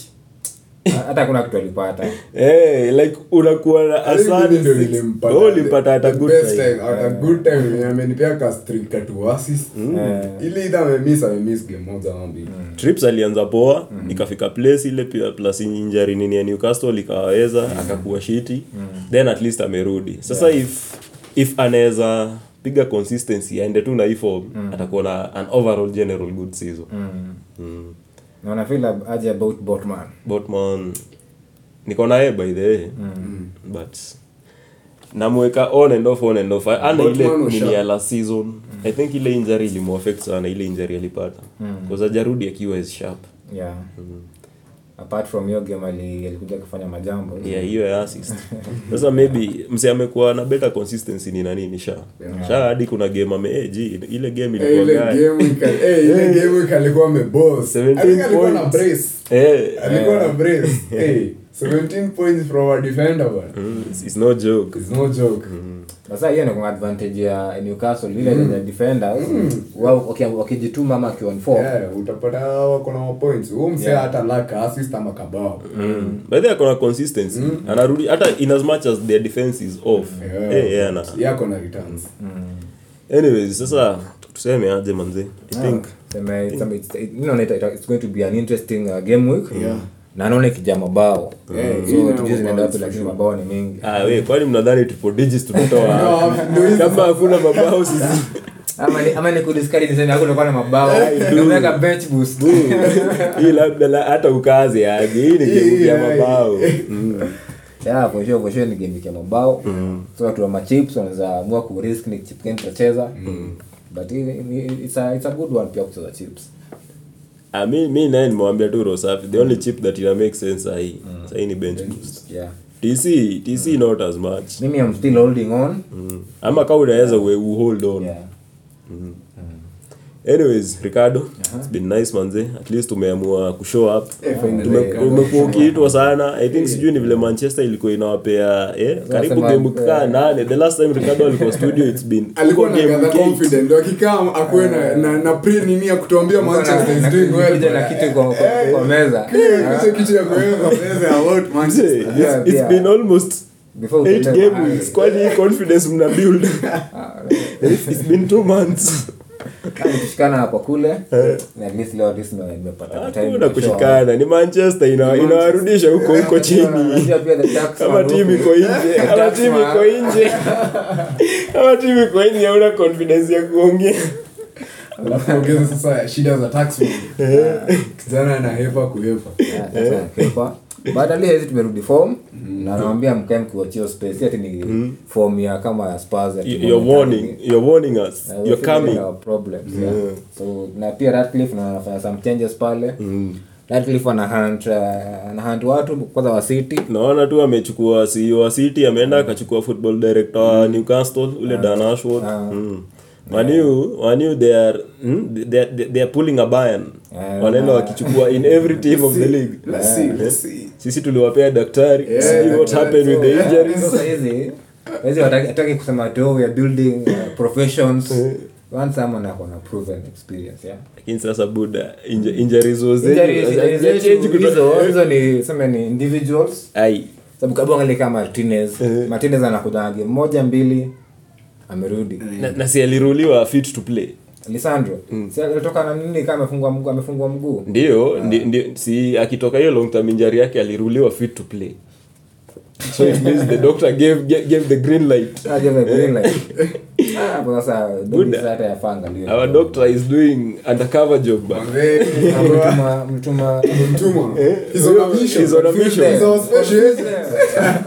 hata kuna kitu alipata Eh, like unakuwa na I think mimi asani ndio six. nilimpata. Oh, ulimpata hata The good best time. Eh. time, hata good time, mwenye amenipea ka streak ka two assists. Mm. Eh. Ile either amemiss, amemiss game moja ama mbili. trips alianza poa Mm. ikafika place ile pia plus injury nini ya newcastle ikawaweza Mm. akakuwa shiti then at least amerudi sasa if if anaweza piga consistency aende tu na hii form Mm. atakuwa na an overall general good season Mm. na unafeel ab- aje about botman Botman niko naye by the way Mm. but namweka on and off on and off ana ile Botman usha- nini ya last season i think ile injury ilimuaffect sana ile injury alipata Mm. because hajarudi akiwa is sharp yeah Mm-hmm. apart from hiyo game ali- alikuja kufanya majambo Mm. yeah hiyo ya assist sasa maybe mse amekuwa na better consistency ni nani ni sha sha hadi kuna game ame eh, gee, ile game Eh, ile ilikuwa gani game week al- eh, ile game week alikuwa ameboss. I think 17 alikuwa na points. brace. eh Alikuwa na brace. Eh, 17 points from our defender, bwana. mm, it's- it's no joke It's no joke. sasa hiyo inakuwa advantage ya newcastle ile Mm. ya defenders wao waki- wakijituma ama akiwa on form Yeah, Eh, utapata hawa wako na mapoints. Huyu msee hata lack assist ama kabao. Hmm. Mm. by the way akona consistency anarudi hata in as much as their defense is off Yeah. eh yeah, ana Yako na returns. anyways sasa tuseme aje manze Ah. i think Sema, it's- it's- it- you know, it- it's going to be an interesting uh, game week na naona ikija mabao Yeah, So, hii nayo tujue zinaenda mabao wapi, for lakini sure. mabao ni mengi ah we kwani mnadhani tupo digits No, tunatoa I'm- ndio hizi kama hakuna mabao sisi ama ni- ama ni kudiskari niseme hakuna kuwa na mabao dude. nimeweka bench boost hii labda la- hata ukaze aje hii ni game ya mabao Mm. yeah for sure for sure ni game ya mabao so watu wa machips wanaweza amua ku risk ni chip gani tutacheza Mm. but i- i- it's a it's a good one pia kucheza chips Ah, mi mi naye nimewambia tu rosafi the only chip that ina make sense sahii Mm. sahii ni bench boost yeah tc tc not as much mimi I'm still holding on Mm. ama kama unaweza we we hold on yeah anyways ricardo it's been nice manze at least umeamua kushow up Eh, finally, Tume- Ricardo. umekuwa ukiitwa sana i think sijui ni vile manchester ilikuwa inawapea eh, karibu Wanasema, game kaa eh, nane the last time ricardo alikuwa studio it's been alikuwa na game gather week eight. confident akikaa akuwe na, na, na pre nini ya kutuambia Manchester is doing well Kuja Eh. na kitu kwa kwa- kwa meza Ah. Eh, kitu- kitu ya kuweza kueleza about Mzee, Manchester. Eh, it's- Yeah, it's yeah. been almost Before eight ukienda- game weeks kwani hii confidence mna build It's- it's been two months Kama tushikana hapa kule na at least leo at least nime- nimepata time Eh. hakuna to show up. Ah, kushikana ni manchester ina- inawarudisha huko huko chini Unajua pia the tax Ah, kama man timu huku. iko nje kama That's timu why. iko nje kama timu iko nje hauna confidence ya kuongea Alafu ongeza Eh. sasa ya shida za tax money. Kijana anahepa kuhepa. Eh. Yeah, that's why. Kepa. but at least tumerudi form Mm. na naambia mkae mkiwachio space ati ni form ya kama ya Spurs ati you're Mm. warning you're warning us Na we're you're figuring coming Mm. our problems yeah. so na pia Ratcliffe na anafanya some changes pale Mm. Ratcliffe ana hunt uh, ana hunt watu kwanza wa City naona tu amechukua CEO wa city ameenda akachukua football director Mm. wa newcastle Ah. ule dan ashwood mm. maniu maniu they are mm, they, are- they, they are pulling a bayan wanaenda wakichukua in every team of the league Eh. Let's see, let's see. sisi tuliwapea daktari see what happened with the injuries Sasa hizi hizi wataki hataki kusema ati oh, we are building uh, professions Eh. once someone ako na proven experience yeah lakini sasa buda inj- injuries was there. Injuries- injuries Change zetu kutoka- hizo- hizo ni sema ni individuals Ai. sababu kabla angali kama Martinez Eh. Martinez anakutana game moja mbili amerudi na, na si aliruliwa fit to play Lisandro Mm. si alitoka na nini kama amefungwa mguu amefungwa mguu Ah. ndio ndi- ndi- si akitoka hiyo long term injury yake aliruliwa fit to play so it means the doctor gave, gave, gave the green light Ah, give a green light. Ah, hapo sasa Buda. Donis hata yafanga leo. our doctor is doing undercover job but Hey, Ah, mtuma mtuma Mtumwa. Eh, He's on a mission. he's on a mission He's on a special mission.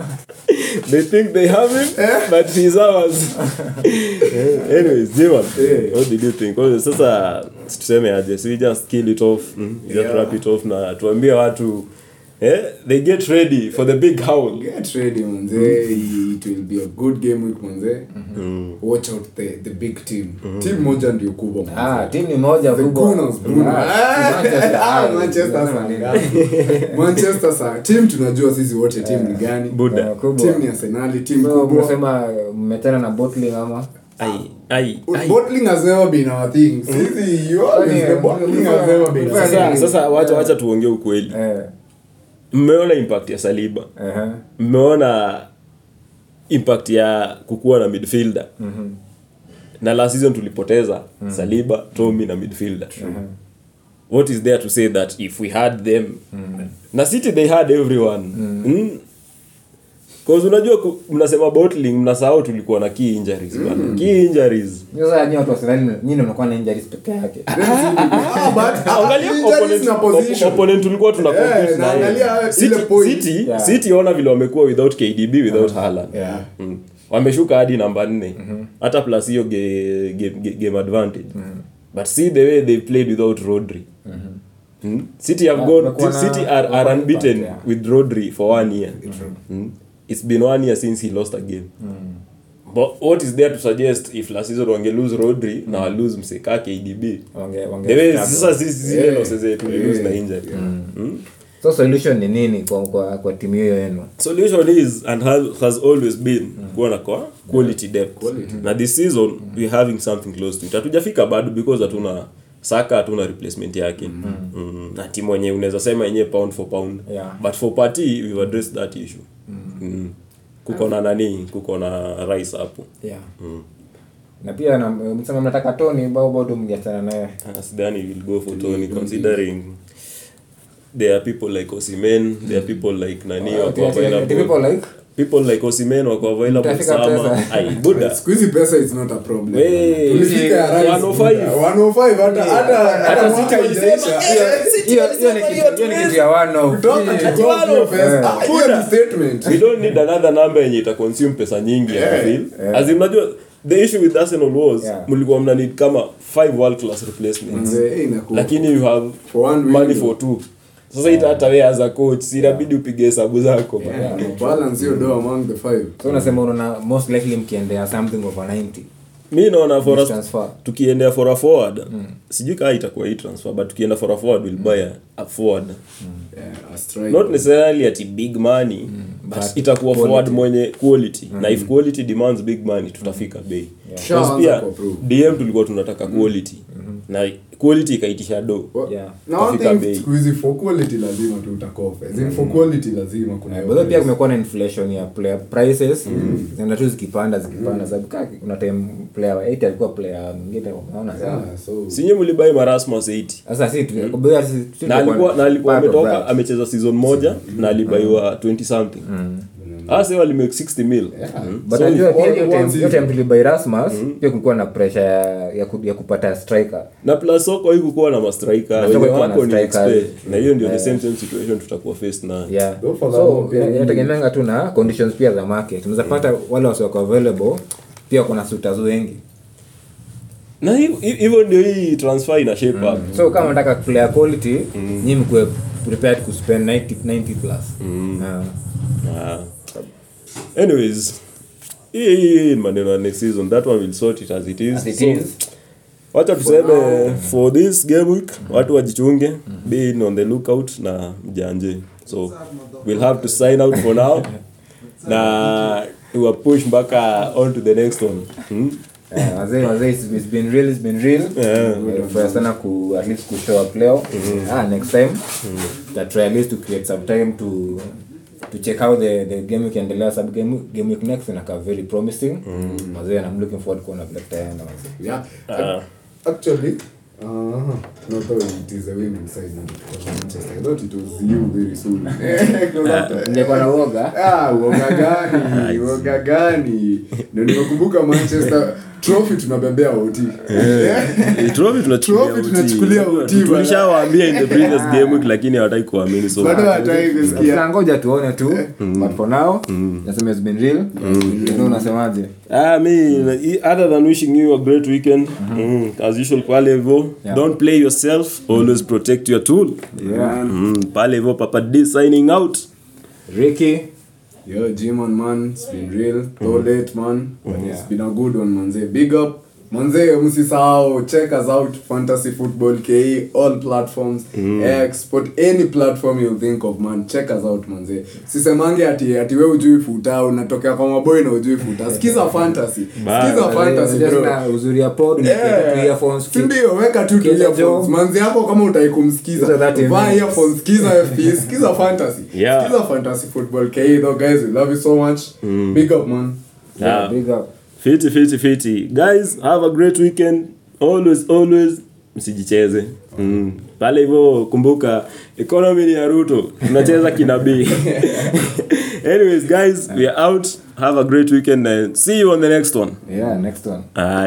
they think they have him but he's ours Eh, anyways Zeman, what did you think Kwa hiyo sasa tuseme aje so you just kill it off mm? you just wrap it off na tuambie watu eh, they get ready for the big howl Get ready, manze. It will be a good game week, manze. Watch out the, the big team. Team moja ndio kubwa. manze. ah timu ni moja The kubwa. Gunners, Bruno. Ah, Manchester. Ah, Manchester Sanga. Manchester Sanga. Team tunajua sisi wote team ni gani. buda Ah, kubwa. Team ni Arsenali, team So, kubwa. mnasema mmetana na bottling ama ai ai ai Bottling has never been our thing. Sisi, you always the bottling eh, has never been our sasa, thing. sasa wacha wacha tuongee ukweli eh mmeona impact ya saliba eh mmeona impact ya kukuwa na midfielder mm-hmm. na last season tulipoteza mm-hmm. saliba tomi na midfielder mm-hmm. what is there to say that if we had them mm-hmm. na city they had everyone mm-hmm. mm Cause unajua ku- mnasema bottling mnasahau tulikuwa na key injuries mm. key injuries sasa nyinyi watu wa Arsenal nyinyi ndio mnakuwa na injuries peke yake Ah, but angalia injuries opponent, na op- position. opponent tulikuwa tuna Eh, compete na na yeye. angalia City- ile point. City- Yeah. City ona vile wamekuwa without KDB without Haaland Yeah. Mm-hmm. mm. wameshuka hadi namba nne hata plus hiyo ge, ge, ge, game advantage but see the way they played without Rodri Mm-hmm. Mm. City have Yeah, gone wamekuwa na- City are, wamekuwa are na unbeaten impact, yeah. with Rodri for one year mm. it's been one year since he lost a game Mm. but what is there to suggest if last season wange lose Rodri Mm. na wa lose mseka KDB wange The wange way sasa sisi zile losses zetu we lose na injury. Mm. so solution ni nini kwa kwa, kwa timu hiyo yenu Solution is and has, has always been kuwa na kwa quality Mm. depth. Na this season we having something close to it. Hatujafika bado because hatuna Saka hatuna replacement yake. Mm. Na timu yenyewe unaweza sema yenyewe pound for pound. Yeah. But for party we've addressed that issue. Mm. Kuko na nani? Kuko na Rice hapo. yeah na pia na- msema mnataka Tony bao bado mjachana naye Ah, sidhani will go for Tony considering there are people like Osimhen, there are people like nani wako available. people like People like Osimhen wako available Mtafika sama. pesa. Ai Buddha. Siku hizi pesa is not a problem. Hey, Tulifika ya rise. 105. 105 hata oh hata hata mwaka haijaisha. hiyo hiyo ni kitu hiyo ni kitu ya one off Kutoka Hiyo- kidogo hiyo pesa. Yeah. Ah, hiyo ni statement. We don't need another number yenye ita consume pesa nyingi yeah. feel. As in unajua the issue with Arsenal was Yeah. Mm. mlikuwa mna need kama five world class replacements. Mzee, hey, inakuwa. Lakini you have For one money million. for two. Sasa ita hata wewe as a coach si inabidi upige hesabu zako. bana. Yeah, balance hiyo do among the five. so unasema unaona most likely mkiendea something over 90 mi naona for Ni us- transfer. Mm. tukiendea for a forward sijui kaa itakuwa hii transfer but tukienda for a forward we'll buy a, a forward Yeah, a strike. not necessarily ati big money Mm, but, itakuwa forward mwenye quality na if quality demands big money tutafika bei Sure, Because anza pia kuapprove. dm tulikuwa tunataka Mm. quality Mm-hmm. na quality ikaitisha do Wa- Yeah. na one Kafika thing bei. siku hizi for quality lazima tu utakopa. As in for quality lazima kuna hiyo By the way, pia price. kumekuwa na inflation ya player prices zinaenda tu zikipanda zikipanda sababu kaa kuna time player wa 8 alikuwa player mwingine unaona sana Yeah, so sinye mlibai marasmus 8 sasa si tu- kubea si- si na tulikuwa alikuwa na alikuwa part of Mm. ametoka that. Mm. amecheza season moja na alibaiwa 20 something Ah, ase walimake 60 mil but So najua if pia all hiyo the time- ones hiyo hivi- time tulibuy Rasmus pia kulikuwa na pressure ya, ya, ku, ya kupata striker na plus soko haikukuwa na Na mastrika soko wenye haikuwa na wako ni strikers. expert. na hiyo ndio the same same situation tutakuwa faced nayo yeah. Though for that so one, pia ina- ni- inategemeanga tu na conditions pia za market unaweza pata wale wasioko available pia kuna sutazu wengi na hiv- hiv- hivyo ndio hii transfer ina shape up so kama nataka player quality mm. nyi mkuwe prepared kuspend 90, 90 plus mm. Ah. anyways hii hii- hii ni maneno ya next season that one will sort it as it is, it So, is. wacha tuseme for this game week watu wajichunge be in on the lookout na mjanje so we'll have to sign out for now na tuwa push mpaka on to the next one hmm? Eh, wazee wazee it's, it's been real it's been real yeah. sana ku at least ku show up leo ah, next time mm. try at least to create some time to to check out the, the game ikiendelea sababu game, game week next inakaa very promising mm. wazee I'm looking forward kuona vile tutaenda wazee Yeah. Ac- Ah. Actually, uh, no, though it is a women side now for Manchester. I thought it was you very soon. Eh, 'cause after- ningekuwa na uoga Ah, uoga gani? Uoga gani? Ndio nimekumbuka Manchester trophy tunabebea OT. Eh, trophy tunachukulia Trophy uti. tunachukulia uti, bana. tulishawaambia in the previous game week lakini hawataki kuamini so Bado hataki kusikia. tunangoja tuone tu but for now nasema it's been real ndio unasemaje Ah, me, i- other than wishing you a great weekend, mm, as usual, pale hivo, don't play yourself, always protect your tool. Mm, pale hivo, Papa D signing out. Ricky Yo, Jimon man, it's been real. Though late man, but it's been a good one manze. Big up. Manze, msisahau check us out Fantasy Football KE all platforms. X, but any platform you think of man, check us out manze. Sisemange ati ati wewe hujui futa, unatokea kwa maboy na hujui futa. Sikiza fantasy. Sikiza fantasy bro. na uzuri ya pod unapiga tu earphones Si ndio weka tu tu Sikiza earphones. Joe. Manzi yako kama utaikumsikiza. Sikiza 30 Vaa minutes. earphones, sikiza FPs, sikiza fantasy. Yeah. Sikiza fantasy football KE though guys, we love you so much. Big up man. Yeah, Ah, big up Fiti, fiti, fiti. Guys, have a great weekend. Always, always, msijicheze. Mm. Pale hivo, kumbuka, economy ni ya Ruto. Tunacheza kinabii. Anyways, guys, we are out. Have a great weekend and see you on the next one. Ah. yeah next one Aye.